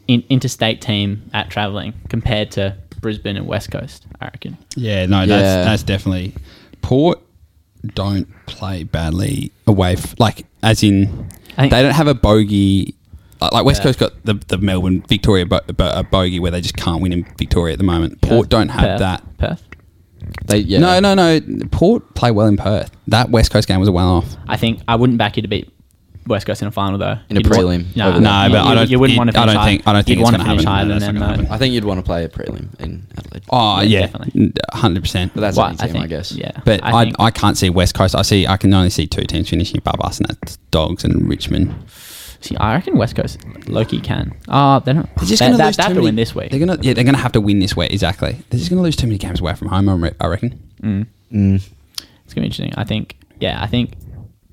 Speaker 3: in, interstate team at traveling compared to Brisbane and West Coast. I reckon.
Speaker 2: Yeah, no,
Speaker 4: Yeah.
Speaker 2: that's that's definitely Port don't play badly away f- like as in
Speaker 3: I think-
Speaker 2: they don't have a bogey like, like West
Speaker 3: Yeah.
Speaker 2: Coast got the, the Melbourne Victoria bo- bo- a bogey where they just can't win in Victoria at the moment. Port
Speaker 3: Perth-
Speaker 2: don't have
Speaker 3: Perth-
Speaker 2: that.
Speaker 3: Perth.
Speaker 4: They yeah.
Speaker 2: No, no, no. Port play well in Perth. That West Coast game was a well off.
Speaker 3: I think I wouldn't back you to beat West Coast in a final though.
Speaker 4: In a
Speaker 3: You'd want-
Speaker 4: prelim.
Speaker 3: No,
Speaker 4: No,
Speaker 2: but
Speaker 3: you,
Speaker 2: I
Speaker 3: you-
Speaker 2: don't-
Speaker 3: You wouldn't
Speaker 2: it-
Speaker 3: want to
Speaker 2: I
Speaker 3: finish
Speaker 2: don't
Speaker 3: higher.
Speaker 2: think- I don't think
Speaker 3: You'd
Speaker 2: it's
Speaker 3: want to
Speaker 2: gonna
Speaker 3: finish
Speaker 2: happen.
Speaker 3: higher
Speaker 2: No,
Speaker 3: than
Speaker 2: that's
Speaker 3: them.
Speaker 2: not gonna
Speaker 3: though.
Speaker 2: happen.
Speaker 4: I think you'd want to play a prelim in Adelaide.
Speaker 2: Oh
Speaker 3: Yeah,
Speaker 2: yeah,
Speaker 3: definitely.
Speaker 2: hundred percent.
Speaker 4: but that's
Speaker 3: Well,
Speaker 4: any team, I,
Speaker 3: think,
Speaker 4: guess.
Speaker 3: Yeah,
Speaker 2: But I, I,
Speaker 3: think-
Speaker 2: can't see West Coast. I see I can only see two teams finishing above us, and that's Dogs and Richmond.
Speaker 3: See, I reckon West Coast Loki can. Ah, they're not.
Speaker 2: They're just
Speaker 3: they,
Speaker 2: going
Speaker 3: they-
Speaker 2: to lose
Speaker 3: they
Speaker 2: too
Speaker 3: have to
Speaker 2: many-
Speaker 3: win this week.
Speaker 2: They're going to yeah, they're going to have to win this week. Exactly. They're just going to lose too many games away from home. I re- I reckon.
Speaker 3: It's gonna be interesting. I think. Yeah, I think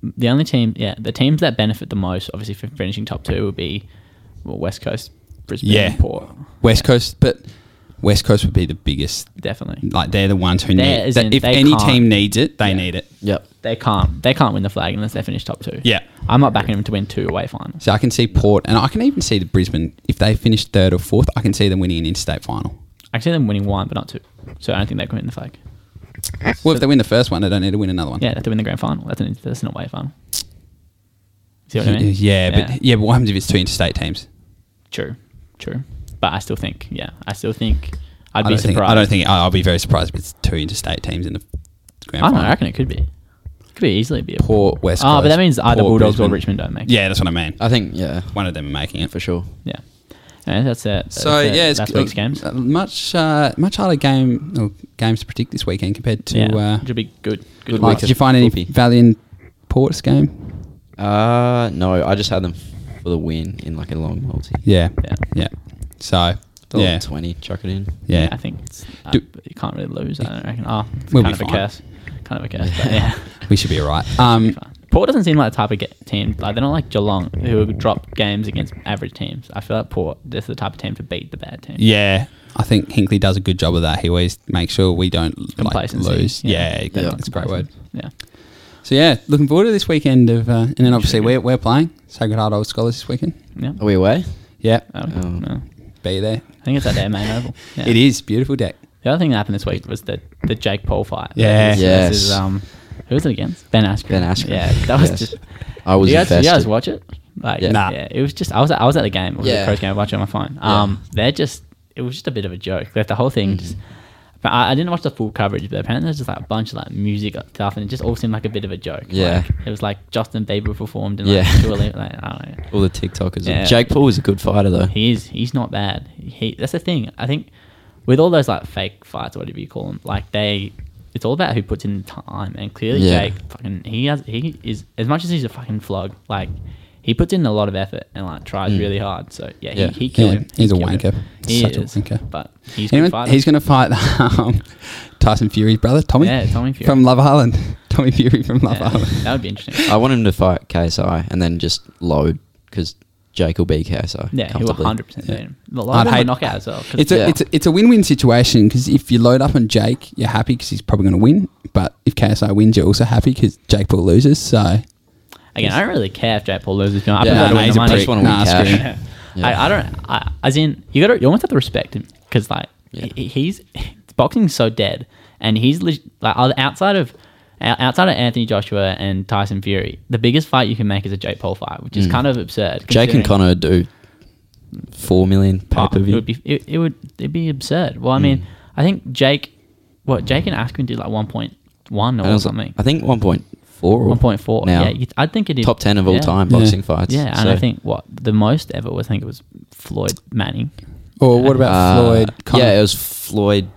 Speaker 3: the only team. Yeah, the teams that benefit the most, obviously, from finishing top two, would be well, West Coast, Brisbane,
Speaker 2: Yeah.
Speaker 3: and Port.
Speaker 2: West Coast, but West Coast would be the biggest.
Speaker 3: Definitely,
Speaker 2: Like they're the ones who
Speaker 3: They're-
Speaker 2: need.
Speaker 3: as
Speaker 2: That
Speaker 3: in
Speaker 2: if
Speaker 3: they
Speaker 2: any
Speaker 3: can't.
Speaker 2: team needs it, they need it.
Speaker 4: Yep.
Speaker 3: they can't. They can't win the flag unless they finish top two.
Speaker 2: Yeah.
Speaker 3: I'm not backing them to win two away finals.
Speaker 2: So I can see Port, and I can even see the Brisbane if they finish third or fourth. I can see them winning an interstate final.
Speaker 3: I can see them winning one, but not two. So I don't think they can win the flag.
Speaker 2: Well, if they win the first one, they don't need to win another one.
Speaker 3: Yeah, they have to win the grand final. That's an that's an away final. See what I
Speaker 2: Yeah,
Speaker 3: mean?
Speaker 2: but yeah, but what happens if it's two interstate teams?
Speaker 3: True, true. But I still think, yeah, I still think I'd
Speaker 2: I
Speaker 3: be
Speaker 2: don't think.
Speaker 3: surprised.
Speaker 2: I don't think. I'll be very surprised if it's two interstate teams in the grand
Speaker 3: I don't know.
Speaker 2: final.
Speaker 3: I reckon it could be. Could be easily be a
Speaker 2: Port West.
Speaker 3: Ah, but
Speaker 2: Coast,
Speaker 3: that means either
Speaker 2: Port,
Speaker 3: Bulldogs or
Speaker 2: Brisbane.
Speaker 3: Richmond don't make. it.
Speaker 2: Yeah, that's what I mean.
Speaker 4: I think yeah,
Speaker 2: One of them are making it.
Speaker 4: for sure.
Speaker 3: yeah. Anyway, that's it.
Speaker 2: So
Speaker 3: That's it.
Speaker 2: yeah, it's
Speaker 3: last
Speaker 2: uh,
Speaker 3: week's games.
Speaker 2: uh, Much uh, much harder game or games to predict this weekend compared to.
Speaker 3: yeah,
Speaker 2: Uh,
Speaker 3: should be good. Good.
Speaker 4: good
Speaker 2: Mike,
Speaker 3: week.
Speaker 4: week.
Speaker 2: did you find any
Speaker 4: Whoopee.
Speaker 2: value in Port's game?
Speaker 4: Uh no, I just had them for the win in like a long multi.
Speaker 2: Yeah,
Speaker 3: Yeah.
Speaker 2: yeah. So
Speaker 4: They're like
Speaker 2: yeah,
Speaker 4: twenty, chuck it in.
Speaker 2: yeah.
Speaker 3: I think it's, uh,
Speaker 2: Do-
Speaker 3: you can't really lose. I don't reckon. Ah, it's
Speaker 2: We'll
Speaker 3: kind of
Speaker 2: be
Speaker 3: a
Speaker 2: fine.
Speaker 3: curse. Kind of a curse. But yeah.
Speaker 2: we should be alright. Um,
Speaker 3: Port doesn't seem like the type of ge- team. Like they're not like Geelong, who would drop games against average teams. I feel like Port. This is the type of team to beat the bad team.
Speaker 2: yeah. I think Hinkley does a good job of that. He always makes sure we don't like,
Speaker 3: Complacency,
Speaker 2: lose.
Speaker 3: yeah.
Speaker 2: Yeah, exactly.
Speaker 4: Yeah.
Speaker 2: that's a great word.
Speaker 3: Yeah.
Speaker 2: So yeah, looking forward to this weekend of, uh, and then obviously we're, we're playing Sacred Heart Old Scholars this weekend.
Speaker 3: Yeah.
Speaker 4: Are we away?
Speaker 2: Yeah,
Speaker 3: I
Speaker 4: Oh.
Speaker 3: don't know.
Speaker 2: be there.
Speaker 3: I think it's at their main oval. Yeah.
Speaker 2: It is beautiful deck.
Speaker 3: The other thing that happened this week was the the Jake Paul fight.
Speaker 2: Yeah.
Speaker 3: This-
Speaker 4: Yes.
Speaker 3: This is, um, who was it against? Ben Askren.
Speaker 4: Ben Askren.
Speaker 3: Yeah, that was
Speaker 4: Yes.
Speaker 3: just.
Speaker 4: I was
Speaker 3: you guys, you
Speaker 4: invested.
Speaker 3: guys watch it? Like, yeah.
Speaker 4: Yeah.
Speaker 2: Nah.
Speaker 3: it was just. I was. At, I was at the game. It was yeah.
Speaker 4: Yeah.
Speaker 3: a Crows game. I watched it on my phone. Um, they're just. It was just a bit of a joke. Like the whole
Speaker 4: Mm-hmm.
Speaker 3: thing. Just. But I, I didn't watch the full coverage, but apparently there's just like a bunch of like music stuff, and it just all seemed like a bit of a joke.
Speaker 4: Yeah.
Speaker 3: Like, it was like Justin Bieber performed, and like,
Speaker 4: Yeah.
Speaker 3: Dua Lipa, like I don't know.
Speaker 4: All the TikTokers.
Speaker 3: Yeah.
Speaker 4: Jake Paul is a good fighter though.
Speaker 3: He is. He's not bad. He. That's the thing. I think with all those like fake fights or whatever you call them, like they, it's all about who puts in the time. And clearly,
Speaker 4: Yeah.
Speaker 3: Jake fucking he has he is as much as he's a fucking flog. Like he puts in a lot of effort and like tries really hard. So yeah,
Speaker 4: Yeah.
Speaker 3: He, he killed
Speaker 2: Mm. Yeah,
Speaker 3: him.
Speaker 2: he's
Speaker 3: He
Speaker 2: a
Speaker 3: killed
Speaker 2: wanker.
Speaker 3: him. He
Speaker 2: Such a
Speaker 3: is.
Speaker 2: wanker.
Speaker 3: But he's
Speaker 2: Anyway,
Speaker 3: good fighter.
Speaker 2: he's going to fight um, Tyson Fury's brother, Tommy.
Speaker 3: Yeah, Tommy Fury.
Speaker 2: from Love Island. Tommy Fury from Love
Speaker 3: Yeah,
Speaker 2: Island.
Speaker 3: that would be interesting.
Speaker 4: I want him to fight KSI and then just load because Jake will beat KSI.
Speaker 3: Yeah, he will
Speaker 4: comfortably.
Speaker 3: hundred percent beat
Speaker 2: Yeah.
Speaker 3: him. A lot of
Speaker 2: I'd
Speaker 3: them
Speaker 2: hate-
Speaker 3: knock out as well. 'cause-
Speaker 2: It's a,
Speaker 4: Yeah.
Speaker 2: it's a it's a win-win situation because if you load up on Jake, you're happy because he's probably going to win. But if KSI wins, you're also happy because Jake Paul loses. So
Speaker 3: Again, I don't really care if Jake Paul loses. You know, I
Speaker 4: Yeah,
Speaker 3: prefer to
Speaker 4: nah,
Speaker 3: win
Speaker 4: he's
Speaker 3: the
Speaker 4: a
Speaker 3: money.
Speaker 4: prick. wanna win cash.
Speaker 2: screw him.
Speaker 3: I, I don't. I, as in, you got to. You almost have to respect him because like
Speaker 4: Yeah.
Speaker 3: he, he's boxing's so dead, and he's leg- like o- outside of o- outside of Anthony Joshua and Tyson Fury, the biggest fight you can make is a Jake Paul fight, which is kind of absurd.
Speaker 4: Mm. Jake
Speaker 3: considering-
Speaker 4: and Connor do four million pay
Speaker 3: Oh,
Speaker 4: per
Speaker 3: It
Speaker 4: view.
Speaker 3: would be it, it would it'd be absurd. Well, I mean,
Speaker 4: Mm.
Speaker 3: I think Jake, what Jake and Askren did like one point one or something,
Speaker 4: I think one point four.
Speaker 3: one point four.
Speaker 4: Now,
Speaker 3: Yeah, you- I think it is
Speaker 4: top ten of all
Speaker 3: yeah.
Speaker 4: time
Speaker 2: Yeah.
Speaker 4: boxing fights.
Speaker 3: Yeah, and
Speaker 4: So,
Speaker 3: I think what the most ever was I think it was Floyd Manning.
Speaker 2: Or what about
Speaker 4: uh,
Speaker 2: Floyd? Connor?
Speaker 4: Yeah, it was Floyd,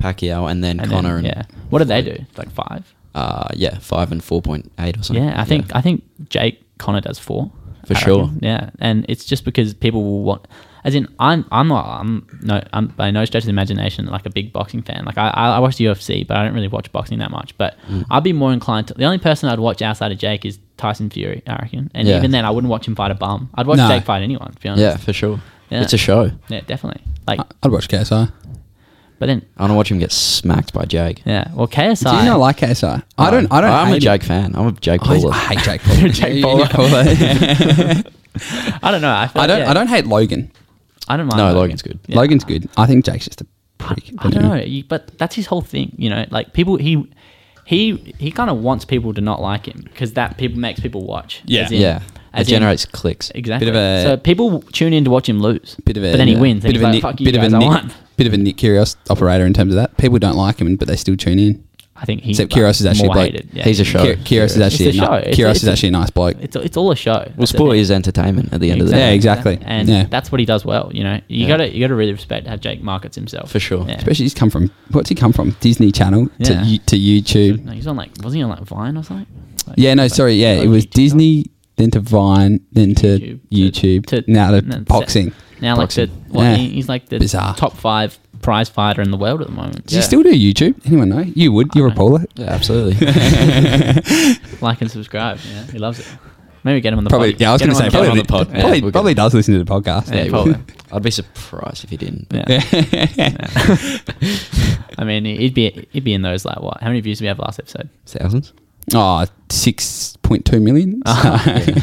Speaker 4: Pacquiao, and then
Speaker 3: And then,
Speaker 4: Connor.
Speaker 3: yeah.
Speaker 4: and,
Speaker 3: What did they do? Like five.
Speaker 4: Uh, yeah, five and four point eight or something.
Speaker 3: Yeah, I think uh, I think Jake Connor does four
Speaker 4: For
Speaker 3: I
Speaker 4: sure.
Speaker 3: reckon. Yeah, and it's just because people will want. As in, I'm I'm not I'm no I'm by no stretch of the imagination like a big boxing fan. Like I I I watch the UFC, but I don't really watch boxing that much. But
Speaker 4: Mm.
Speaker 3: I'd be more inclined to the only person I'd watch outside of Jake is Tyson Fury, I reckon. And
Speaker 4: Yeah.
Speaker 3: even then, I wouldn't watch him fight a bum. I'd watch
Speaker 2: No.
Speaker 3: Jake fight anyone. To be honest.
Speaker 4: Yeah, Uh, for sure.
Speaker 3: Yeah.
Speaker 4: It's a show.
Speaker 3: Yeah, definitely. Like,
Speaker 2: I'd watch KSI.
Speaker 3: but then
Speaker 4: I want to watch him get smacked by Jake.
Speaker 3: yeah. Well, KSI.
Speaker 2: Do you not like KSI? I don't. I don't.
Speaker 4: I'm
Speaker 2: hate
Speaker 4: a
Speaker 2: him.
Speaker 4: Jake fan. I'm a Jake
Speaker 2: I,
Speaker 4: Paul.
Speaker 2: I hate Jake Paul.
Speaker 3: Jake
Speaker 2: You-
Speaker 3: Paul.
Speaker 2: you call it.
Speaker 3: I don't know. I, feel,
Speaker 2: I don't.
Speaker 3: yeah,
Speaker 2: I don't hate Logan.
Speaker 3: I don't mind.
Speaker 4: No,
Speaker 3: Logan.
Speaker 4: Logan's good.
Speaker 3: Yeah.
Speaker 2: Logan's good. I think Jake's just a prick.
Speaker 3: I don't know, you- but that's his whole thing, you know. Like people, he he he kind of wants people to not like him because that people makes people watch.
Speaker 2: Yeah.
Speaker 3: as in-
Speaker 4: Yeah, it
Speaker 3: as in-
Speaker 4: generates clicks.
Speaker 3: exactly.
Speaker 2: Bit of a-
Speaker 3: so people tune in to watch him lose.
Speaker 2: Bit of a-
Speaker 3: but then he
Speaker 2: yeah.
Speaker 3: wins. And
Speaker 2: Bit
Speaker 3: he's
Speaker 2: of a
Speaker 3: like,
Speaker 2: Nick-
Speaker 3: fuck you
Speaker 2: bit of a
Speaker 3: guys, I
Speaker 2: Nick-
Speaker 3: won.
Speaker 2: bit of a Nick Kyrgios operator in terms of that. People don't like him, but they still tune in.
Speaker 3: I think he.
Speaker 2: Except
Speaker 3: like,
Speaker 2: Kyrgios is actually
Speaker 3: more
Speaker 2: a bloke.
Speaker 3: hated, yeah.
Speaker 4: He's a show.
Speaker 2: Kyr- Kyrgios is actually a,
Speaker 3: It's a
Speaker 2: ni-
Speaker 3: show. It's-
Speaker 2: Kyrgios
Speaker 3: it's
Speaker 2: is
Speaker 3: a-
Speaker 2: actually a nice bloke.
Speaker 3: It's, it's all a show.
Speaker 4: Well,
Speaker 3: That's the
Speaker 4: sport
Speaker 3: thing.
Speaker 4: is entertainment at the end of the
Speaker 2: Yeah,
Speaker 4: day.
Speaker 2: exactly.
Speaker 3: And
Speaker 2: Yeah.
Speaker 3: that's what he does well. You know, you
Speaker 4: Yeah.
Speaker 3: gotta you gotta really respect how Jake markets himself
Speaker 4: For sure.
Speaker 3: Yeah.
Speaker 2: Especially he's come from what's he come from? Disney Channel to
Speaker 3: Yeah.
Speaker 2: you- to YouTube.
Speaker 3: No, he's on like wasn't he on like Vine or something? Like-
Speaker 2: Yeah, no,
Speaker 3: like-
Speaker 2: sorry, yeah,
Speaker 3: like
Speaker 2: it was
Speaker 3: YouTube.
Speaker 2: Disney, then to Vine, then to
Speaker 3: YouTube,
Speaker 2: YouTube,
Speaker 3: to- to-
Speaker 2: now to
Speaker 3: no, it's-
Speaker 2: boxing.
Speaker 3: Now like the
Speaker 4: Boxing.
Speaker 3: well,
Speaker 2: Yeah.
Speaker 3: he, he's like the
Speaker 2: Bizarre.
Speaker 3: top five prize fighter in the world at the moment.
Speaker 2: Do you still do YouTube? Anyone know? You would. You're a
Speaker 3: I don't
Speaker 2: baller.
Speaker 4: Yeah, absolutely.
Speaker 3: like and subscribe. Yeah, he loves it. Maybe get him on the
Speaker 2: Probably.
Speaker 3: Pod.
Speaker 2: Yeah, I was going
Speaker 3: Get him
Speaker 2: to
Speaker 3: on
Speaker 2: say
Speaker 3: the pod.
Speaker 2: probably,
Speaker 4: on the pod. Yeah,
Speaker 2: probably,
Speaker 4: we'll get
Speaker 2: probably
Speaker 4: him.
Speaker 2: does listen to the podcast.
Speaker 3: Yeah,
Speaker 4: Yeah,
Speaker 3: probably.
Speaker 4: I'd be surprised if he didn't.
Speaker 3: Yeah. I mean, he'd be he'd be in those like what? How many views did we have last episode?
Speaker 4: Thousands?
Speaker 2: Oh, 6.2 million.
Speaker 3: Oh,
Speaker 2: So-
Speaker 3: yeah.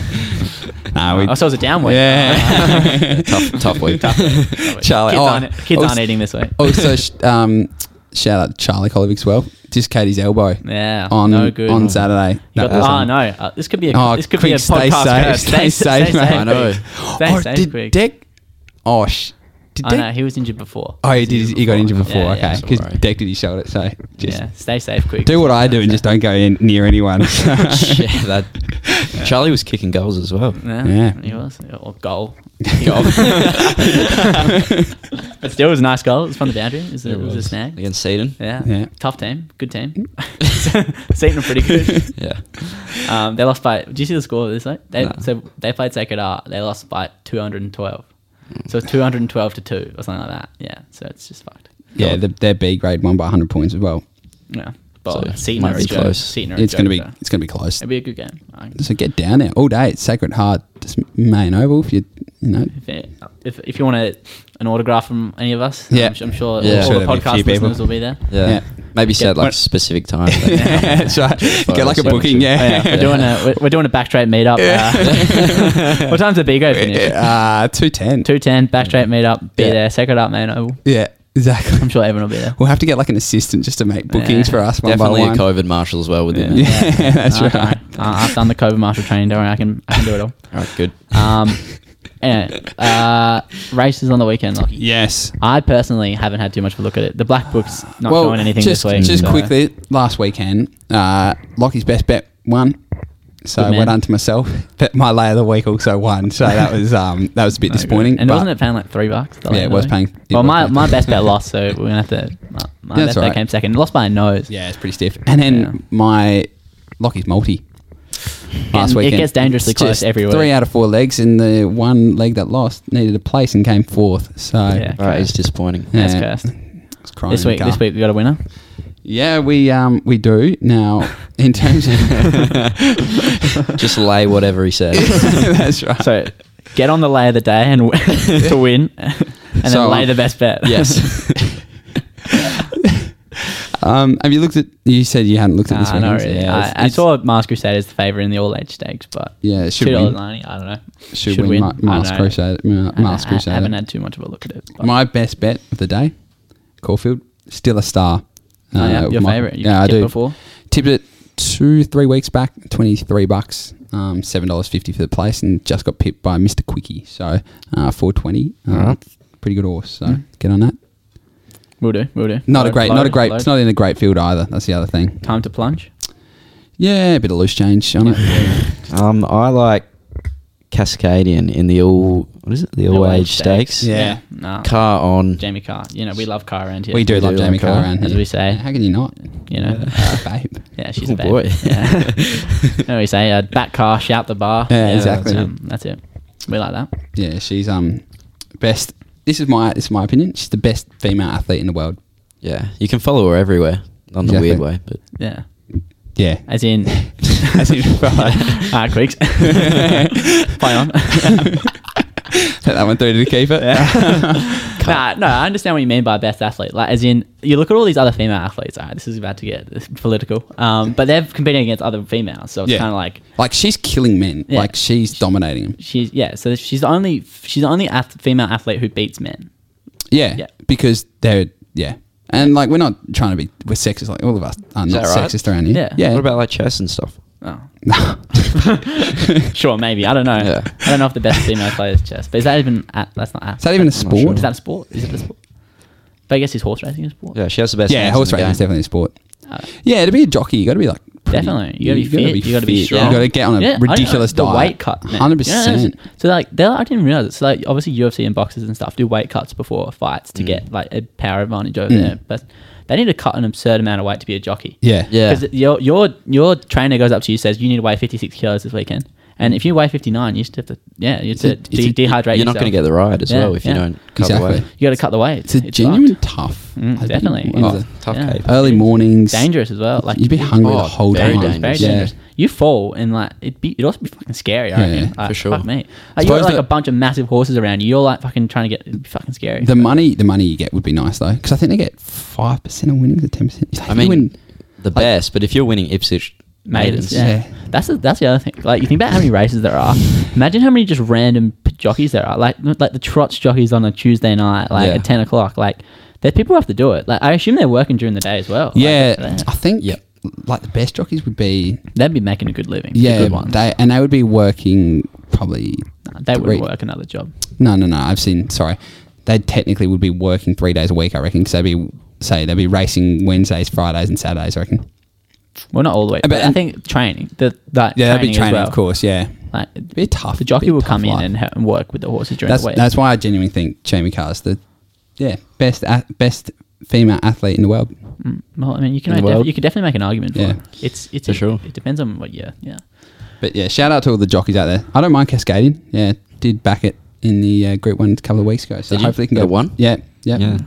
Speaker 2: Nah, we-
Speaker 3: oh, so it was a downward.
Speaker 2: Yeah.
Speaker 4: Tough- tough week.
Speaker 3: Tough week. Tough week.
Speaker 2: Charlie-
Speaker 3: Kids,
Speaker 2: oh,
Speaker 3: aren't, kids
Speaker 2: oh,
Speaker 3: aren't eating this week.
Speaker 2: also, sh- um, shout out to Charlie Colivix well. Dislocated his elbow
Speaker 3: yeah.
Speaker 2: on
Speaker 3: no good.
Speaker 2: on Saturday.
Speaker 3: You got
Speaker 2: That was,
Speaker 3: the, oh
Speaker 2: um,
Speaker 3: no! Uh, this could be a
Speaker 2: Oh,
Speaker 3: this could be a
Speaker 2: quick, stay
Speaker 3: podcast.
Speaker 2: safe,
Speaker 3: curse.
Speaker 2: stay safe, mate.
Speaker 4: I know.
Speaker 3: Stay
Speaker 2: oh,
Speaker 3: safe,
Speaker 2: did
Speaker 3: quick.
Speaker 2: Deck? Oh, sh- did
Speaker 3: Oh, no,
Speaker 2: Deck?
Speaker 3: he was injured before.
Speaker 2: Oh, he
Speaker 3: was
Speaker 2: did. his- He got injured before.
Speaker 3: Yeah, yeah.
Speaker 2: okay, because
Speaker 4: Sorry.
Speaker 2: Deck did his shoulder. So just
Speaker 3: yeah, stay safe, quick.
Speaker 2: do what I do and just don't go in near anyone.
Speaker 4: yeah, that Charlie was kicking goals as well.
Speaker 3: Yeah,
Speaker 2: Yeah.
Speaker 3: he was. Or goal. goal. but still, it was a nice goal. It was from the boundary. It was a, it was a snag. Yeah.
Speaker 4: against Seaton.
Speaker 2: Yeah.
Speaker 3: tough team, good team. Seaton are pretty good.
Speaker 4: Yeah,
Speaker 3: Um, they lost by. Did you see the score of this? Like they
Speaker 4: No.
Speaker 3: so they played Sacred Art. They lost by two hundred and twelve. So it's two hundred and twelve to two or something like that. Yeah, so it's just fucked.
Speaker 2: yeah, the, their B grade won by 100 points as well.
Speaker 3: Yeah, but
Speaker 4: So,
Speaker 3: Seaton
Speaker 4: might
Speaker 3: are a
Speaker 4: be
Speaker 3: joke.
Speaker 4: close.
Speaker 3: Seaton are a
Speaker 2: It's going to
Speaker 3: joke,
Speaker 2: be
Speaker 3: though.
Speaker 2: it's going to be close.
Speaker 3: It'd be a good game. I reckon.
Speaker 2: So get down there all day. It's Sacred Heart, just main oval. If you you know,
Speaker 3: if, if, if you want a, an autograph from any of us,
Speaker 2: Yeah.
Speaker 3: I'm, su- I'm sure
Speaker 4: Yeah.
Speaker 3: all
Speaker 2: there'll
Speaker 3: the
Speaker 4: Sure
Speaker 2: be a few
Speaker 3: podcast
Speaker 2: people.
Speaker 3: listeners will be there.
Speaker 4: yeah.
Speaker 2: Yeah.
Speaker 4: Maybe set
Speaker 2: When-
Speaker 4: like specific time.
Speaker 2: that's right. Get like a booking. Yeah,
Speaker 3: We're doing a we're, we're doing a back straight meetup. Uh, what time's the Bigo finish?
Speaker 2: Uh, two ten.
Speaker 3: Two ten back straight meetup. Be
Speaker 2: Yeah.
Speaker 3: there. Second up, man. Oval.
Speaker 2: Yeah, exactly.
Speaker 3: I'm sure everyone will be there.
Speaker 2: We'll have to get like an assistant just to make bookings
Speaker 3: Yeah.
Speaker 2: for us one
Speaker 4: Definitely
Speaker 2: by one.
Speaker 4: a COVID marshal as well with him.
Speaker 2: Yeah, that's
Speaker 3: Uh,
Speaker 2: right.
Speaker 3: uh, I've done the COVID marshal training. Don't worry, I can I can do it all.
Speaker 4: All right, good.
Speaker 3: Um, anyway, uh, races on the weekend. Lachie.
Speaker 2: Yes.
Speaker 3: I personally haven't had too much of a look at it. The black book's not showing anything
Speaker 2: just,
Speaker 3: this week.
Speaker 2: Just
Speaker 3: so-
Speaker 2: quickly, last weekend, uh, Lockie's best bet won. So
Speaker 3: Good
Speaker 2: well
Speaker 3: man.
Speaker 2: done to myself. But my lay of the week also won. So that was um, that was a bit
Speaker 3: No,
Speaker 2: disappointing.
Speaker 3: good. And
Speaker 2: but-
Speaker 3: wasn't it paying like three bucks? the
Speaker 2: Yeah, it
Speaker 3: other
Speaker 2: was
Speaker 3: week?
Speaker 2: paying- it
Speaker 3: Well,
Speaker 2: was
Speaker 3: my,
Speaker 2: paying
Speaker 3: my
Speaker 2: three
Speaker 3: best bet lost, so we're gonna have to. My, my
Speaker 2: That's
Speaker 3: best bet
Speaker 2: alright.
Speaker 3: came second. Lost by a nose.
Speaker 2: Yeah, it's pretty stiff. And then
Speaker 3: Yeah.
Speaker 2: my Lockie's multi. Last
Speaker 3: Getting- it
Speaker 2: weekend.
Speaker 3: gets dangerously
Speaker 2: It's
Speaker 3: close
Speaker 2: just
Speaker 3: every week.
Speaker 2: Three out of four legs, and the one leg that lost needed a place and came fourth. So
Speaker 3: Yeah.
Speaker 4: All right, it's disappointing.
Speaker 2: Yeah.
Speaker 3: That's cursed.
Speaker 2: it's crying
Speaker 3: This
Speaker 2: in the
Speaker 3: week,
Speaker 2: car.
Speaker 3: this week we got a winner.
Speaker 2: Yeah, we um we do now in terms of
Speaker 4: Just lay whatever he said.
Speaker 2: that's right.
Speaker 3: So get on the lay of the day and w- to win, and then
Speaker 2: So,
Speaker 3: lay
Speaker 2: um,
Speaker 3: the best bet.
Speaker 4: yes.
Speaker 2: um, have you looked at? You said you hadn't looked at
Speaker 3: Nah,
Speaker 2: this
Speaker 3: I know,
Speaker 2: weekend.
Speaker 3: really.
Speaker 2: Yeah, it's-
Speaker 3: I, I
Speaker 2: it's-
Speaker 3: saw Mars Crusade as the favourite in the all age stakes, but
Speaker 2: Yeah, it should
Speaker 3: two
Speaker 2: win.
Speaker 3: dollars ninety. I don't know.
Speaker 2: Should, win. Ma-
Speaker 3: I
Speaker 2: Mask
Speaker 3: don't know.
Speaker 2: Crusader. Ma-
Speaker 3: I-
Speaker 2: Mask
Speaker 3: I- I haven't
Speaker 2: Crusader.
Speaker 3: had too much of a look at it. but-
Speaker 2: My best bet of the day, Caulfield, still a star. Uh,
Speaker 3: Oh, yeah, your
Speaker 2: my-
Speaker 3: favourite. You
Speaker 2: yeah, I
Speaker 3: tipped
Speaker 2: do.
Speaker 3: before.
Speaker 2: Tipped it two, three weeks back, twenty three bucks, um, seven dollars fifty for the place, and just got pipped by Mister Quickie. So uh, four twenty. Uh, Pretty good horse. So get on that.
Speaker 3: We'll do. We'll do.
Speaker 2: Not a
Speaker 3: Load,
Speaker 2: great, not
Speaker 3: load,
Speaker 2: a great.
Speaker 3: load.
Speaker 2: It's not in a great field either. That's the other thing.
Speaker 3: time to plunge.
Speaker 2: Yeah, a bit of loose change on it.
Speaker 4: Um, I like Cascadian in the all. What is it? The all, age stakes.
Speaker 2: Yeah.
Speaker 3: Nah.
Speaker 4: Car on.
Speaker 3: Jamie Carr. You know, we love Carr around here.
Speaker 2: We do
Speaker 4: We
Speaker 2: love
Speaker 4: do
Speaker 2: Jamie
Speaker 4: love Carr,
Speaker 2: Carr around
Speaker 3: as
Speaker 2: here.
Speaker 3: we say.
Speaker 2: How can you not?
Speaker 3: You know,
Speaker 2: Uh, babe.
Speaker 3: yeah, she's
Speaker 4: Oh,
Speaker 3: a babe.
Speaker 4: boy.
Speaker 3: Yeah. you know what we say? Uh, back car, shout the bar.
Speaker 2: Yeah, exactly.
Speaker 3: That's, um, that's it. We like that.
Speaker 2: Yeah, she's um best. This is my this is my opinion. She's the best female athlete in the world.
Speaker 4: Yeah, you can follow her everywhere. Not in a
Speaker 2: Exactly.
Speaker 4: weird way, but
Speaker 3: Yeah.
Speaker 2: Yeah.
Speaker 3: As in,
Speaker 2: As in-
Speaker 3: ah, quicks. Play on.
Speaker 2: Take that one through to the keeper.
Speaker 3: nah, no, I understand what you mean by best athlete. Like, as in, you look at all these other female athletes. All right, this is about to get political. Um, but they're competing against other females, so it's
Speaker 2: Yeah.
Speaker 3: kind of like
Speaker 2: Like she's killing men.
Speaker 3: Yeah.
Speaker 2: Like she's dominating them.
Speaker 3: she's yeah. So she's the only she's the only ath- female athlete who beats men.
Speaker 2: Yeah,
Speaker 3: Yeah.
Speaker 2: Because they're yeah. And like we're not trying to be we're sexist. Like all of us are not
Speaker 4: that right?
Speaker 2: sexist around here.
Speaker 3: Yeah.
Speaker 2: Yeah.
Speaker 4: what about like chess and stuff?
Speaker 3: Oh. sure, maybe. I don't know.
Speaker 4: Yeah.
Speaker 3: I don't know if the best female player is chess. But is that even at, that's not at,
Speaker 2: Is that even a
Speaker 4: I'm not sure.
Speaker 2: sport?
Speaker 3: is that a sport? Is it a sport? But I guess his horse racing is sport.
Speaker 4: Yeah, she has the best.
Speaker 2: yeah,
Speaker 4: hands
Speaker 2: horse
Speaker 4: in the
Speaker 2: racing is
Speaker 4: game.
Speaker 2: definitely a sport.
Speaker 3: Uh,
Speaker 2: Yeah, to be a jockey, you got to be like pretty-
Speaker 3: Definitely. You gotta be fit, you gotta be
Speaker 2: fit,
Speaker 3: strong.
Speaker 2: You got to get on a
Speaker 3: Yeah, I didn't-
Speaker 2: ridiculous
Speaker 3: the
Speaker 2: diet.
Speaker 3: weight cut, man.
Speaker 2: hundred
Speaker 3: You know what I mean?
Speaker 2: percent.
Speaker 3: So like, they're, I didn't realize it. So like, obviously UFC and boxers and stuff do weight cuts before fights
Speaker 2: Mm.
Speaker 3: to get like a power advantage over there, but they need to cut an absurd amount of weight to be a jockey.
Speaker 2: Yeah,
Speaker 4: Yeah.
Speaker 3: Because your your your trainer goes up to you says you need to weigh fifty six kilos this weekend, and if you weigh fifty nine, you just have to yeah, you have to
Speaker 2: It's a- it's a-
Speaker 3: de- dehydrate.
Speaker 4: You're not going to get the ride as
Speaker 3: Yeah,
Speaker 4: well if
Speaker 3: yeah.
Speaker 4: you don't cut
Speaker 2: Exactly.
Speaker 4: away.
Speaker 3: You got to cut the weight.
Speaker 2: It's a genuine tough.
Speaker 3: Mm,
Speaker 2: I'd be-
Speaker 3: definitely.
Speaker 2: what is
Speaker 4: Oh,
Speaker 2: it?
Speaker 4: tough
Speaker 3: Yeah.
Speaker 4: cave.
Speaker 2: Early mornings.
Speaker 3: dangerous as well. Like
Speaker 2: You'd be hungry the
Speaker 4: Oh,
Speaker 2: whole
Speaker 4: very
Speaker 2: time.
Speaker 3: It's very
Speaker 4: Yeah.
Speaker 3: dangerous. You fall and like it'd be it'd also be fucking scary. I
Speaker 2: Yeah,
Speaker 3: reckon.
Speaker 2: yeah,
Speaker 3: Like,
Speaker 4: for sure.
Speaker 3: Fuck me. Like, you got
Speaker 2: Suppose
Speaker 3: like
Speaker 2: that-
Speaker 3: a bunch of massive horses around you. You're like fucking trying to get it'd be fucking scary.
Speaker 2: The money, the money you get would be nice though, because I think they get five percent of winnings or ten percent.
Speaker 4: I mean, the best, but if you're winning Ipswich
Speaker 3: maidens.
Speaker 4: maidens,
Speaker 3: Yeah.
Speaker 2: yeah.
Speaker 3: That's the, that's the other thing. Like you think about how many races there are. Imagine how many just random p- jockeys there are. Like like the trots jockeys on a Tuesday night, like
Speaker 4: Yeah.
Speaker 3: at ten o'clock. Like there's people who have to do it. Like I assume they're working during the day as well. Like,
Speaker 2: yeah,
Speaker 3: they're-
Speaker 2: I think
Speaker 4: Yeah.
Speaker 2: like the best jockeys would be
Speaker 3: they'd be making a good living.
Speaker 2: yeah,
Speaker 3: good ones.
Speaker 2: they and they would be working probably
Speaker 3: Nah, they
Speaker 2: three-
Speaker 3: wouldn't work another job.
Speaker 2: No, no, no. I've seen. Sorry, they technically would be working three days a week. I reckon because they'd be say they'd be racing Wednesdays, Fridays, and Saturdays. I reckon.
Speaker 3: Well, not all the way, but,
Speaker 2: but-
Speaker 3: I think training. The that
Speaker 2: Yeah, that'd
Speaker 3: training
Speaker 2: be
Speaker 3: as
Speaker 2: training,
Speaker 3: well.
Speaker 2: of course. Yeah,
Speaker 3: Like
Speaker 2: be tough.
Speaker 3: The jockey
Speaker 2: Be a
Speaker 3: will
Speaker 2: tough
Speaker 3: come in
Speaker 2: life.
Speaker 3: and, ha- and work with the horses during
Speaker 2: That's
Speaker 3: the week.
Speaker 2: that's why I genuinely think Jamie Carr's the yeah best a- best female athlete in the world.
Speaker 3: well, I mean, you can
Speaker 4: In the
Speaker 3: def-
Speaker 4: world.
Speaker 3: you could definitely make an argument for
Speaker 2: Yeah.
Speaker 3: it. It's it's
Speaker 4: For
Speaker 3: it,
Speaker 4: sure.
Speaker 3: It depends on what year. Yeah.
Speaker 2: But yeah, shout out to all the jockeys out there. I don't mind cascading. Yeah, did back it in the uh, Group One a couple of weeks ago. So
Speaker 4: Did you?
Speaker 2: hopefully can
Speaker 4: The
Speaker 2: go
Speaker 4: one?
Speaker 2: Yeah, yeah,
Speaker 4: yeah.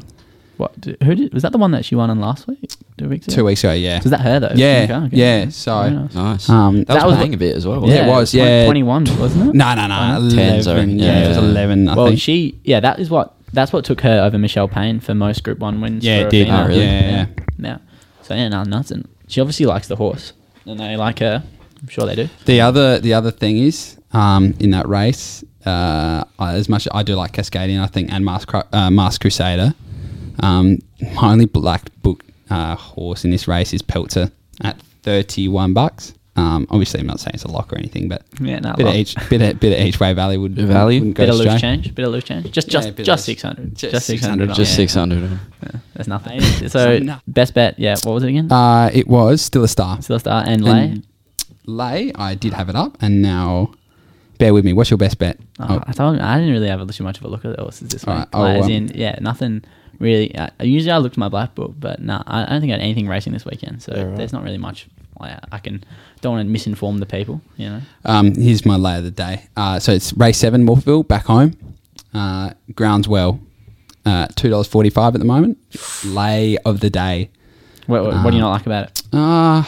Speaker 3: What d- who did was that the one that she won on last week? Two weeks ago.
Speaker 2: Two weeks ago. Yeah,
Speaker 3: Was that her though?
Speaker 2: Yeah,
Speaker 3: Okay, okay.
Speaker 2: yeah. So
Speaker 3: Very nice.
Speaker 4: nice.
Speaker 2: Um,
Speaker 4: that,
Speaker 3: that
Speaker 4: was
Speaker 3: was-
Speaker 4: playing a bit as well.
Speaker 2: Yeah,
Speaker 4: wasn't
Speaker 2: it was,
Speaker 3: tw-
Speaker 2: yeah.
Speaker 3: twenty-one, wasn't it?
Speaker 2: no, no, no.
Speaker 4: Ten, sorry.
Speaker 2: Eleven. Yeah, it was
Speaker 4: Yeah.
Speaker 2: eleven. I
Speaker 3: well,
Speaker 2: think.
Speaker 3: she yeah, that is what that's what took her over Michelle Payne for most Group One wins.
Speaker 2: Yeah,
Speaker 3: for
Speaker 2: it
Speaker 3: a
Speaker 2: did.
Speaker 3: female.
Speaker 4: Oh, really?
Speaker 2: Yeah, yeah.
Speaker 3: yeah. So yeah, no, nuts. And she obviously likes the horse, and they like her. I'm sure they do.
Speaker 2: The other the other thing is um, in that race, uh, I, as much as I do like Cascadian, I think, and Mask, Cru- uh, Mask Crusader, um, my only black book uh, horse in this race is Pelter at thirty one bucks. Um, obviously, I'm not saying it's a lock or anything, but
Speaker 3: Yeah, no,
Speaker 2: bit, of
Speaker 3: lock.
Speaker 2: each, bit, of, bit of each way value would
Speaker 4: Value?
Speaker 2: wouldn't go
Speaker 3: Bit of
Speaker 2: astray.
Speaker 3: loose change, bit of loose change. Just
Speaker 2: Yeah,
Speaker 3: just
Speaker 2: bit of
Speaker 3: just
Speaker 2: loose-
Speaker 3: six hundred.
Speaker 2: just
Speaker 3: Just six
Speaker 2: 600.
Speaker 3: hundred.
Speaker 4: Just
Speaker 2: Yeah.
Speaker 4: six hundred.
Speaker 3: That's nothing. so
Speaker 2: nothing.
Speaker 3: best bet, yeah. What was it again?
Speaker 2: Uh, it was still a star.
Speaker 3: Celestar and Lay.
Speaker 2: And Lay, I did have it up, and now bear with me. What's your best bet?
Speaker 3: Oh, I, told, I didn't really have a- too much of a look at the horses this
Speaker 2: All
Speaker 3: week.
Speaker 2: right, I'll,
Speaker 3: Like, as
Speaker 2: um,
Speaker 3: in, yeah, nothing really. I, usually I looked at my black book, but no, I, I don't think I had anything racing this weekend. So there's not really much. Like, I can don't want to misinform the people. You know,
Speaker 2: Um, here's my lay of the day. Uh, so it's race seven, Morpheville, back home. Uh, grounds well, uh, two dollars forty five at the moment. Lay of the day.
Speaker 3: what, what, what do you not like about it?
Speaker 2: Uh,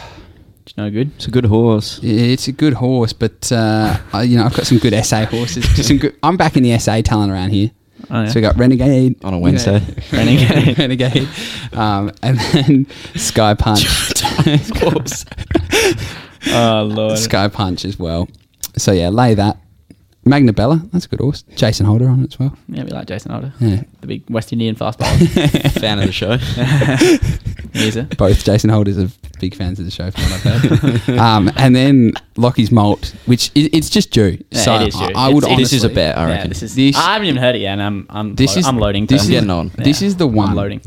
Speaker 3: It's no good.
Speaker 4: It's a good horse.
Speaker 2: it's a good horse, but uh, I, you know I've got some good SA horses. Just some good, I'm back in the SA talent around here.
Speaker 3: Oh, yeah.
Speaker 2: So we got Renegade
Speaker 4: On a Wednesday.
Speaker 3: Renegade.
Speaker 2: Renegade, um, and then Sky Punch.
Speaker 3: Oh lord.
Speaker 2: Sky Punch as well. So yeah, lay that. Magna Bella, that's a good horse. Jason Holder on it as well.
Speaker 3: Yeah, we like Jason Alder,
Speaker 2: Yeah.
Speaker 3: the big West Indian fast bowler.
Speaker 4: Fan of the show.
Speaker 3: He's a
Speaker 2: Both Jason Holders are big fans of the show, from what I've heard. um, and then Lockie's Malt, which i it's just due.
Speaker 3: Yeah,
Speaker 2: so
Speaker 3: it is due.
Speaker 2: I, I would
Speaker 3: It's-
Speaker 2: honestly.
Speaker 3: it-
Speaker 4: this is a bet, I
Speaker 3: yeah,
Speaker 4: reckon.
Speaker 3: this is.
Speaker 2: This-
Speaker 3: I haven't even heard it yet, and I'm I'm
Speaker 2: This
Speaker 3: lo-
Speaker 2: is
Speaker 3: I'm loading.
Speaker 2: This is
Speaker 3: for-
Speaker 4: Getting on.
Speaker 2: This is the one.
Speaker 3: I'm loading.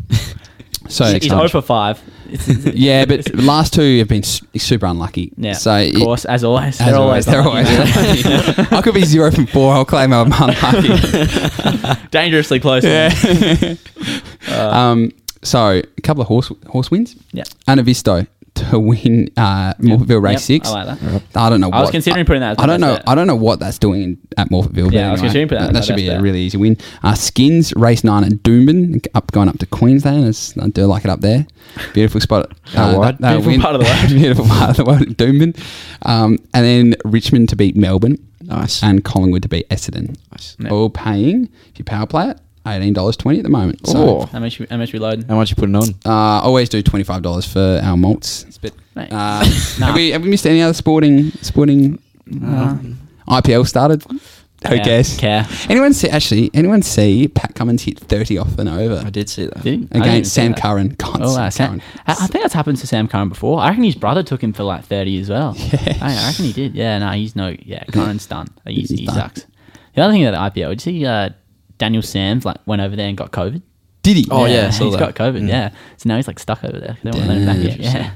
Speaker 2: So
Speaker 3: He's
Speaker 2: so-
Speaker 3: 0 for five. It's- it's-
Speaker 2: yeah, but last two have been s- super unlucky.
Speaker 3: Yeah.
Speaker 2: So it-
Speaker 3: of course, as always,
Speaker 2: as
Speaker 3: they're always,
Speaker 2: they're
Speaker 3: unlucky,
Speaker 2: always.
Speaker 3: man.
Speaker 2: unlucky. I could be zero from four. I'll claim I'm unlucky.
Speaker 3: dangerously close. Yeah.
Speaker 2: um, so a couple of horse horse wins.
Speaker 3: yeah.
Speaker 2: Anavisto to win uh, Morpheville
Speaker 3: Yep,
Speaker 2: race six.
Speaker 3: I like that.
Speaker 2: I don't know. What,
Speaker 3: I was considering putting that as
Speaker 2: I
Speaker 3: my
Speaker 2: don't
Speaker 3: best
Speaker 2: know.
Speaker 3: bet.
Speaker 2: I don't know what that's doing in, at Morpheville.
Speaker 3: Yeah, I was
Speaker 2: but anyway,
Speaker 3: considering putting that
Speaker 2: that,
Speaker 3: as
Speaker 2: should
Speaker 3: my
Speaker 2: be
Speaker 3: best
Speaker 2: a
Speaker 3: bet.
Speaker 2: really easy win. Uh, Skins race nine at Doomben, up going up to Queensland. It's, I do like it up there. Beautiful spot. uh,
Speaker 4: How wide?
Speaker 2: that- that
Speaker 3: Beautiful part of the world.
Speaker 2: beautiful part of the world. at Doomben, um, and then Richmond to beat Melbourne,
Speaker 4: nice.
Speaker 2: and Collingwood to beat Essendon.
Speaker 4: nice.
Speaker 3: Yeah.
Speaker 2: All paying if you power play it eighteen dollars twenty at the moment. So.
Speaker 4: Oh.
Speaker 3: How much? How much we loading?
Speaker 4: How much you putting on?
Speaker 2: Uh, always do twenty five dollars for our malts.
Speaker 3: Mate.
Speaker 2: Uh,
Speaker 3: Nah.
Speaker 2: have, we, have we missed any other sporting sporting uh, IPL started? Who
Speaker 3: Yeah,
Speaker 2: cares?
Speaker 3: care.
Speaker 2: Anyone see actually? Anyone see Pat Cummins hit thirty off and over
Speaker 4: I did see
Speaker 3: Did
Speaker 4: that.
Speaker 3: he? I didn't even
Speaker 2: against
Speaker 3: see
Speaker 2: Sam
Speaker 3: that.
Speaker 2: Curran? God,
Speaker 3: Oh,
Speaker 2: Sam
Speaker 3: wow. Sam,
Speaker 2: Curran.
Speaker 3: I, I think that's happened to Sam Curran before. I reckon his brother took him for like thirty as well. Yeah. I, I reckon he did. Yeah. No, he's no. Yeah, Curran's done. He's,
Speaker 2: He's
Speaker 3: he
Speaker 2: done.
Speaker 3: sucks. The other thing about the IPL, did you see uh, Daniel Sam's like went over there and got COVID?
Speaker 2: Did he?
Speaker 4: Oh, yeah, I saw
Speaker 3: he's got
Speaker 4: that.
Speaker 3: COVID.
Speaker 4: Mm.
Speaker 3: Yeah, so now he's like stuck over there. They won't let him back
Speaker 2: Damn.
Speaker 3: in. Yeah,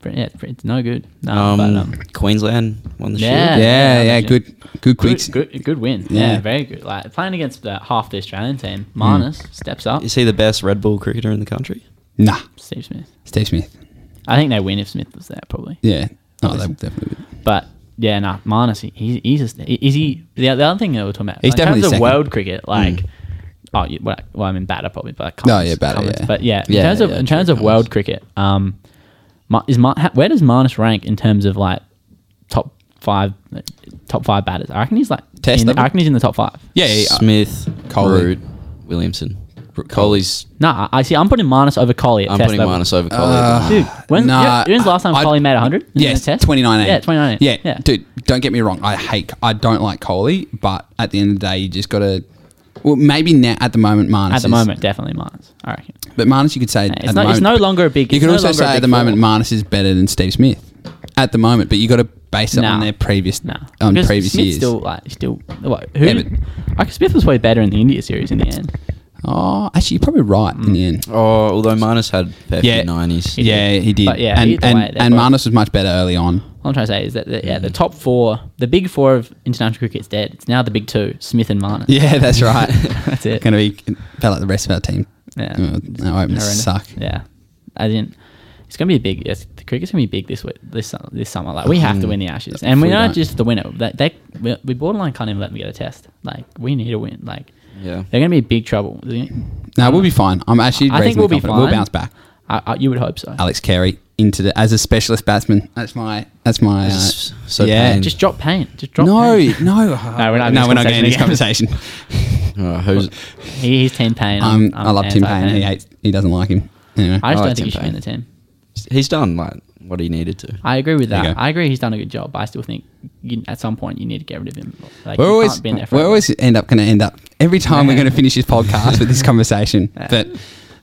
Speaker 3: Pretty- yeah, it's, pretty, it's no good. No,
Speaker 4: Um,
Speaker 3: but, um,
Speaker 4: Queensland won the
Speaker 3: Yeah.
Speaker 4: shield.
Speaker 2: Yeah, yeah,
Speaker 3: yeah,
Speaker 2: good, good quick.
Speaker 3: good, good, good win.
Speaker 2: Yeah. Mm.
Speaker 3: Yeah. very good. Like playing against the, half the Australian team, Marnus steps up.
Speaker 4: Is he the best Red Bull cricketer in the country?
Speaker 2: Nah,
Speaker 3: Steve Smith.
Speaker 2: Steve Smith.
Speaker 3: I think they win if Smith was there probably.
Speaker 2: Yeah, no, they definitely. Would.
Speaker 3: But yeah, no, Marnus. He, he's he's just, is he the, the other thing that we're talking about?
Speaker 2: He's
Speaker 3: like, in
Speaker 2: definitely
Speaker 3: terms of
Speaker 2: second. Mm.
Speaker 3: world cricket. Like, oh, you, well, well, I mean batter probably, but like,
Speaker 2: No,
Speaker 3: Cummins-
Speaker 2: yeah, batter,
Speaker 3: Cummins.
Speaker 2: yeah.
Speaker 3: But yeah, in
Speaker 4: Yeah,
Speaker 3: terms of
Speaker 4: yeah,
Speaker 3: in
Speaker 4: true,
Speaker 3: terms of
Speaker 4: Cummins.
Speaker 3: world cricket, um, Ma- is Ma, ha- where does Marnus rank in terms of like top five, like, top five batters? I reckon he's like
Speaker 2: Test
Speaker 3: in,
Speaker 2: level?
Speaker 3: I reckon he's in the top five.
Speaker 2: Yeah, yeah, yeah.
Speaker 4: Smith,
Speaker 2: Coley.
Speaker 4: Root, Williamson. Coley's.
Speaker 3: No, I- I see. I'm putting Marnus over Coley at
Speaker 4: I'm
Speaker 3: test
Speaker 4: putting
Speaker 3: level.
Speaker 4: minus over Coley. at the moment.
Speaker 3: Dude, when,
Speaker 2: Nah,
Speaker 3: yeah, when's the last time
Speaker 2: I-
Speaker 3: Coley made 100? in
Speaker 2: Yes,
Speaker 3: a test?
Speaker 2: 2019.
Speaker 3: Yeah, 2019.
Speaker 2: Yeah,
Speaker 3: yeah.
Speaker 2: dude, don't get me wrong. I hate, I don't like Coley, but at the end of the day, you just got to. Well, maybe now at the moment, Marnus.
Speaker 3: At the
Speaker 2: is-
Speaker 3: moment, definitely Marnus. I reckon.
Speaker 2: but Marnus, you could say
Speaker 3: It's
Speaker 2: at
Speaker 3: no-
Speaker 2: the
Speaker 3: it's
Speaker 2: moment-
Speaker 3: no longer a big-
Speaker 2: You
Speaker 3: it's
Speaker 2: could
Speaker 3: no
Speaker 2: also
Speaker 3: longer a
Speaker 2: say
Speaker 3: big
Speaker 2: at the moment,
Speaker 3: four.
Speaker 2: Marnus is better than Steve Smith. At the moment, but you got to base it on
Speaker 3: No.
Speaker 2: their previous
Speaker 3: No,
Speaker 2: on
Speaker 3: Because
Speaker 2: um, previous
Speaker 3: Smith's
Speaker 2: years.
Speaker 3: Still, like, still. What, who?
Speaker 2: Yeah,
Speaker 3: did- I reckon Smith was way better in the India series in the end.
Speaker 2: oh, actually, you're probably right in
Speaker 3: Mm.
Speaker 2: the end.
Speaker 4: Oh, although minus had perfect
Speaker 2: Yeah.
Speaker 4: 90s.
Speaker 2: Yeah, he did.
Speaker 3: But yeah,
Speaker 2: and
Speaker 3: either
Speaker 2: and,
Speaker 3: way, they're
Speaker 2: and
Speaker 3: both-
Speaker 2: Marnus was much better early on.
Speaker 3: All I'm trying to say is that the,
Speaker 2: Mm.
Speaker 3: yeah, the top four, the big four of international cricket's dead. It's now the big two, Smith and Marnus.
Speaker 2: Yeah, that's right.
Speaker 3: that's it.
Speaker 2: Going to be felt like the rest of our team.
Speaker 3: Yeah.
Speaker 2: Oh, our openers
Speaker 3: Horrendous.
Speaker 2: suck.
Speaker 3: Yeah, I didn't. It's gonna be a big. Yes, the cricket's gonna be big this week, this summer, this summer. Like we have to win the Ashes, and
Speaker 2: Mm. If
Speaker 3: we're
Speaker 2: we
Speaker 3: not
Speaker 2: don't-
Speaker 3: just the winner. That they we- we borderline can't even let them get a test. Like we need to win. Like
Speaker 4: Yeah.
Speaker 3: they're gonna be in big trouble. They-
Speaker 2: No, we'll be fine. I'm actually.
Speaker 3: I think
Speaker 2: reasonably
Speaker 3: we'll be
Speaker 2: confident.
Speaker 3: fine.
Speaker 2: We'll bounce back.
Speaker 3: I, I, you would hope so.
Speaker 2: Alex Carey into the as a specialist batsman. That's my. That's my. Uh,
Speaker 4: This is so
Speaker 2: yeah.
Speaker 4: pain.
Speaker 3: Just drop paint. Just drop.
Speaker 2: no,
Speaker 3: Payne.
Speaker 2: no,
Speaker 3: No, we're not in
Speaker 2: No,
Speaker 3: this
Speaker 2: we're not getting this
Speaker 3: conversation
Speaker 2: conversation.
Speaker 4: Uh, who's,
Speaker 3: He, he's team pain.
Speaker 2: um, I love Tim Payne. He hates. He doesn't like him. Anyway,
Speaker 3: I
Speaker 4: I
Speaker 3: just
Speaker 4: like
Speaker 3: don't think he
Speaker 4: Tim
Speaker 3: should be in
Speaker 4: Payne.
Speaker 3: the team.
Speaker 4: he's done like what he needed to.
Speaker 3: I agree with
Speaker 2: There you
Speaker 3: that.
Speaker 2: go.
Speaker 3: I agree. He's done a good job. But I still think you, at some point you need to get rid of him. Like,
Speaker 2: we're
Speaker 3: he
Speaker 2: always.
Speaker 3: can't be in there
Speaker 2: We're
Speaker 3: forever.
Speaker 2: always end up going to end up every time we're going to finish this podcast with this conversation. But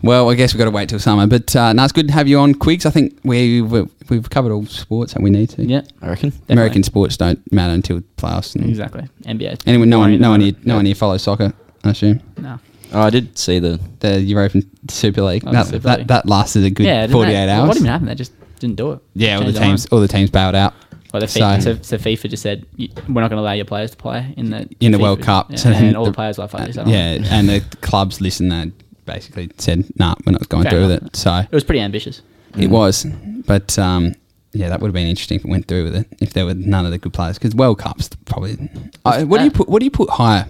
Speaker 2: well, I guess we've got to wait till summer. But uh, no, it's good to have you on, Quigs. I think we we've, we've covered all sports that we need to.
Speaker 3: Yeah,
Speaker 4: I reckon.
Speaker 2: American sports don't matter until playoffs. And
Speaker 3: exactly. NBA.
Speaker 2: Anyone, no one, no one here, no
Speaker 4: Yeah.
Speaker 2: one here follows soccer. I assume.
Speaker 3: No.
Speaker 4: Oh, I did see the.
Speaker 2: the European Super League.
Speaker 3: Oh,
Speaker 2: that,
Speaker 3: Super
Speaker 2: that
Speaker 3: League.
Speaker 2: that lasted a good
Speaker 3: Yeah, didn't
Speaker 2: forty
Speaker 3: they-
Speaker 2: eight
Speaker 3: well,
Speaker 2: hours.
Speaker 3: What even happened? They just didn't do it.
Speaker 2: yeah, all the
Speaker 3: Changed
Speaker 2: teams
Speaker 3: line.
Speaker 2: all the teams bailed out
Speaker 3: Well, the
Speaker 2: so-
Speaker 3: FIFA, so, so FIFA just said "You- we're not going to allow your players to play in the
Speaker 2: in the
Speaker 3: FIFA."
Speaker 2: World Cup.
Speaker 3: Yeah,
Speaker 2: so
Speaker 3: and
Speaker 2: then
Speaker 3: all the, players were like,
Speaker 2: uh, yeah, and the clubs listened and basically said, "Nah, we're not going
Speaker 3: Fair
Speaker 2: through with
Speaker 3: enough. Mm.
Speaker 2: it." So
Speaker 3: it was pretty ambitious.
Speaker 2: it was, but um, yeah, that would have been interesting if it went through with it if there were none of the good players because World Cups probably. I, what do you
Speaker 3: that?
Speaker 2: put? What do you put higher?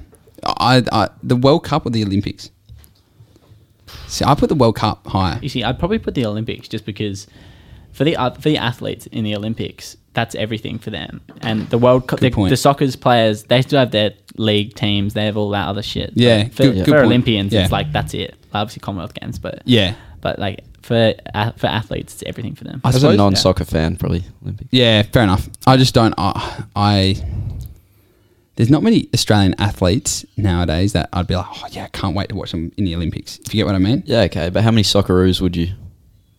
Speaker 2: I, I the World Cup or the Olympics? See, I put the World Cup higher.
Speaker 3: You see, I'd probably put the Olympics just because for the uh, for the athletes in the Olympics, that's everything for them. And the World Cup, the,
Speaker 2: Good point.
Speaker 3: the soccer's players, they still have their league teams. They have all that other shit.
Speaker 2: Yeah,
Speaker 3: But for,
Speaker 2: good- good
Speaker 3: for
Speaker 2: point.
Speaker 3: Olympians,
Speaker 2: Yeah.
Speaker 3: it's like that's it. Obviously, Commonwealth Games, but
Speaker 2: Yeah,
Speaker 3: but like for uh, for athletes, it's everything for them.
Speaker 2: I
Speaker 4: As
Speaker 2: suppose-
Speaker 4: a non-soccer fan, probably Olympics.
Speaker 2: Yeah, fair enough. I just don't. I, I there's not many Australian athletes nowadays that I'd be like, oh yeah, I can't wait to watch them in the Olympics. If you get what I mean.
Speaker 4: Yeah, okay, but how many Socceroos would you?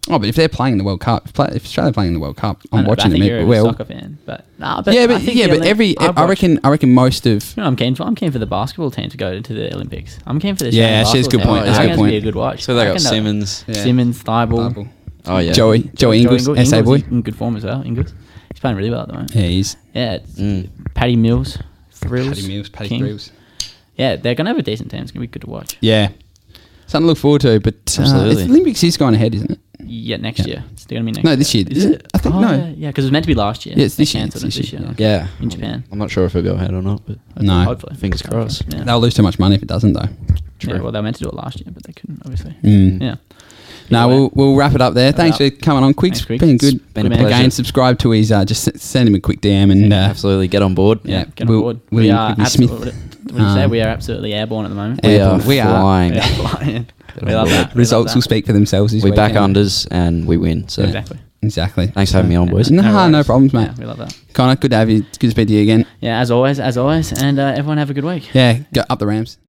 Speaker 2: Oh, but if they're playing in the World Cup, if, play, if Australia are playing in the World Cup,
Speaker 3: I
Speaker 2: I'm
Speaker 3: know, but
Speaker 2: watching
Speaker 3: I think
Speaker 2: them.
Speaker 3: you're a
Speaker 2: well,
Speaker 3: soccer fan, but nah, but
Speaker 2: yeah,
Speaker 3: I
Speaker 2: but
Speaker 3: think
Speaker 2: yeah,
Speaker 3: the
Speaker 2: but
Speaker 3: Olymp-
Speaker 2: every
Speaker 3: I'd
Speaker 2: I
Speaker 3: watch-
Speaker 2: reckon I reckon most of
Speaker 3: You know, I'm keen for I'm keen for the basketball team to go to the Olympics. I'm keen for the
Speaker 2: Yeah,
Speaker 3: Australian
Speaker 2: actually, that's a good
Speaker 3: basketball
Speaker 2: point.
Speaker 3: team.
Speaker 2: That's a
Speaker 3: I
Speaker 2: good
Speaker 3: think gonna be a
Speaker 2: point.
Speaker 3: good watch.
Speaker 4: So they
Speaker 3: I
Speaker 4: got
Speaker 3: reckon that-
Speaker 4: Simmons.
Speaker 2: Yeah.
Speaker 3: Simmons, Thibault,
Speaker 2: Bible.
Speaker 4: Oh yeah,
Speaker 2: Joey Joey Inglis, SA boy.
Speaker 3: in good form as well. Ingles, he's playing really well at the moment.
Speaker 2: Yeah, he's
Speaker 3: Yeah, it's
Speaker 4: Mm.
Speaker 3: Paddy Mills, Thrills,
Speaker 2: Paddy Mills, Paddy
Speaker 3: King.
Speaker 2: Thrills.
Speaker 3: Yeah, they're gonna have a decent team. It's gonna be good to watch.
Speaker 2: Yeah, something to look forward to. But uh,
Speaker 4: Absolutely.
Speaker 2: it's- Olympics is going ahead, isn't it?
Speaker 3: Yeah, next
Speaker 2: Yeah.
Speaker 3: year. It's gonna be next.
Speaker 2: No, this year,
Speaker 3: Is
Speaker 2: isn't it? I think-
Speaker 3: oh,
Speaker 2: no.
Speaker 3: Yeah, yeah, because it was meant to be last year.
Speaker 2: Yeah, it's
Speaker 3: They
Speaker 2: this year,
Speaker 3: cancelled
Speaker 2: it's
Speaker 3: it
Speaker 2: this year, yeah.
Speaker 4: Yeah,
Speaker 3: in Japan.
Speaker 4: I'm not sure if he'll go ahead or not, but
Speaker 2: No.
Speaker 3: Hopefully,
Speaker 4: Fingers crossed.
Speaker 3: Yeah.
Speaker 2: They'll lose too much money if it doesn't, though.
Speaker 3: Yeah, well, they were meant to do it last year, but they couldn't, obviously.
Speaker 2: Mm.
Speaker 3: Yeah.
Speaker 2: No,
Speaker 3: Either way.
Speaker 2: we'll, we'll wrap it up there.
Speaker 3: Wrap it
Speaker 2: Thanks
Speaker 3: up.
Speaker 2: for coming on, Quigs.
Speaker 3: Thanks, Quigs.
Speaker 2: Been good.
Speaker 3: It's been a
Speaker 2: Again,
Speaker 4: pleasure.
Speaker 2: subscribe to his. Uh, just s- send him a quick DM and uh,
Speaker 4: absolutely get on board.
Speaker 2: Yeah.
Speaker 3: get
Speaker 2: Will-
Speaker 3: on board. we
Speaker 2: William
Speaker 3: are
Speaker 2: Quigley Smith.
Speaker 3: absolutely. What do you say?
Speaker 2: Um,
Speaker 3: We are absolutely airborne at the moment.
Speaker 4: we
Speaker 2: Yeah,
Speaker 4: are
Speaker 2: we are.
Speaker 4: flying.
Speaker 3: We are flying. we
Speaker 4: on
Speaker 3: love
Speaker 4: board.
Speaker 3: that. We
Speaker 2: results will
Speaker 3: love that.
Speaker 2: speak for themselves. this
Speaker 4: We back
Speaker 2: weekend.
Speaker 4: unders and we win. So
Speaker 3: Exactly.
Speaker 2: Exactly.
Speaker 4: thanks for having me on, boys.
Speaker 2: Nah, no,
Speaker 3: worries.
Speaker 2: problems, mate.
Speaker 3: Yeah, we love that.
Speaker 2: Connor, good to have you. It's good to speak to you again.
Speaker 3: Yeah, as always, as always, and uh, everyone have a good week.
Speaker 2: Yeah, go up the Rams.